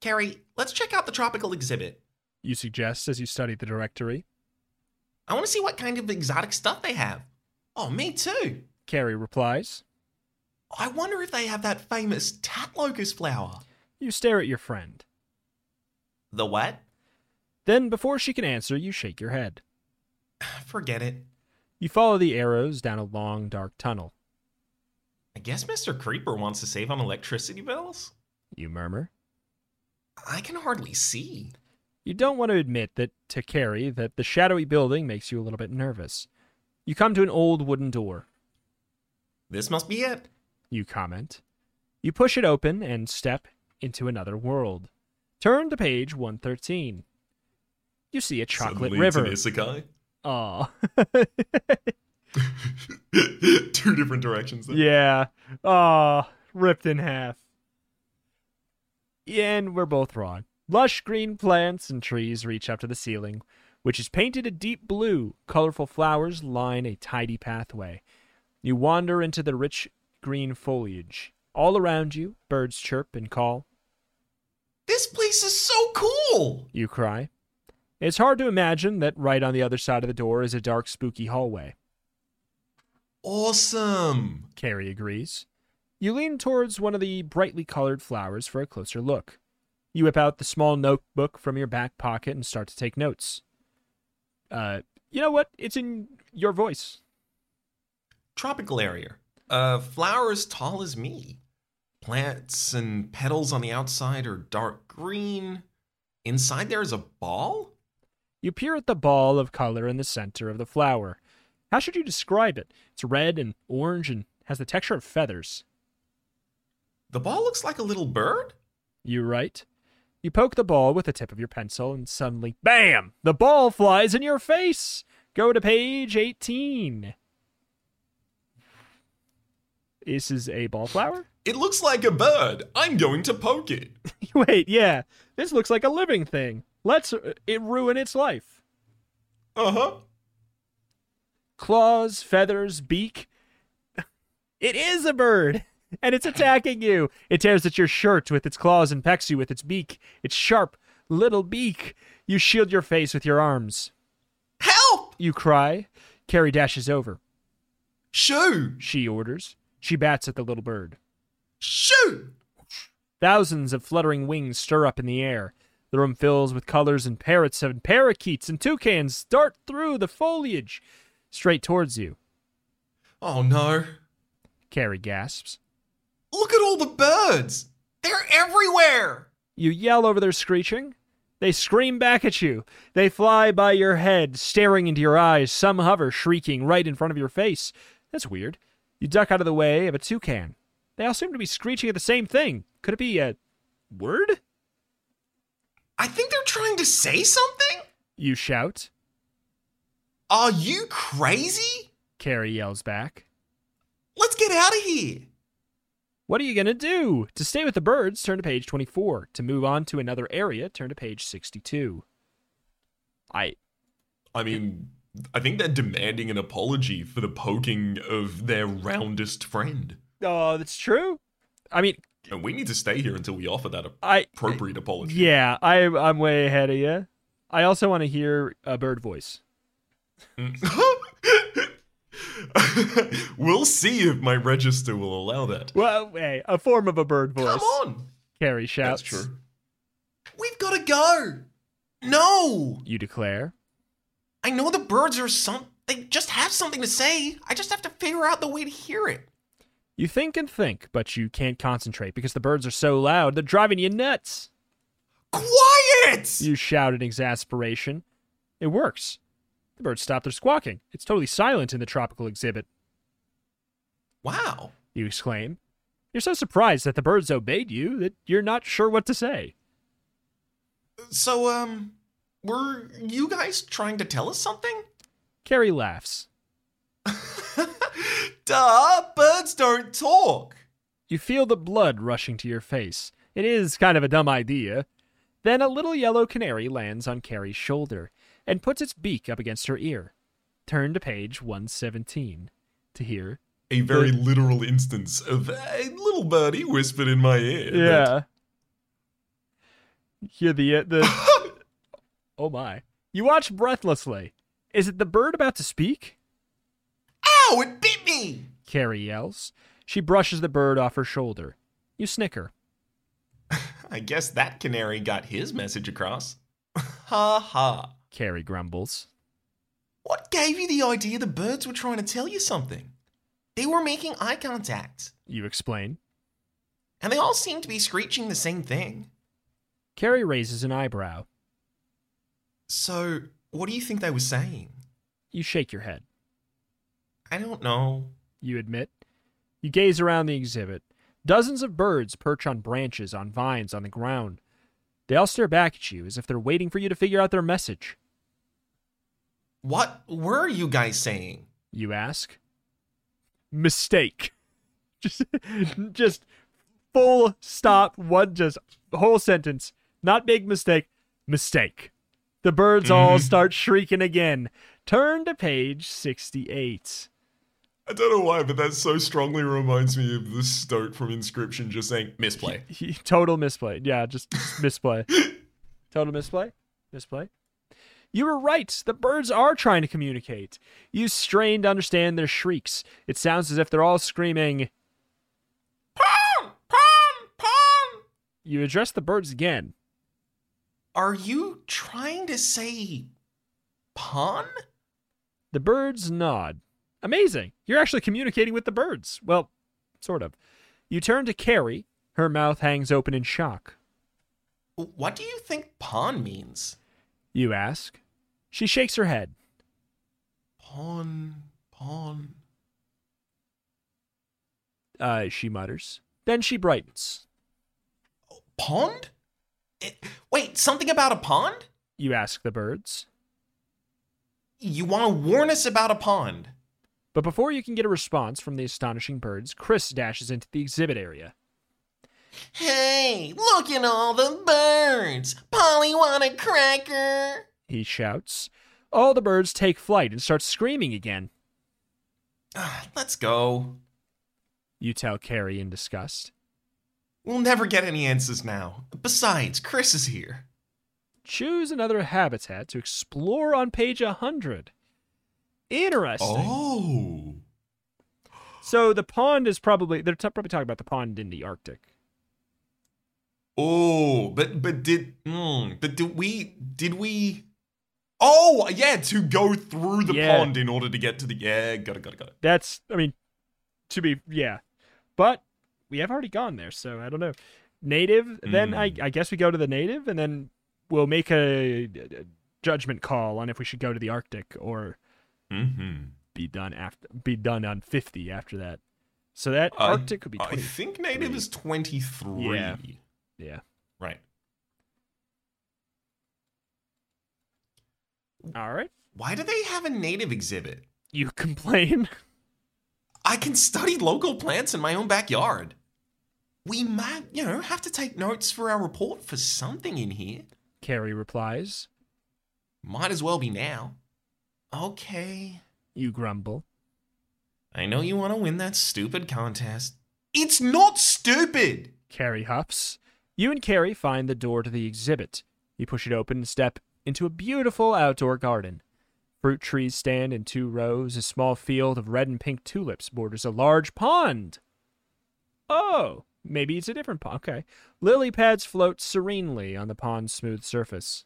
Carrie, let's check out the tropical exhibit. you suggest as you study the directory. I want to see what kind of exotic stuff they have. Oh, me too. Carrie replies. I wonder if they have that famous tat locust flower. You stare at your friend. The what? (sighs) Then, before she can answer, you shake your head. Forget it. You follow the arrows down a long, dark tunnel. I guess Mr. Creeper wants to save on electricity bills? You murmur. I can hardly see. You don't want to admit that to Carrie that the shadowy building makes you a little bit nervous. You come to an old wooden door. This must be it. You comment. You push it open and step into another world. Turn to page 113. You see a chocolate Suddenly river. It's an isekai. Aw. (laughs) (laughs) Two different directions. There. Yeah. Ah, ripped in half. And we're both wrong. Lush green plants and trees reach up to the ceiling, which is painted a deep blue. Colorful flowers line a tidy pathway. You wander into the rich green foliage. All around you, birds chirp and call. This place is so cool. You cry. It's hard to imagine that right on the other side of the door is a dark, spooky hallway. Awesome. Carrie agrees. You lean towards one of the brightly colored flowers for a closer look. You whip out the small notebook from your back pocket and start to take notes. Uh, you know what? It's in your voice. Tropical area. Uh, flowers tall as me. Plants and petals on the outside are dark green. Inside there is a ball? You peer at the ball of color in the center of the flower. How should you describe it? It's red and orange and has the texture of feathers. The ball looks like a little bird? You write. You poke the ball with the tip of your pencil, and suddenly, bam! The ball flies in your face! Go to page 18. This is a ball flower? It looks like a bird. I'm going to poke it. Wait, yeah. This looks like a living thing. Let's uh, it ruin its life. Uh huh. Claws, feathers, beak. (laughs) It is a bird, (laughs) and it's attacking you. It tears at your shirt with its claws and pecks you with its beak. Its sharp little beak. You shield your face with your arms. Help! You cry. Carrie dashes over. Shoo! She orders. She bats at the little bird. Shoo! Thousands of fluttering wings stir up in the air. The room fills with colors, and parrots and parakeets and toucans dart through the foliage straight towards you. Oh no. Carrie gasps. Look at all the birds! They're everywhere! You yell over their screeching. They scream back at you. They fly by your head, staring into your eyes. Some hover, shrieking, right in front of your face. That's weird. You duck out of the way of a toucan. They all seem to be screeching at the same thing. Could it be a word? I think they're trying to say something? You shout. Are you crazy? Carrie yells back. Let's get out of here! What are you going to do? To stay with the birds, turn to page 24. To move on to another area, turn to page 62. I. I mean, I think they're demanding an apology for the poking of their roundest friend. Oh, that's true. I mean, And we need to stay here until we offer that I. appropriate apology. Yeah, I, I'm way ahead of you. I also want to hear a bird voice. Mm. (laughs) we'll see if my register will allow that. Well, hey, a form of a bird voice. Come on! Carrie shouts. That's true. We've got to go! No! You declare. I know the birds are some. They just have something to say. I just have to figure out the way to hear it. You think and think, but you can't concentrate because the birds are so loud, they're driving you nuts. Quiet! You shout in exasperation. It works. The birds stop their squawking. It's totally silent in the tropical exhibit, Wow. you exclaim. You're so surprised that the birds obeyed you that you're not sure what to say. So, um, were you guys trying to tell us something? (laughs) Carrie laughs. Duh, birds don't talk. You feel the blood rushing to your face. It is kind of a dumb idea. Then a little yellow canary lands on Carrie's shoulder and puts its beak up against her ear. Turn to page 117 to hear. A very literal instance of a little birdie whispered in my ear. that- Hear the uh, the (laughs) oh my. You watch breathlessly. Is it the bird about to speak? (laughs) Ow, it bit me! Carrie yells. She brushes the bird off her shoulder. You snicker. I guess that canary got his message across. (laughs) ha ha. Carrie grumbles. What gave you the idea the birds were trying to tell you something? They were making eye contact, You explain. and they all seemed to be screeching the same thing. Carrie raises an eyebrow. So, what do you think they were saying? You shake your head. I don't know. you admit. You gaze around the exhibit. Dozens of birds perch on branches, on vines, on the ground. They all stare back at you as if they're waiting for you to figure out their message. What were you guys saying? You ask. (laughs) Mistake. Just, just full stop. One just whole sentence. Not big mistake. Mistake. The birds all start shrieking again. Turn to page 68. I don't know why, but that so strongly reminds me of the Stoke from Inscription just saying misplay. He, (laughs) total misplay. Yeah, just misplay. total misplay. Misplay. You were right. The birds are trying to communicate. You strain to understand their shrieks. It sounds as if they're all screaming, Pom, pom, pom. You address the birds again. Are you trying to say pawn? The birds nod. Amazing. You're actually communicating with the birds. Well, sort of. You turn to Carrie. Her mouth hangs open in shock. What do you think pawn means? You ask. She shakes her head. Pawn, pawn. Uh, she mutters. Then she brightens. Pond? Eh, Wait, something about a pond? You ask the birds. You want to warn us about a pond? But before you can get a response from the astonishing birds, Chris dashes into the exhibit area. Hey, look at all the birds. Polly want a cracker. He shouts. All the birds take flight and start screaming again. Ah, Let's go. You tell Carrie in disgust. We'll never get any answers now. Besides, Chris is here. Choose another habitat to explore on page 100. Interesting. Oh. So the pond is probably they're t- probably talking about the pond in the Arctic. Oh, but but did mm, but did we did we Oh, yeah, to go through the Yeah. pond in order to get to the Yeah, got it, got it, got it. That's I mean, to be yeah, but we have already gone there, so I don't know. Native, then I Hmm. I guess we go to the native, and then we'll make a, a judgment call on if we should go to the Arctic or Mhm. be done after be done on fifty after that. So that I- Arctic could be I twenty. think native is 23. Yeah. yeah. Right. All right. Why do they have a native exhibit? You (laughs) complain. I can study local plants in my own backyard. We might, you know, have to take notes for our report for something in here. Carrie replies. Might as well be now. Okay. You grumble. I know you want to win that stupid contest. It's not stupid! Carrie huffs. You and Carrie find the door to the exhibit. You push it open and step into a beautiful outdoor garden. Fruit trees stand in two rows. A small field of red and pink tulips borders a large pond. Oh, maybe it's a different pond. Okay. Lily pads float serenely on the pond's smooth surface.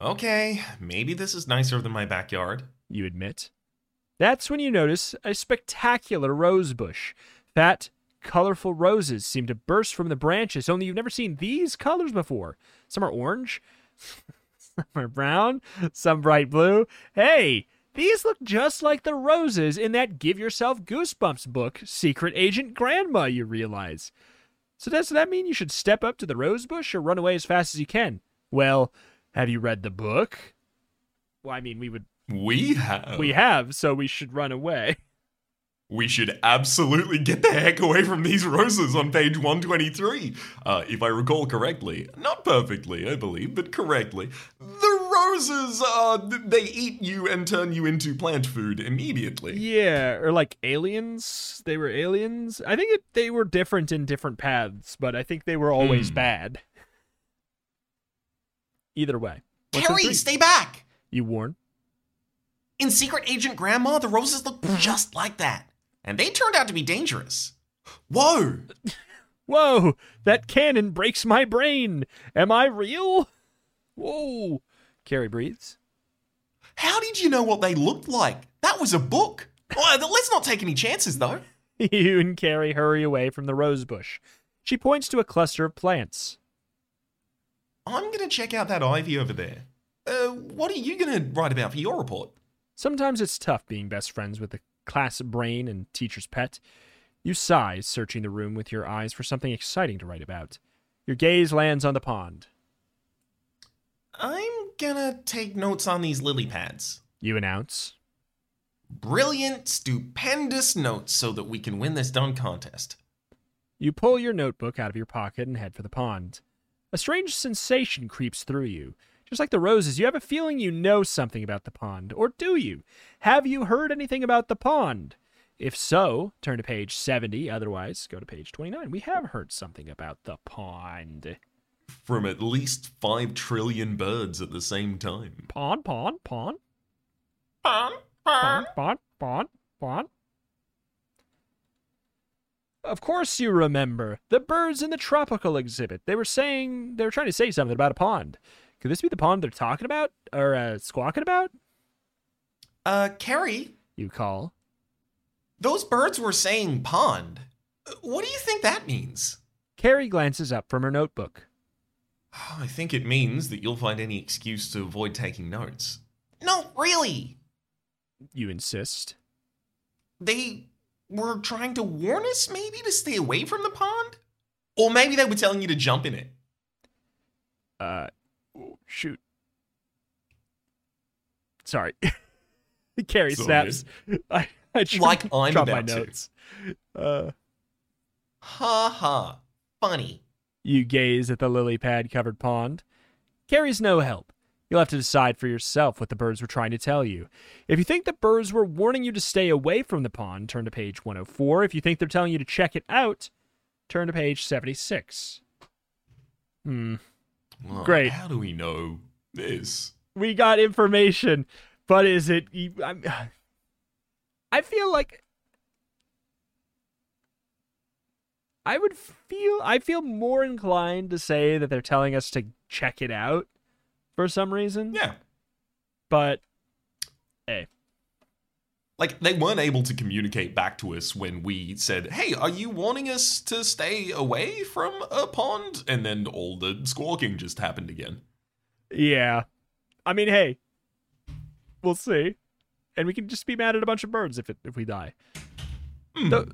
Okay, maybe this is nicer than my backyard. you admit. That's when you notice a spectacular rose bush. Fat, colorful roses seem to burst from the branches, only you've never seen these colors before. Some are orange, (laughs) some are brown, some bright blue. Hey, these look just like the roses in that Give Yourself Goosebumps book, Secret Agent Grandma, you realize. So, does that mean you should step up to the rose bush or run away as fast as you can? Well, have you read the book? Well, I mean, we would We (laughs) have. we have, so we should run away. We should absolutely get the heck away from these roses on page 123. Uh, if I recall correctly, not perfectly, I believe, but correctly, the roses are. they eat you and turn you into plant food immediately. Yeah, or like aliens. They were aliens. I think it, they were different in different paths, but I think they were always Hmm. bad. Either way, What's in Carrie, three? stay back! you warn. In Secret Agent Grandma, the roses look just like that. And they turned out to be dangerous. Whoa! Whoa, that cannon breaks my brain. Am I real? Whoa. Carrie breathes. (laughs) How did you know what they looked like? That was a book. Well, let's not take any chances, though. You and Carrie hurry away from the rose bush. She points to a cluster of plants. I'm gonna check out that ivy over there. Uh, what are you gonna write about for your report? Sometimes it's tough being best friends with the class brain and teacher's pet. You sigh, searching the room with your eyes for something exciting to write about. Your gaze lands on the pond. I'm gonna take notes on these lily pads. You announce. Brilliant, stupendous notes so that we can win this dumb contest. You pull your notebook out of your pocket and head for the pond. A strange sensation creeps through you. Just like the roses, you have a feeling you know something about the pond. Or do you? Have you heard anything about the pond? If so, turn to page 70. Otherwise, go to page 29. We have heard something about the pond. from at least 5 trillion birds at the same time. Pond, pond, pond, pond, pond, pond, pond. Of course you remember. The birds in the tropical exhibit. They were saying, they were trying to say something about a pond. Could this be the pond they're talking about? Or uh, squawking about? Uh, Carrie, You call. those birds were saying pond. Uh, What do you think that means? Carrie glances up from her notebook. I think it means that you'll find any excuse to avoid taking notes. No, really. You insist. They were trying to warn us maybe to stay away from the pond? Or maybe they were telling you to jump in (laughs) it. uh oh, shoot sorry (laughs) carrie It's all snaps (laughs) i, I tr- Like I'm drop my about to. notes uh Ha ha. Funny. you gaze at the lily pad covered pond carrie's no help you'll have to decide for yourself what the birds were trying to tell you if you think the birds were warning you to stay away from the pond turn to page 104 if you think they're telling you to check it out turn to page 76 hmm Well, Great. How do we know this? we got information, but is it? you- I'm, I feel like I would feel I feel more inclined to say that they're telling us to check it out for some reason. Yeah. But eh. Like, they weren't able to communicate back to us when we said, hey, are you warning us to stay away from a pond? And then all the squawking just happened again. yeah, I mean, hey, we'll see, and we can just be mad at a bunch of birds if it, if we die. Hmm. Th-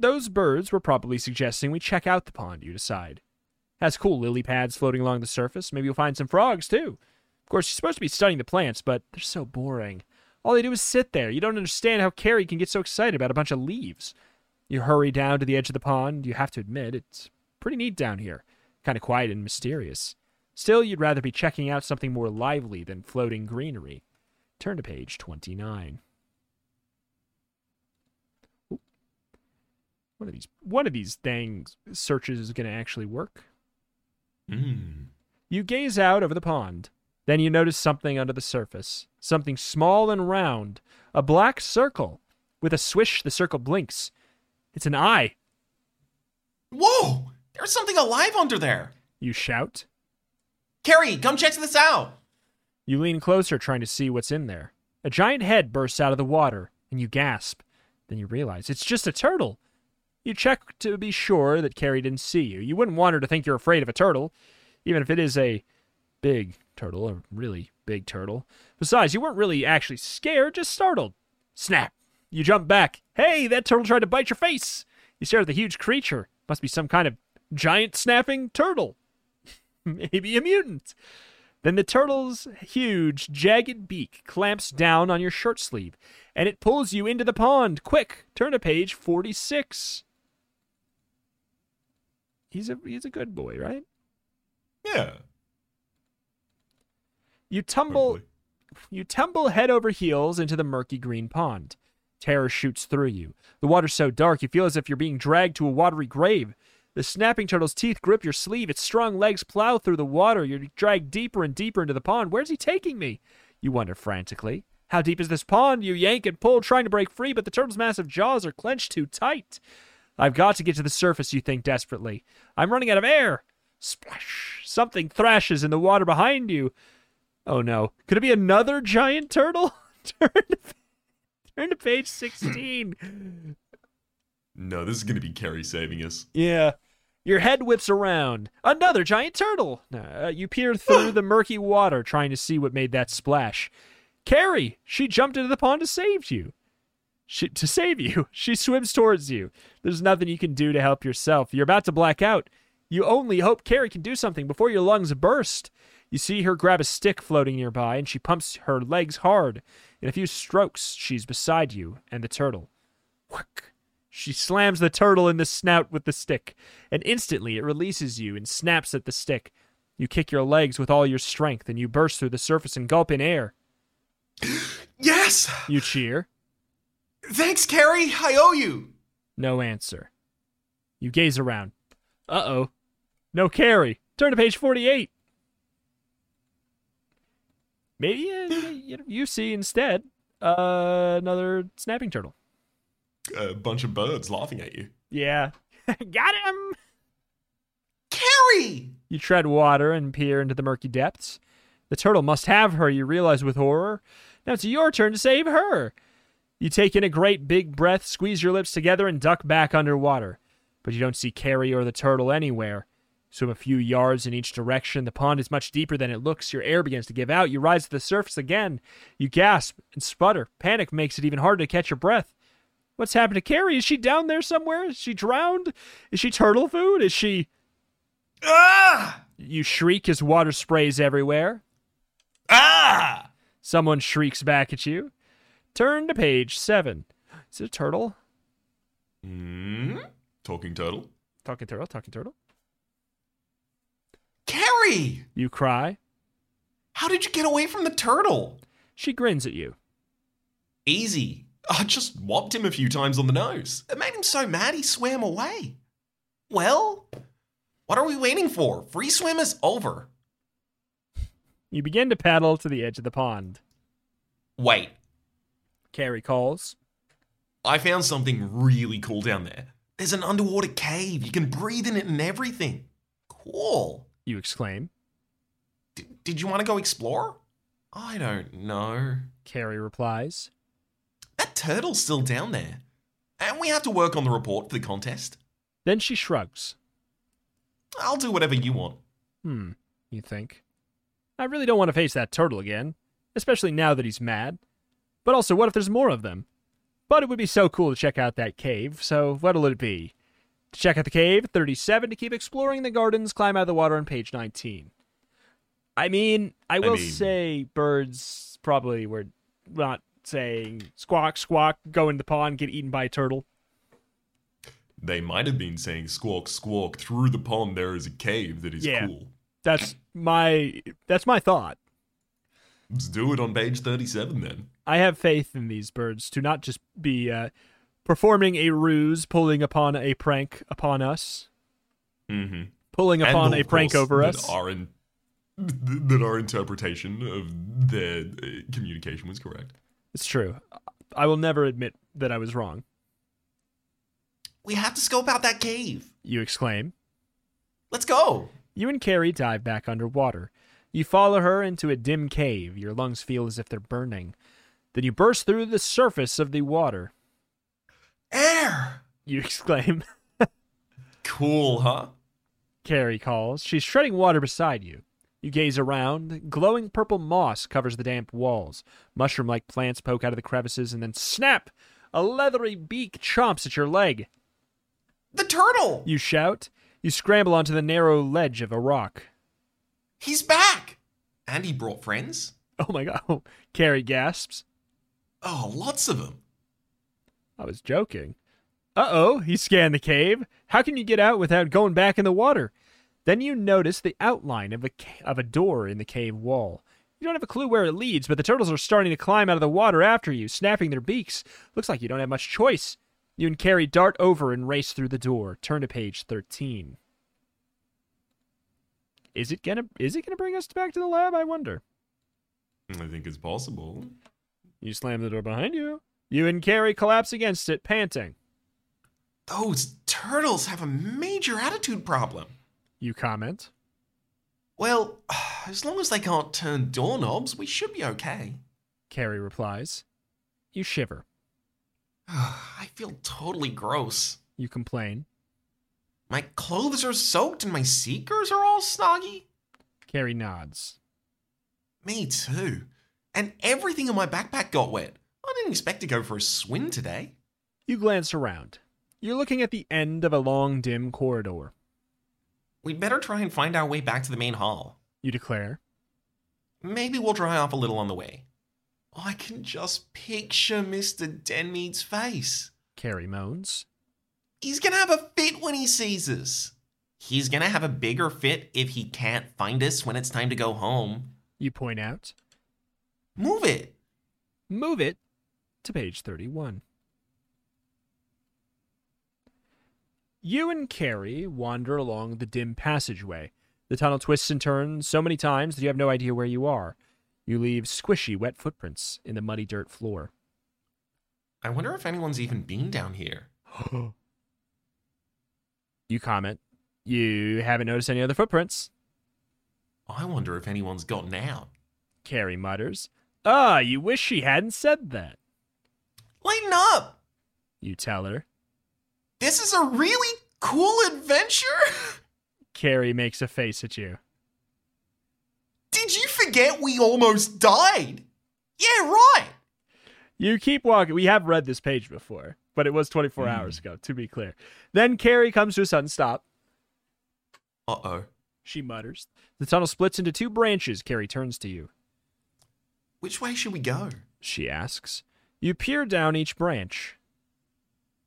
those birds were probably suggesting we check out the pond, you decide. Has cool lily pads floating along the surface. Maybe you'll find some frogs, too. Of course, you're supposed to be studying the plants, but they're so boring. All they do is sit there. You don't understand how Carrie can get so excited about a bunch of leaves. You hurry down to the edge of the pond. You have to admit, it's pretty neat down here. Kind of quiet and mysterious. Still, you'd rather be checking out something more lively than floating greenery. Turn to page 29. One of these one of these things searches is going to actually work. Hmm. You gaze out over the pond. Then you notice something under the surface. Something small and round, a black circle. With a swish the circle blinks. It's an eye. Whoa! There's something alive under there. You shout. Carrie, come check this out. You lean closer trying to see what's in there. A giant head bursts out of the water and you gasp. Then you realize it's just a turtle. You check to be sure that Carrie didn't see you. You wouldn't want her to think you're afraid of a turtle, even if it is a big turtle, a really big turtle. Besides, you weren't really actually scared, just startled. Snap! You jump back. Hey, that turtle tried to bite your face! You stare at the huge creature. Must be some kind of giant snapping turtle. (laughs) Maybe a mutant. Then the turtle's huge, jagged beak clamps down on your shirt sleeve, and it pulls you into the pond. Quick, turn to page 46. He's a he's a good boy, right? Yeah. You tumble Hopefully. You tumble head over heels into the murky green pond. Terror shoots through you. The water's so dark you feel as if you're being dragged to a watery grave. The snapping turtle's teeth grip your sleeve, its strong legs plow through the water. You're dragged deeper and deeper into the pond. Where's he taking me? You wonder frantically. How deep is this pond? You yank and pull, trying to break free, but the turtle's massive jaws are clenched too tight. I've got to get to the surface, you think desperately. I'm running out of air. Splash! Something thrashes in the water behind you. Oh no. Could it be another giant turtle? (laughs) turn, to, turn to page 16. No, this is going to be Carrie saving us. yeah. Your head whips around. Another giant turtle. Uh, you peer through the murky water trying to see what made that splash. Carrie, she jumped into the pond to save you. She, to save you, (laughs) she swims towards you. There's nothing you can do to help yourself. You're about to black out. You only hope Carrie can do something before your lungs burst. You see her grab a stick floating nearby, and she pumps her legs hard. In a few strokes, she's beside you and the turtle. Whack! She slams the turtle in the snout with the stick, and instantly it releases you and snaps at the stick. You kick your legs with all your strength and you burst through the surface and gulp in air. Yes! (sighs) You cheer. Thanks, Carrie. I owe you. No answer. You gaze around. Uh oh. No carry. Turn to page 48. Maybe uh, (gasps) you- you see instead uh, another snapping turtle. A bunch of birds laughing at you. Yeah. (laughs) Got him! Carrie! You tread water and peer into the murky depths. The turtle must have her, you realize with horror. Now it's your turn to save her. You take in a great big breath, squeeze your lips together, and duck back underwater. But you don't see Carrie or the turtle anywhere. Swim a few yards in each direction. The pond is much deeper than it looks. Your air begins to give out. You rise to the surface again. You gasp and sputter. Panic makes it even harder to catch your breath. What's happened to Carrie? Is she down there somewhere? Is she drowned? Is she turtle food? Is she. Ah! You shriek as water sprays everywhere. Ah! Someone shrieks back at you. Turn to page seven. Is it a turtle? Hmm? Talking turtle. Talking turtle, talking turtle. Carrie! You cry. How did you get away from the turtle? She grins at you. Easy. I just whopped him a few times on the nose. It made him so mad he swam away. Well, what are we waiting for? Free swim is over. You begin to paddle to the edge of the pond. Wait, Carrie calls. I found something really cool down there. There's an underwater cave. You can breathe in it and everything. Cool. You exclaim. D- did you want to go explore? I don't know. Carrie replies. That turtle's still down there. And we have to work on the report for the contest. Then she shrugs. I'll do whatever you want. Hmm, you think. I really don't want to face that turtle again, especially now that he's mad. But also, what if there's more of them? But it would be so cool to check out that cave, so what'll it be? To check out the cave, 37, to keep exploring the gardens, climb out of the water on page 19. I mean, I will mean- say birds probably were not saying squawk, squawk, go in the pond, get eaten by a turtle. They might have been saying squawk, squawk, through the pond there is a cave that is Yeah. cool. That's my that's my thought. Let's do it on page 37 then. I have faith in these birds to not just be uh, performing a ruse, pulling upon a prank upon us, Mm-hmm. pulling And upon of a prank course, over that us. Our in- that our interpretation of their uh, communication was correct. It's true. I will never admit that I was wrong. We have to scope out that cave. You exclaim. Let's go. You and Carrie dive back underwater. You follow her into a dim cave. Your lungs feel as if they're burning. Then you burst through the surface of the water. Air. You (laughs) exclaim. Cool, huh? Carrie calls. She's shredding water beside you. You gaze around. Glowing purple moss covers the damp walls. Mushroom like plants poke out of the crevices, and then snap! A leathery beak chomps at your leg. The turtle. You shout. You scramble onto the narrow ledge of a rock. (laughs) He's back. And he brought friends. Oh my god. (laughs) Carrie gasps. Oh, lots of them. I was joking. Uh oh, he scanned the cave. How can you get out without going back in the water? Then you notice the outline of a, ca- of a door in the cave wall. You don't have a clue where it leads, but the turtles are starting to climb out of the water after you, snapping their beaks. Looks like you don't have much choice. You and Carrie dart over and race through the door. Turn to page 13. Is it gonna is it gonna bring us back to the lab? I wonder. I think it's possible. You slam the door behind you. You and Carrie collapse against it, panting. Those turtles have a major attitude problem. You comment. Well, (sighs) as long as they can't turn doorknobs, we should be okay. Carrie replies. You shiver. (sighs) I feel totally gross. You complain. My clothes are soaked and my seekers are all snoggy. Carrie nods. Me too. And everything in my backpack got wet. I didn't expect to go for a swim today. You glance around. You're looking at the end of a long, dim corridor. We'd better try and find our way back to the main hall. You declare. Maybe we'll dry off a little on the way. I can just picture Mr. Denmead's face. Carrie moans. He's gonna have a fit when he sees us. He's gonna have a bigger fit if he can't find us when it's time to go home. You point out. Move it. Move it to page 31. You and Carrie wander along the dim passageway. The tunnel twists and turns so many times that you have no idea where you are. You leave squishy, wet footprints in the muddy dirt floor. I wonder if anyone's even been down here. (gasps) you comment. You haven't noticed any other footprints. I wonder if anyone's gotten out. Carrie mutters. Ah, you wish she hadn't said that. Lighten up! You tell her. This is a really cool adventure? (laughs) Carrie makes a face at you. Did you forget we almost died? Yeah, right! You keep walking. We have read this page before, but it was 24 hours ago, to be clear. Then Carrie comes to a sudden stop. Uh oh. She mutters. The tunnel splits into two branches. Carrie turns to you. Which way should we go? She asks. You peer down each branch.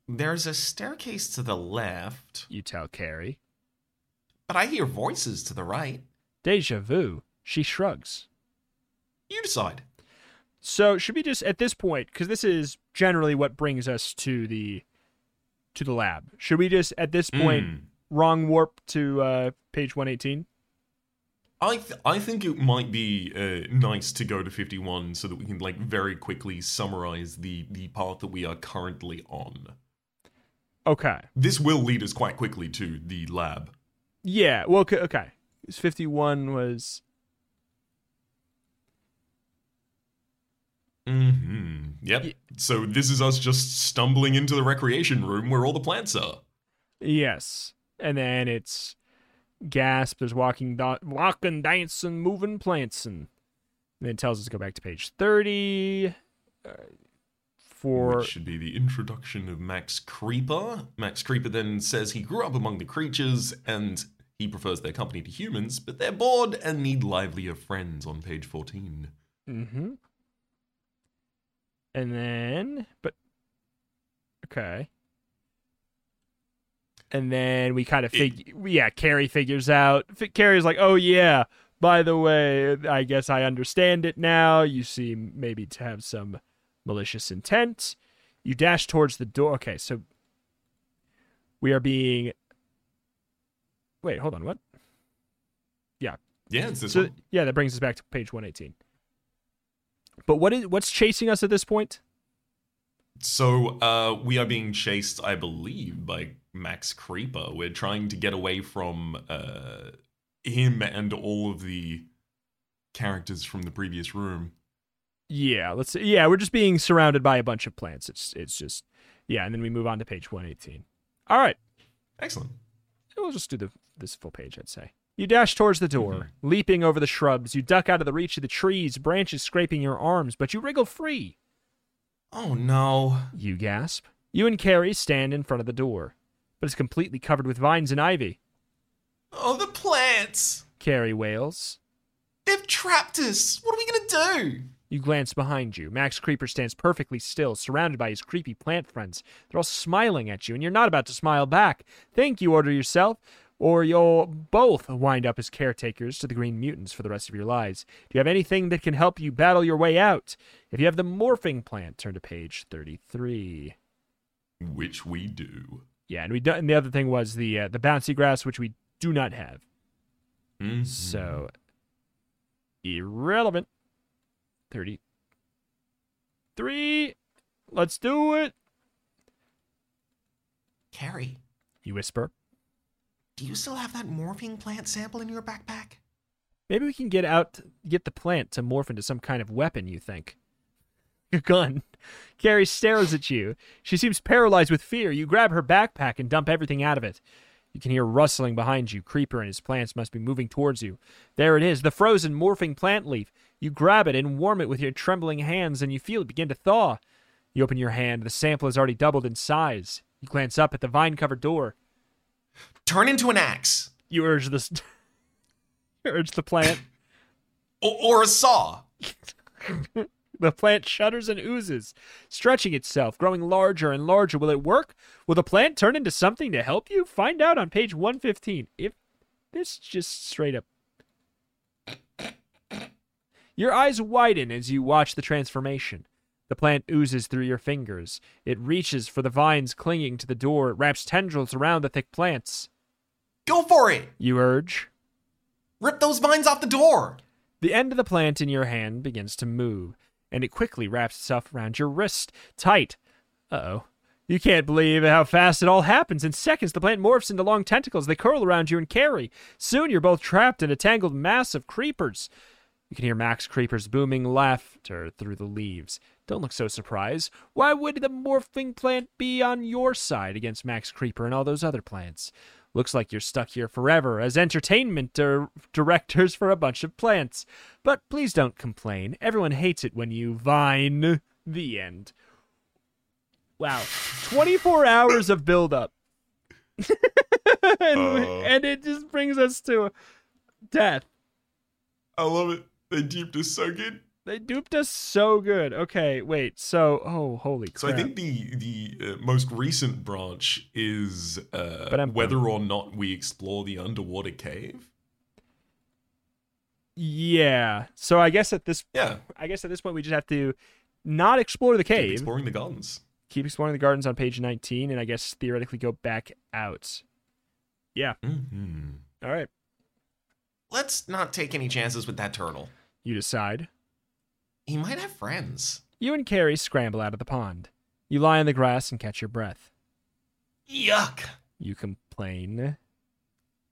There's a staircase to the left, You tell Carrie. but I hear voices to the right. Deja vu. She shrugs. You decide. So should we just at this point, because this is generally what brings us to the to the lab. Should we just at this point Mm. wrong warp to uh, page one eighteen? I th- I think it might be uh, nice to go to 51 so that we can like very quickly summarize the the path that we are currently on. Okay. This will lead us quite quickly to the lab. Yeah. Well. Okay. okay. Fifty one was Mhm. Yep. Ye- So this is us just stumbling into the recreation room where all the plants are. yes, and then it's gasp. There's walking, do- walking, dancing, moving, planting. And then it tells us to go back to page thirty. Uh, for Which should be the introduction of Max Creeper. Max Creeper then says he grew up among the creatures and he prefers their company to humans, but they're bored and need livelier friends on page 14. Mm-hmm. And then, but okay. And then we kind of fig, yeah. Carrie figures out. F- Carrie's like, "Oh yeah, by the way, I guess I understand it now. You seem maybe to have some malicious intent." You dash towards the door. Okay, so we are being. Wait, hold on. What? Yeah, it's this So one. yeah, that brings us back to page 118. But what is what's chasing us at this point? So uh, we are being chased, I believe, by Max Creeper. We're trying to get away from uh, him and all of the characters from the previous room. Yeah, let's see. yeah, we're just being surrounded by a bunch of plants. It's it's just yeah, and then we move on to page 118. All right, Excellent. we'll just do the this full page, I'd say. You dash towards the door, Mm-hmm. leaping over the shrubs. You duck out of the reach of the trees, branches scraping your arms, but you wriggle free. Oh no. You gasp. You and Carrie stand in front of the door, but it's completely covered with vines and ivy. Oh, the plants! Carrie wails. They've trapped us! What are we gonna do? You glance behind you. Max Creeper stands perfectly still, surrounded by his creepy plant friends. They're all smiling at you, and you're not about to smile back. Think, you order yourself, or you'll both wind up as caretakers to the Green Mutants for the rest of your lives. Do you have anything that can help you battle your way out? If you have the morphing plant, turn to page 33. Which we do. Yeah, and we do, and the other thing was the uh, the bouncy grass, which we do not have. Mm-hmm. Mhm. So irrelevant. 33. Let's do it. Carrie, You whisper. do you still have that morphing plant sample in your backpack? Maybe we can get out get the plant to morph into some kind of weapon, you think. (laughs) Your gun. Carrie stares at you. She seems paralyzed with fear. You grab her backpack and dump everything out of it. You can hear rustling behind you. Creeper and his plants must be moving towards you. There it is, the frozen morphing plant leaf. You grab it and warm it with your trembling hands, and you feel it begin to thaw. You open your hand. The sample has already doubled in size. You glance up at the vine covered door. Turn into an axe. You urge this. (laughs) you urge the plant. Or, or a saw. (laughs) The plant shudders and oozes, stretching itself, growing larger and larger. Will it work? Will the plant turn into something to help you? Find out on page 115. If this just straight up. Your eyes widen as you watch the transformation. The plant oozes through your fingers. It reaches for the vines clinging to the door. It wraps tendrils around the thick plants. Go for it! You urge. Rip those vines off the door! The end of the plant in your hand begins to move, and it quickly wraps itself around your wrist, tight. Uh oh. You can't believe how fast it all happens. In seconds, the plant morphs into long tentacles. They curl around you and carry. Soon, you're both trapped in a tangled mass of creepers. You can hear Max Creeper's booming laughter through the leaves. Don't look so surprised. Why would the morphing plant be on your side against Max Creeper and all those other plants? Looks like you're stuck here forever as entertainment dir- directors for a bunch of plants. But please don't complain. Everyone hates it when you vine. The end. Wow. 24 hours of build up. (laughs) and, Uh. and it just brings us to death. I love it. They duped us so good. They duped us so good. Okay, wait. So, oh, holy So crap. I think the the uh, most recent branch is uh, Ba-dum-bum. whether or not we explore the underwater cave. yeah. So I guess at this Yeah, I guess at this point we just have to not explore the keep cave. exploring the gardens. keep exploring the gardens on page 19 and i guess theoretically go back out Mm-hmm. all right Let's not take any chances with that turtle. you decide He might have friends. you and carrie scramble out of the pond you lie on the grass and catch your breath Yuck! you complain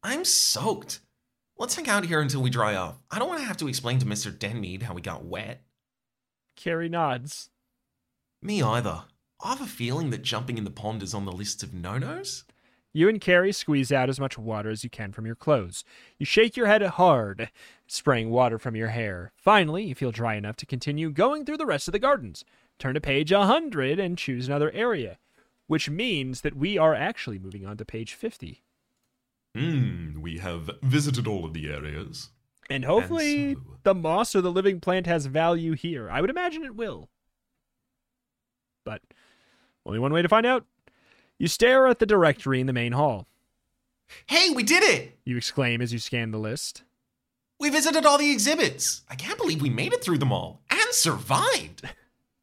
I'm soaked. Let's hang out here until we dry off. I don't want to have to explain to Mr. Denmead how we got wet. carrie nods Me either. I have a feeling that jumping in the pond is on the list of no nos. you and carrie squeeze out as much water as you can from your clothes you shake your head hard spraying water from your hair finally you feel dry enough to continue going through the rest of the gardens turn to page 100 and choose another area which means that we are actually moving on to page 50 Mm, we have visited all of the areas. And hopefully so- the moss or the living plant has value here. I would imagine it will. But only one way to find out. You stare at the directory in the main hall. Hey, we did it! You exclaim as you scan the list. We visited all the exhibits. I can't believe we made it through them all and survived.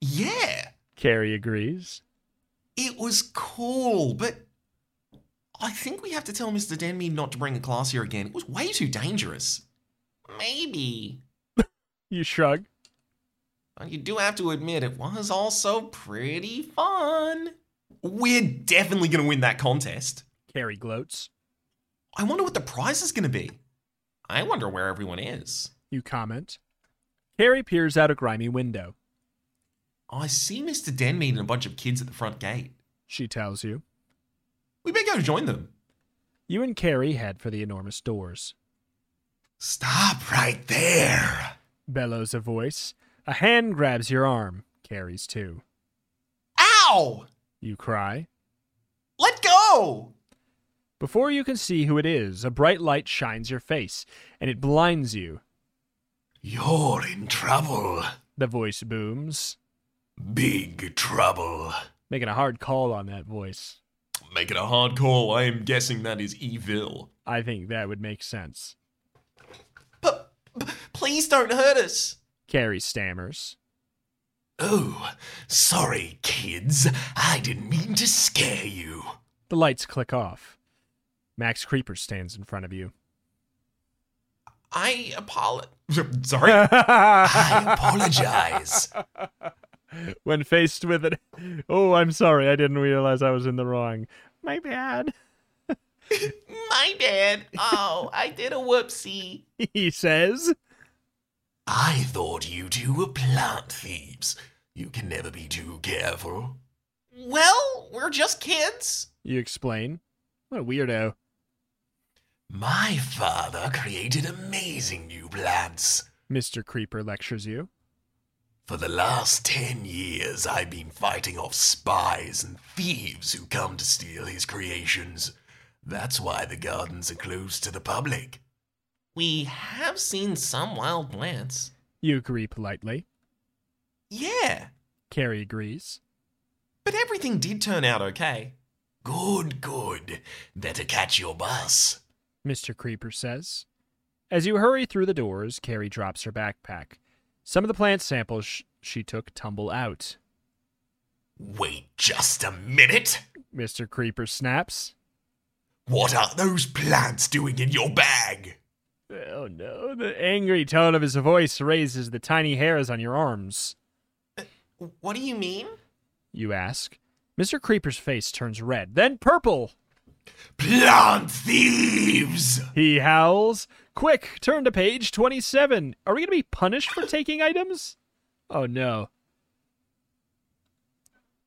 Yeah, Carrie agrees. it was cool, but I think we have to tell Mr. Denmead not to bring a class here again. It was way too dangerous. Maybe. You shrug. But you do have to admit, it was also pretty fun. We're definitely going to win that contest. Carrie gloats. I wonder what the prize is going to be. I wonder where everyone is. You comment. Carrie peers out a grimy window. I see Mr. Denmead and a bunch of kids at the front gate. She tells you. We better go join them. You and Carrie head for the enormous doors. Stop right there. Bellows a voice. A hand grabs your arm. Carrie's too. Ow! You cry. Let go! Before you can see who it is, a bright light shines your face, and it blinds you. You're in trouble. The voice booms, Big trouble. making a hard call on that voice. Make it a hard call. I am guessing that is evil. I think that would make sense. But but please don't hurt us. Carrie stammers. Oh, sorry, kids. I didn't mean to scare you. The lights click off. Max Creeper stands in front of you. I apologize. Sorry. I apologize. when faced with it, oh, I'm sorry, I didn't realize I was in the wrong. My bad, (laughs) My bad. Oh, I did a whoopsie. he says. I thought you two were plant thieves. You can never be too careful. Well, we're just kids. You explain. What a weirdo. My father created amazing new plants. Mr. Creeper lectures you. For the last ten years, I've been fighting off spies and thieves who come to steal his creations. That's why the gardens are closed to the public. We have seen some wild plants. You agree politely. Yeah, Carrie agrees. but everything did turn out okay. Good, good. Better catch your bus. Mr. Creeper says. As you hurry through the doors, Carrie drops her backpack. Some of the plant samples sh- she took tumble out. Wait just a minute. Mr. Creeper snaps. What are those plants doing in your bag? Oh no, the angry tone of his voice raises the tiny hairs on your arms. What do you mean? You ask. Mr. Creeper's face turns red, then purple. Plant thieves! He howls. Quick, turn to page 27. Are we going to be punished for taking items? Oh no.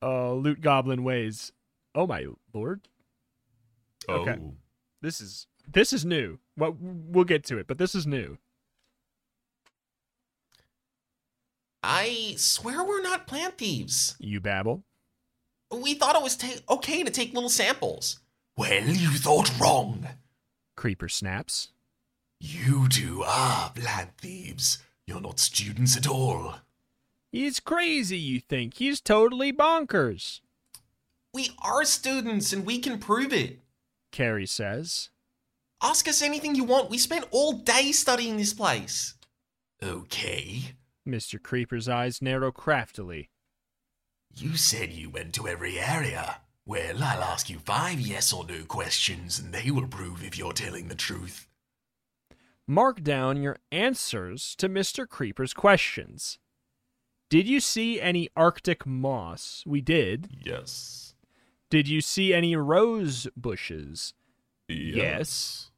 Oh, loot goblin ways. Oh my lord. Okay. Oh. This is this is new. Well, we'll get to it, but this is new. I swear we're not plant thieves. You babble. We thought it was ta- okay to take little samples. Well, you thought wrong. Creeper snaps. You two are plant thieves. You're not students at all. He's crazy, you think. He's totally bonkers. We are students and we can prove it. Carrie says. Ask us anything you want. We spent all day studying this place. Okay. Mr. Creeper's eyes narrow craftily. You said you went to every area. Well, I'll ask you five yes or no questions, and they will prove if you're telling the truth. Mark down your answers to Mr. Creeper's questions. Did you see any Arctic moss? We did. Yes. Did you see any rose bushes? Yes.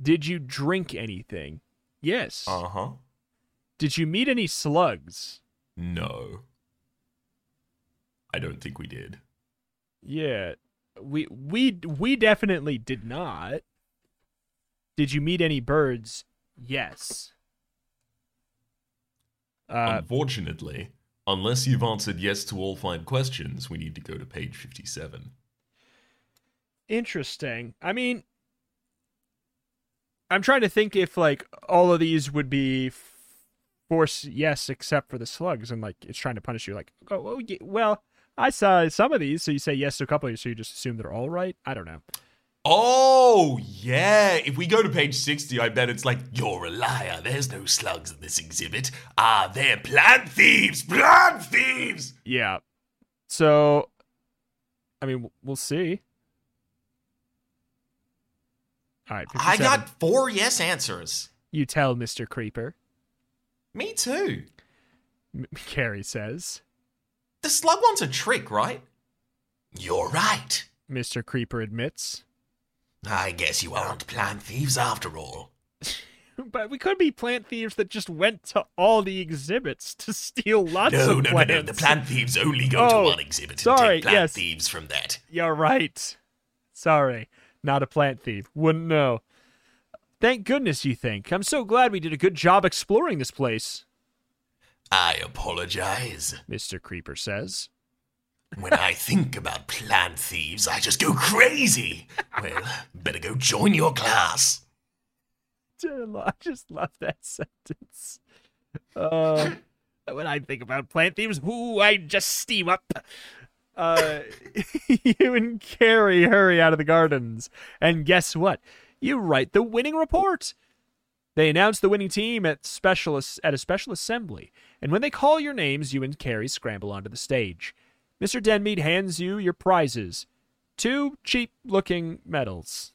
Did you drink anything? Yes. Uh-huh. Uh huh. Did you meet any slugs? No. I don't think we did. Yeah, we we we definitely did not. Did you meet any birds? Yes. Uh, Um, Unfortunately, unless you've answered yes to all five questions, we need to go to page 57. interesting. I mean, I'm trying to think if like all of these would be f- force yes except for the slugs, and like it's trying to punish you. Like, oh, oh yeah, well, I saw some of these, so you say yes to a couple, of these, so you just assume they're all right. I don't know. Oh, yeah. If we go to page 60, I bet it's like, You're a liar. There's no slugs in this exhibit. Ah, they're plant thieves! Plant thieves! Yeah. So, I mean, w- we'll see. All right. 57. I got four yes answers. You tell Mr. Creeper, Me too. M- Carrie says. The slug one's a trick, right? You're right. Mr. Creeper admits. I guess you aren't plant thieves after all. But we could be plant thieves that just went to all the exhibits to steal lots No, of no, no, plants. no. The plant thieves only go Oh, to one exhibit and sorry, take plant yes. thieves from that. You're right. Sorry, not a plant thief. Wouldn't know. Thank goodness you think. I'm so glad we did a good job exploring this place, I apologize. Mr. Creeper says. When I think about plant thieves, I just go crazy. Well, better go join your class. I just love that (laughs) sentence. Uh, when I think about plant thieves, whoo, I just steam up. Uh, (laughs) you and Carrie hurry out of the gardens, and guess what? You write the winning report. They announce the winning team at special at a special assembly, and when they call your names, you and Carrie scramble onto the stage. Mr. Denmead hands you your prizes, two cheap-looking medals.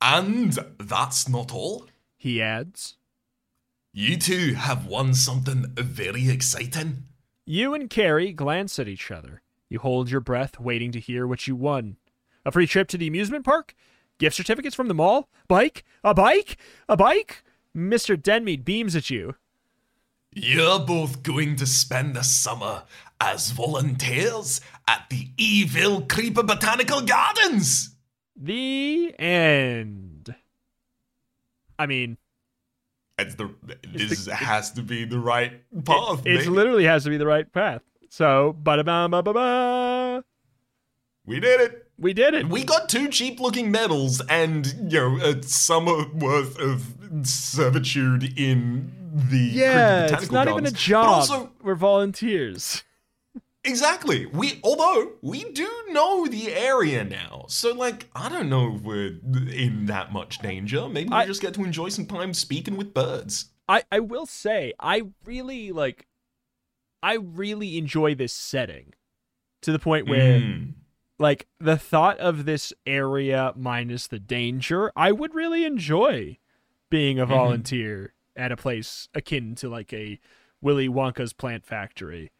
And that's not all. He adds. You two have won something very exciting. You and Carrie glance at each other. You hold your breath, waiting to hear what you won. A free trip to the amusement park? Gift certificates from the mall? Bike? A bike? A bike? Mr. Denmead beams at you. You're both going to spend the summer as volunteers at the Evil Creeper Botanical Gardens. The end. I mean, it's the, this has to be the right path. it baby. literally has to be the right path. So, ba da ba ba ba ba. we did it. We did it. We got two cheap looking medals and, you know, a summer worth of servitude in the yeah, Botanical it's not even a Gardens. But job. also, We're volunteers. Exactly. We although we do know the area now, so like I don't know if we're in that much danger. Maybe we I- just get to enjoy some time speaking with birds. I, I will say, I really like I really enjoy this setting. To the point where Mm. like the thought of this area minus the danger, I would really enjoy being Mm-hmm. a volunteer at a place akin to like a Willy Wonka's plant factory.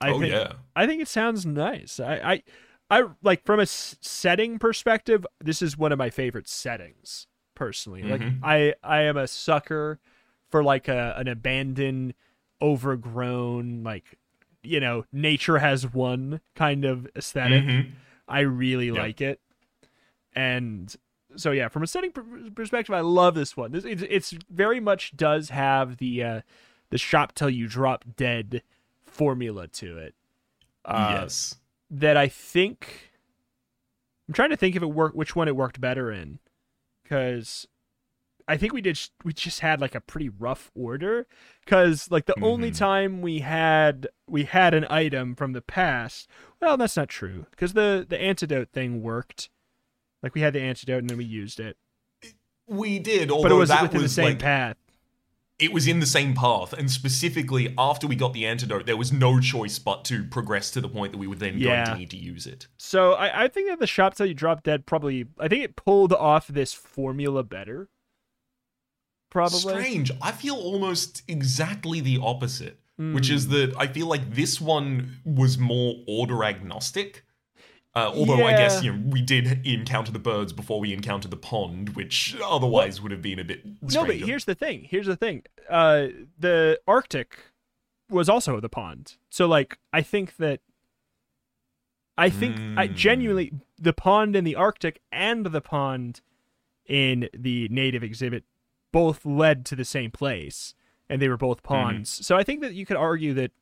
I oh think yeah, I think it sounds nice. I I, I like from a s- setting perspective, this is one of my favorite settings personally. Like Mhm. I I am a sucker for like a an abandoned, overgrown like you know nature has one kind of esthetic Mhm. I really Yeah. like it. And so yeah, from a setting per- perspective, I love this one. This it's, it's very much does have the uh the shop till you drop dead formula to it. Uh, yes. that I think I'm trying to think if it worked which one it worked better in cuz I think we did s- we just had like a pretty rough order cuz like the only Mhm. time we had we had an item from the past well that's not true cuz the the antidote thing worked like we had the antidote and then we used it We did, although but it was that within was the same like path it was in the same path, and specifically after we got the antidote, there was no choice but to progress to the point that we were then going Yeah. to need to use it. so I, I think that the shop till you drop dead probably I think it pulled off this formula better probably Strange. I feel almost exactly the opposite, which Hmm. is that I feel like this one was more order agnostic. Uh, although I guess Yeah. you know we did encounter the birds before we encountered the pond, which otherwise would have been a bit. No, but stranger. here's the thing. Here's the thing. Uh, the Arctic was also the pond. So, like, I think that. I think I Mm. genuinely the pond in the Arctic and the pond in the native exhibit both led to the same place, and they were both ponds. So I think that you could argue that,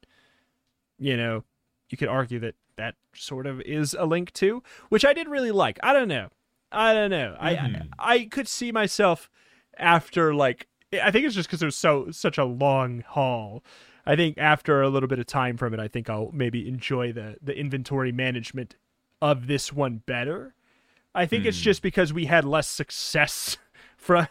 you know, you could argue that that sort of is a link too, which I did really like. I don't know. I don't know. Mhm. I I could see myself after like I think it's just because it was so such a long haul. I think after a little bit of time from it, I think I'll maybe enjoy the the inventory management of this one better. I think it's just because we had less success (laughs) from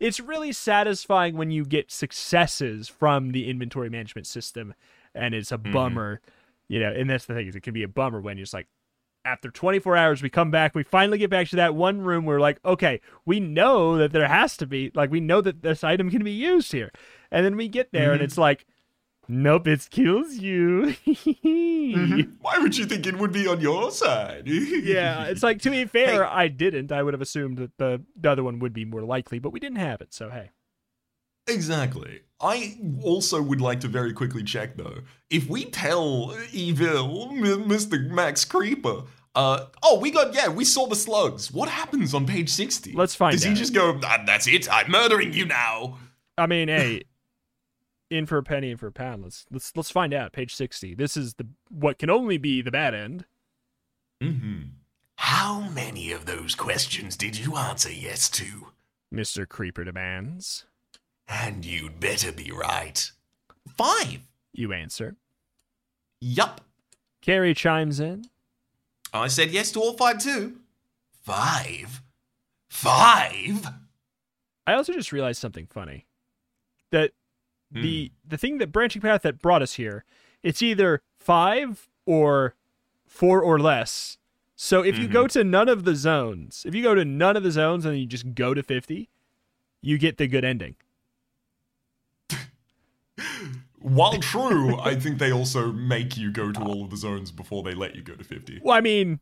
it's really satisfying when you get successes from the inventory management system and it's a bummer you know and that's the thing is it can be a bummer when you're just like after 24 hours we come back we finally get back to that one room where we're like okay we know that there has to be like we know that this item can be used here and then we get there and it's like nope it kills you (laughs) Mm-hmm. Why would you think it would be on your side? (laughs) yeah it's like to be fair i didn't i would have assumed that the, the other one would be more likely but we didn't have it so hey Exactly. I also would like to very quickly check though. If we tell Evil, M- Mr. Max Creeper, uh, oh, we got, yeah, we saw the slugs. What happens on page 60? Let's find Does he out. just go, "Ah, that's it, I'm murdering you now? i mean hey in for a penny in for a pound let's let's let's find out page 60 this is the what can only be the bad end Mm-hmm. How many of those questions did you answer yes to? mr creeper demands And you'd better be right. Five. you answer Yup. carrie chimes in I said yes to all five too. Five? Five? i also just realized something funny that the the thing that branching path that brought us here it's either five or four or less so if you go to none of the zones if you go to none of the zones and you just go to 50 you get the good ending While true, I think they also make you go to all of the zones before they let you go to 50. well i mean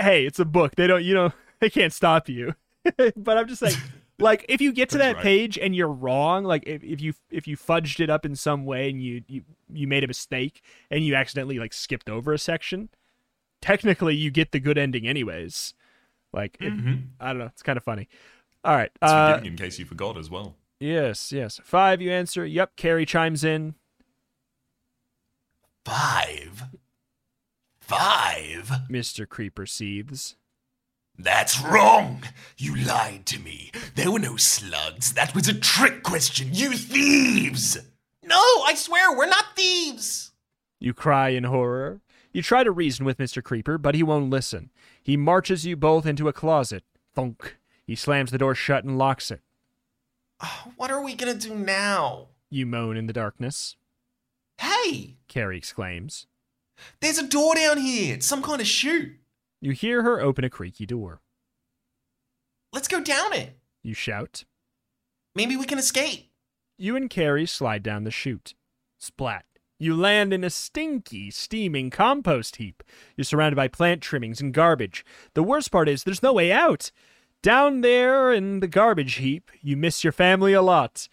hey it's a book they don't you know (laughs) they can't stop you (laughs) but i'm just like like if you get to That's that right. page and you're wrong like if, if you if you fudged it up in some way and you, you you made a mistake and you accidentally like skipped over a section technically you get the good ending anyways like it- i don't know it's kind of funny all right It's uh, forgiving in case you forgot as well. yes yes five you answer yep carrie chimes in Five? Five? Mr. Creeper seethes. That's wrong! You lied to me. There were no slugs. That was a trick question, you thieves! No, I swear, we're not thieves. (sighs) You cry in horror. You try to reason with Mr. Creeper, but he won't listen. He marches you both into a closet. Thunk. He slams the door shut and locks it. What are we gonna do now? You moan in the darkness. Hey, Carrie exclaims. there's a door down here. It's some kind of chute. You hear her open a creaky door. Let's go down it. You shout. Maybe we can escape. You and Carrie slide down the chute. Splat. You land in a stinky, steaming compost heap. You're surrounded by plant trimmings and garbage. The worst part is there's no way out. Down there in the garbage heap, you miss your family a lot.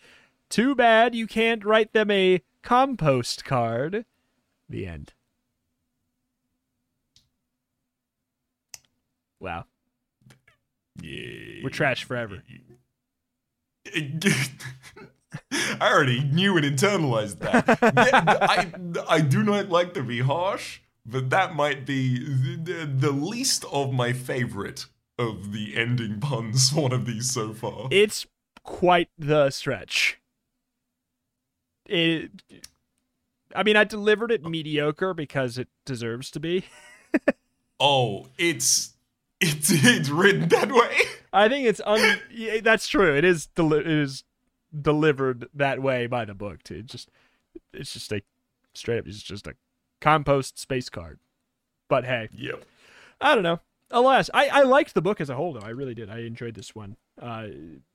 Too bad you can't write them a compost card. The end. Wow. Yeah. We're trash (laughs) forever. I already knew and internalized that. (laughs) I, I do not like to be harsh, but that might be the, the least of my favorite of the ending puns (laughs) for one of these so far. It's quite the stretch. It, I mean, I delivered it mediocre because it deserves to be. oh, it's it's it's written that way. I think it's un. yeah, that's true. It is deli- it is delivered that way by the book. too. It just it's just a straight up. It's just a compost space card. But hey, Yep. I don't know. Alas, I I liked the book as a whole though. I really did. I enjoyed this one. Uh,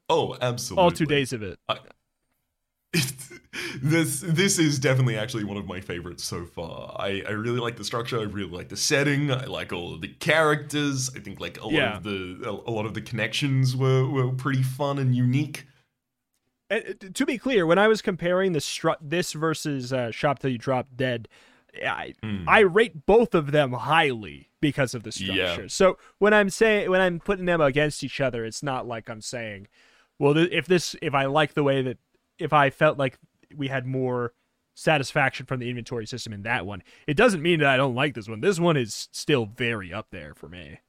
Oh, absolutely. all two days of it. (laughs) this this is definitely actually one of my favorites so far. I, I really like the structure. I really like the setting. I like all of the characters. I think like a lot Yeah. of the a, a lot of the connections were were pretty fun and unique. And, uh, t- to be clear, when I was comparing the stru- this versus uh, Shop Till You Drop Dead, I Hmm. I rate both of them highly because of the Yeah. structure. So when I'm saying when I'm putting them against each other, it's not like I'm saying, well, th- if this if I like the way that if I felt like we had more satisfaction from the inventory system in that one, it doesn't mean that I don't like this one. This one is still very up there for me.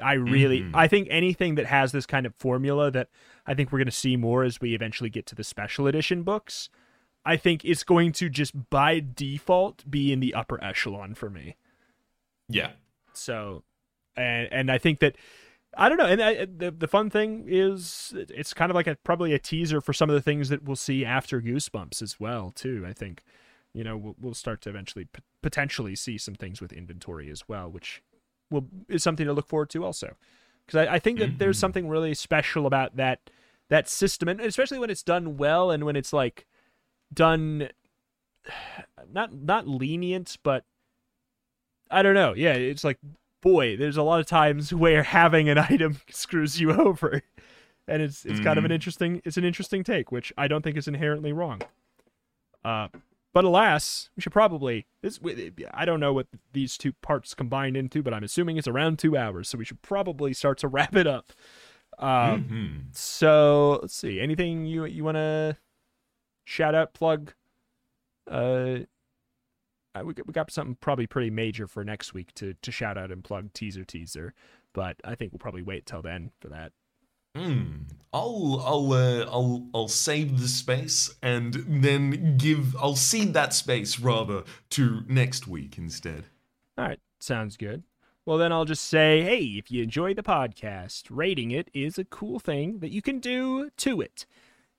I really I think anything that has this kind of formula that I think we're going to see more as we eventually get to the special edition books. I think it's going to just by default be in the upper echelon for me. Yeah. So, and and I think that I don't know. And I, the the fun thing is it- it's kind of like a probably a teaser for some of the things that we'll see after Goosebumps as well too. I think you know we'll, we'll start to eventually p- potentially see some things with inventory as well, which will is something to look forward to also. Because I, I think that there's something really special about that that system, and especially when it's done well and when it's like done (sighs) not not lenient, but I don't know. Yeah, it's like boy, there's a lot of times (laughs) where having an item screws you over. And it's it's kind of an interesting it's an interesting take, which I don't think is inherently wrong. Uh but alas, we should probably this we- I don't know what these two parts combined into, but I'm assuming it's around 2 hours, so we should probably start to (laughs) wrap it up. Um Hmm. so, let's see. Anything you you want to shout out plug uh I- we got, we got something probably pretty major for next week to to shout out and plug teaser teaser, but I think we'll probably wait till then for that. Hmm. I'll I'll uh, I'll I'll save the space and then give I'll cede that space rather to next week instead. All right, sounds good. Well, then I'll just say, hey, if you enjoy the podcast, rating it is a cool thing that you can do to it.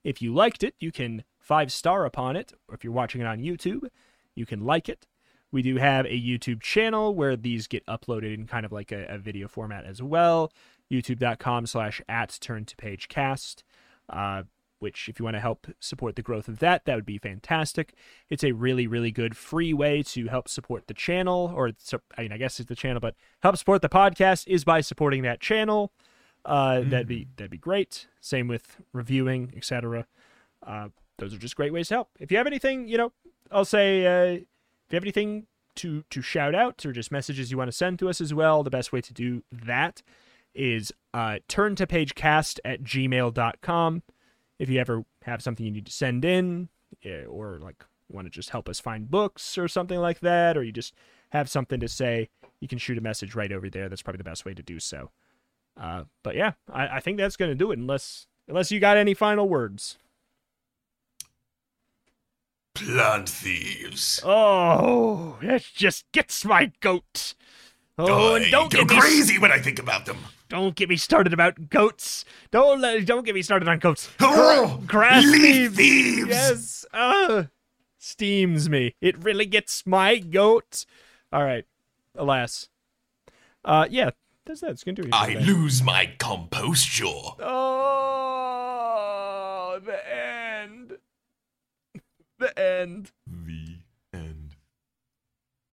If you liked it, you can five star upon it. Or if you're watching it on YouTube, you can like it. We do have a YouTube channel where these get uploaded in kind of like a, a video format as well. YouTube.com slash at turn to page cast. Uh, which, if you want to help support the growth of that, that would be fantastic. It's a really, really good free way to help support the channel, or so, I mean, I guess it's the channel, but help support the podcast is by supporting that channel. Uh, That'd be that'd be great. Same with reviewing, etc. Uh, those are just great ways to help. If you have anything, you know, I'll say uh, if you have anything to to shout out or just messages you want to send to us as well, the best way to do that is uh, turn to pagecast at gmail.com. If you ever have something you need to send in, eh, or like want to just help us find books or something like that, or you just have something to say, you can shoot a message right over there. That's probably the best way to do so. Uh, but yeah, I, I think that's going to do it. Unless unless you got any final words. Plant thieves. Oh, it just gets my goat. Oh, and I don't go get me crazy when I think about them. don't get me started about goats. Don't let, don't get me started on goats. Oh, Grass leaf thieves. thieves. Yes. Uh, steams me. It really gets my goat. All right. Alas. Uh, yeah. That's that. It's gonna do it. I lose my composture. Oh, (laughs) the end. The end.